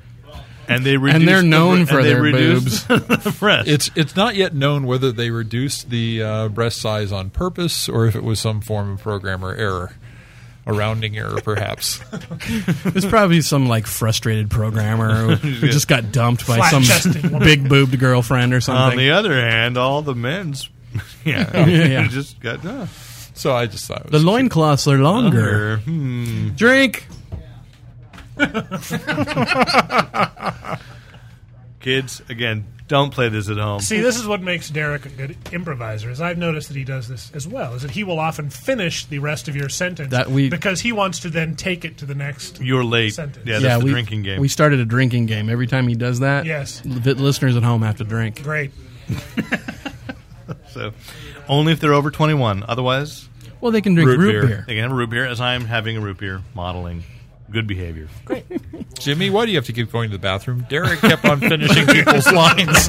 Speaker 4: And they reduced
Speaker 2: And they're
Speaker 4: the
Speaker 2: known
Speaker 4: bre-
Speaker 2: for
Speaker 4: and they
Speaker 2: their
Speaker 4: reduced the breast.
Speaker 3: It's it's not yet known whether they reduced the uh, breast size on purpose or if it was some form of programmer error, a rounding error perhaps.
Speaker 2: It's probably some like frustrated programmer who, who just got dumped by
Speaker 7: Flat-chested
Speaker 2: some
Speaker 7: woman.
Speaker 2: big boobed girlfriend or
Speaker 4: On
Speaker 2: something.
Speaker 4: the other hand, all the men's yeah,
Speaker 2: Yeah.
Speaker 4: just got uh,
Speaker 3: so I just thought it
Speaker 2: the
Speaker 3: was
Speaker 2: loincloths are longer.
Speaker 4: longer. Hmm.
Speaker 2: Drink.
Speaker 4: Kids, again, don't play this at home.
Speaker 7: See, this is what makes Derek a good improviser. Is I've noticed that he does this as well. Is that he will often finish the rest of your sentence
Speaker 2: That we-
Speaker 7: because he wants to then take it to the next.
Speaker 4: You're late.
Speaker 7: Sentence.
Speaker 4: Yeah, that's the
Speaker 2: we,
Speaker 4: drinking game.
Speaker 2: We started a drinking game. Every time he does that,
Speaker 7: Yes.
Speaker 2: the listeners at home have to drink.
Speaker 7: Great.
Speaker 4: so, only if they're over 21. Otherwise,
Speaker 2: Well, they can drink root, beer.
Speaker 4: They can have a root beer, as I'm having a root beer modeling. Good behavior.
Speaker 3: Jimmy, why do you have to keep going to the bathroom? Derek kept on finishing people's lines.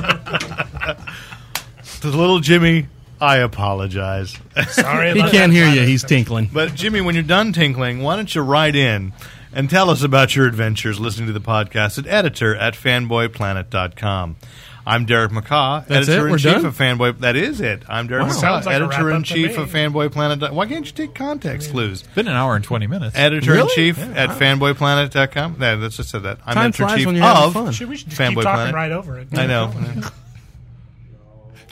Speaker 4: To little Jimmy, I apologize.
Speaker 7: Sorry,
Speaker 2: He
Speaker 7: about
Speaker 2: can't
Speaker 7: that.
Speaker 2: hear you. He's tinkling.
Speaker 4: But Jimmy, when you're done tinkling, why don't you write in and tell us about your adventures listening to the podcast at editor at fanboyplanet.com. I'm Derek McCaw,
Speaker 2: That's it?
Speaker 4: editor in
Speaker 2: We're
Speaker 4: chief
Speaker 2: done?
Speaker 4: of Fanboy. That is it. I'm Derek
Speaker 7: Wow.
Speaker 4: McCaw,
Speaker 7: Sounds like a wrap-up to
Speaker 4: editor in chief
Speaker 7: me.
Speaker 4: of fanboyplanet. Why can't you take context clues?
Speaker 3: Been an hour and 20 minutes.
Speaker 4: Editor in chief at fanboyplanet.com. No, that's just said that. I'm
Speaker 2: Time
Speaker 4: editor in
Speaker 2: flies
Speaker 4: chief
Speaker 2: when you're having
Speaker 4: of
Speaker 2: fun.
Speaker 7: Should we should just
Speaker 4: Fanboy
Speaker 7: keep talking
Speaker 4: Planet.
Speaker 7: right over it?
Speaker 4: I know.
Speaker 3: you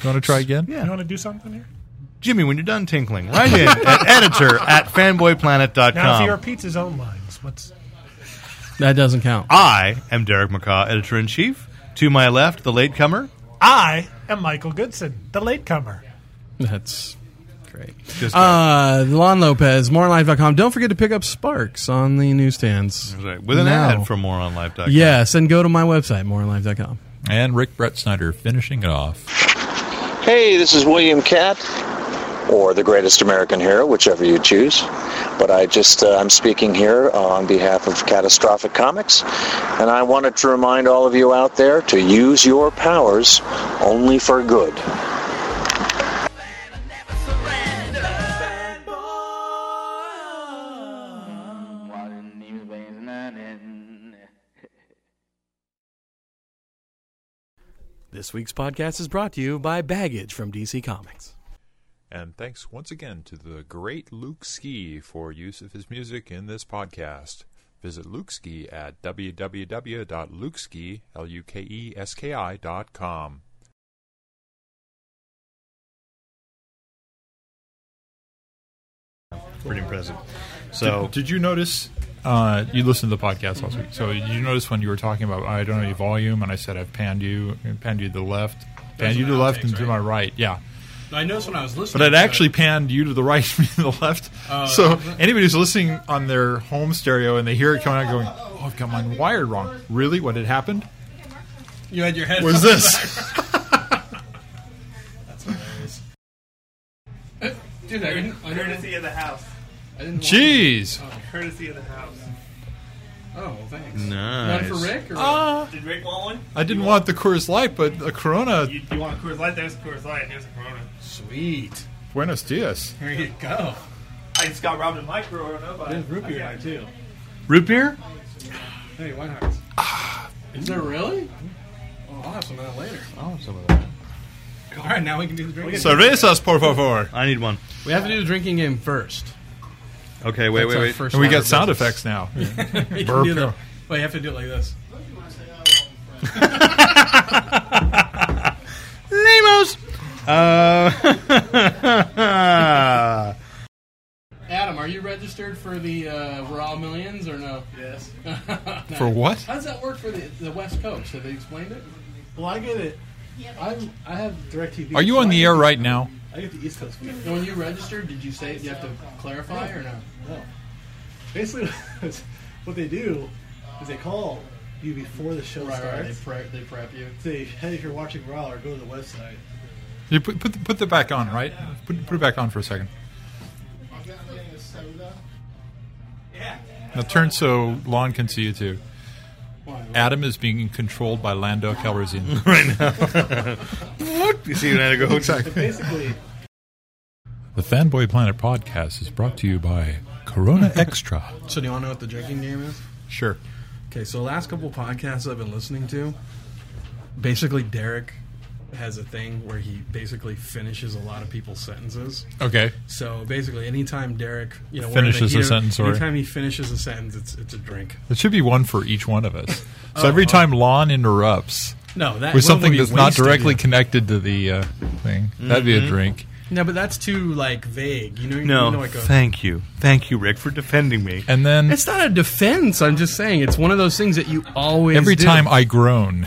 Speaker 3: want to try again?
Speaker 4: Yeah.
Speaker 7: You want to do something here?
Speaker 4: Jimmy, when you're done tinkling, write in at editor at fanboyplanet.com.
Speaker 7: Now, if your pizza's own lines, what's
Speaker 2: That doesn't count.
Speaker 4: I am Derek McCaw, editor in chief. To my left, the latecomer.
Speaker 7: I am Michael Goodson, the latecomer.
Speaker 2: That's great.
Speaker 4: Just
Speaker 2: Uh, Lon Lopez, moreonlife.com. Don't forget to pick up Sparks on the newsstands.
Speaker 4: Right, with an
Speaker 2: now.
Speaker 4: ad from moreonlife.com.
Speaker 2: Yes, and go to my website, moreonlife.com.
Speaker 3: And Rick Brett Snyder finishing it off.
Speaker 8: Hey, this is William Cat, or the greatest American hero, whichever you choose. But I just, uh, I'm speaking here on behalf of Catastrophic Comics, and I wanted to remind all of you out there to use your powers only for good.
Speaker 2: This week's podcast is brought to you by Baggage from DC Comics.
Speaker 9: And thanks once again to the great Luke Ski for use of his music in this podcast. Visit Luke Ski at www.lukeski, E L-U-K-E-S-K-I dot com.
Speaker 4: Pretty impressive. So,
Speaker 3: Did, did you notice? Uh, you listened to the podcast last week, so did you notice when you were talking about I don't know your volume, and I said I've panned you, panned you to the left, panned you to the
Speaker 6: an
Speaker 3: left,
Speaker 6: outtake,
Speaker 3: and to
Speaker 6: right?
Speaker 3: my right. Yeah,
Speaker 6: I noticed when I was listening. Oh,
Speaker 3: But I'd actually panned you to the right, me to the left. so anybody who's listening on their home stereo and they hear it coming out, going, "Oh, I've got mine wired wrong." Really, what had happened
Speaker 6: you had your head.
Speaker 3: was this.
Speaker 6: Dude, I didn't. I didn't,
Speaker 5: Courtesy of the house.
Speaker 6: I didn't
Speaker 3: Jeez.
Speaker 5: Courtesy of the house.
Speaker 6: Oh, thanks.
Speaker 4: nice.
Speaker 6: Rick? Or
Speaker 2: Oh.
Speaker 5: Did Rick want one?
Speaker 3: I didn't want the Coors Light, but the Corona.
Speaker 5: Uh, You, you want a Coors Light? There's a Coors Light. Here's a Corona.
Speaker 6: Sweet.
Speaker 3: Buenos dias.
Speaker 6: There you go.
Speaker 5: I just got robbed of my Corona, but
Speaker 6: There's root beer
Speaker 5: I
Speaker 6: there
Speaker 5: can't-
Speaker 6: too.
Speaker 4: Root beer?
Speaker 6: Hey, White Hearts. Is there really? Oh, I'll have some of that later.
Speaker 4: Oh, some of that.
Speaker 6: All right, now we can do the drinking.
Speaker 3: Cervezas, por favor.
Speaker 4: I need one.
Speaker 2: We have to do the drinking game first.
Speaker 4: Okay, wait,
Speaker 2: That's
Speaker 4: wait,
Speaker 2: our
Speaker 4: wait.
Speaker 2: first
Speaker 3: And we
Speaker 2: order
Speaker 3: got
Speaker 2: of
Speaker 3: sound
Speaker 2: business.
Speaker 3: effects now.
Speaker 6: You
Speaker 3: Burp.
Speaker 6: can do the- Well, you have to do it like this.
Speaker 4: Nemos! Uh,
Speaker 2: Adam, are you registered for the uh, Raw Millions or no?
Speaker 6: Yes.
Speaker 3: For what?
Speaker 2: How does that work for the, the West Coast? Have they explained it?
Speaker 6: Well, I get it. I'm, I have DirecTV.
Speaker 3: Are you
Speaker 6: so
Speaker 3: on
Speaker 6: I
Speaker 3: the
Speaker 6: get
Speaker 3: air right now?
Speaker 6: I get the East Coast. feed.
Speaker 2: When you registered, did you say you have to clarify or no?
Speaker 6: No. Basically, what they do is they call you before the show
Speaker 2: Right, right. They
Speaker 6: starts.
Speaker 2: prep, they prep you.
Speaker 6: Say, hey, if you're watching Raw, or go to the website.
Speaker 3: You put put, the- put that back on, right? Put, put it back on for a second. Now turn so Lon can see you too. Adam is being controlled by Lando Calrissian.
Speaker 4: you see when I go
Speaker 6: Basically,
Speaker 3: the Fanboy Planet podcast is brought to you by Corona Extra.
Speaker 2: So do you want to know what the drinking game is?
Speaker 3: sure.
Speaker 2: Okay, so the last couple podcasts I've been listening to, basically Derek has a thing where he basically finishes a lot of people's sentences.
Speaker 3: Okay.
Speaker 2: So basically, anytime Derek you know we're in the
Speaker 3: Finishes a
Speaker 2: heat of-
Speaker 3: sentence or-
Speaker 2: anytime he finishes a sentence, it's it's a drink.
Speaker 3: It should be one for each one of us. So every time Lon interrupts
Speaker 2: No, that one
Speaker 3: with
Speaker 2: would
Speaker 3: something
Speaker 2: be
Speaker 3: that's not
Speaker 2: wasted.
Speaker 3: directly connected to the uh, thing, that'd be a drink.
Speaker 2: No, but that's too like vague. You know, you know
Speaker 4: No,
Speaker 2: what goes.
Speaker 4: thank you. Thank you, Rick, for defending me.
Speaker 3: And then
Speaker 2: It's not a defense. I'm just saying it's one of those things that you always
Speaker 3: every
Speaker 2: do.
Speaker 3: time I groan,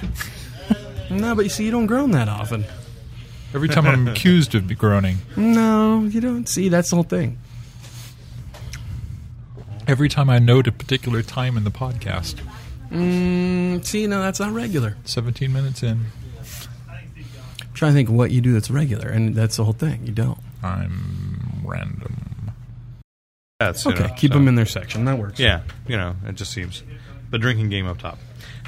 Speaker 2: No, but you see, you don't groan that often.
Speaker 3: every time I'm accused of groaning,
Speaker 2: No, you don't. See, that's the whole thing.
Speaker 3: every time I note a particular time in the podcast,
Speaker 2: Mm, see, no, that's not regular.
Speaker 3: 17 minutes in,
Speaker 2: Try to think what you do that's regular, and that's the whole thing. You don't.
Speaker 3: I'm random.
Speaker 4: That's, you
Speaker 2: Okay,
Speaker 4: know,
Speaker 2: keep
Speaker 4: so-
Speaker 2: them in their section. That works.
Speaker 4: Yeah, you know, it just seems. The drinking game up top.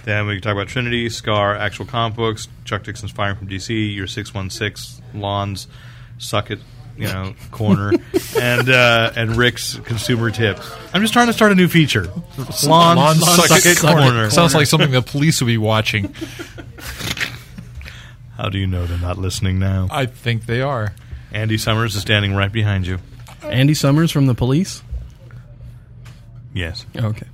Speaker 4: Then we can talk about Trinity, Scar, actual comic books, Chuck Dixon's Firing from DC, Your 616, Lawns, suck it, you know, corner, and uh, and Rick's consumer tip. I'm just trying to start a new feature. Lawn,
Speaker 3: Lawn
Speaker 4: suck,
Speaker 3: suck
Speaker 4: it,
Speaker 3: it corner.
Speaker 4: corner.
Speaker 3: Sounds like something the police would be watching.
Speaker 4: How do you know they're not listening now?
Speaker 3: I think they are.
Speaker 4: Andy Summers is standing right behind you.
Speaker 2: Andy Summers from the police.
Speaker 4: Yes.
Speaker 2: Okay.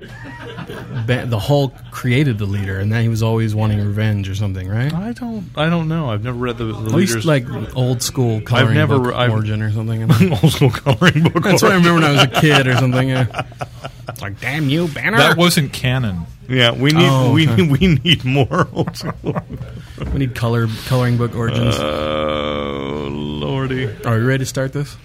Speaker 2: Ba- the Hulk created the leader, and then he was always wanting revenge or something, right?
Speaker 4: I don't. I don't know. I've never read the, the
Speaker 2: At least
Speaker 4: leaders.
Speaker 2: like old school coloring
Speaker 4: never
Speaker 2: book
Speaker 4: re- I've-
Speaker 2: origin or something. That's
Speaker 4: old school coloring book.
Speaker 2: what I remember when I was a kid or something. uh, Yeah. It's like, damn you, Banner.
Speaker 3: That wasn't canon.
Speaker 4: Yeah, we need
Speaker 2: Oh,
Speaker 4: we
Speaker 2: okay.
Speaker 4: need we need more old school. Uh.
Speaker 2: we need color coloring book origins.
Speaker 4: Oh lordy!
Speaker 2: Are we ready to start this?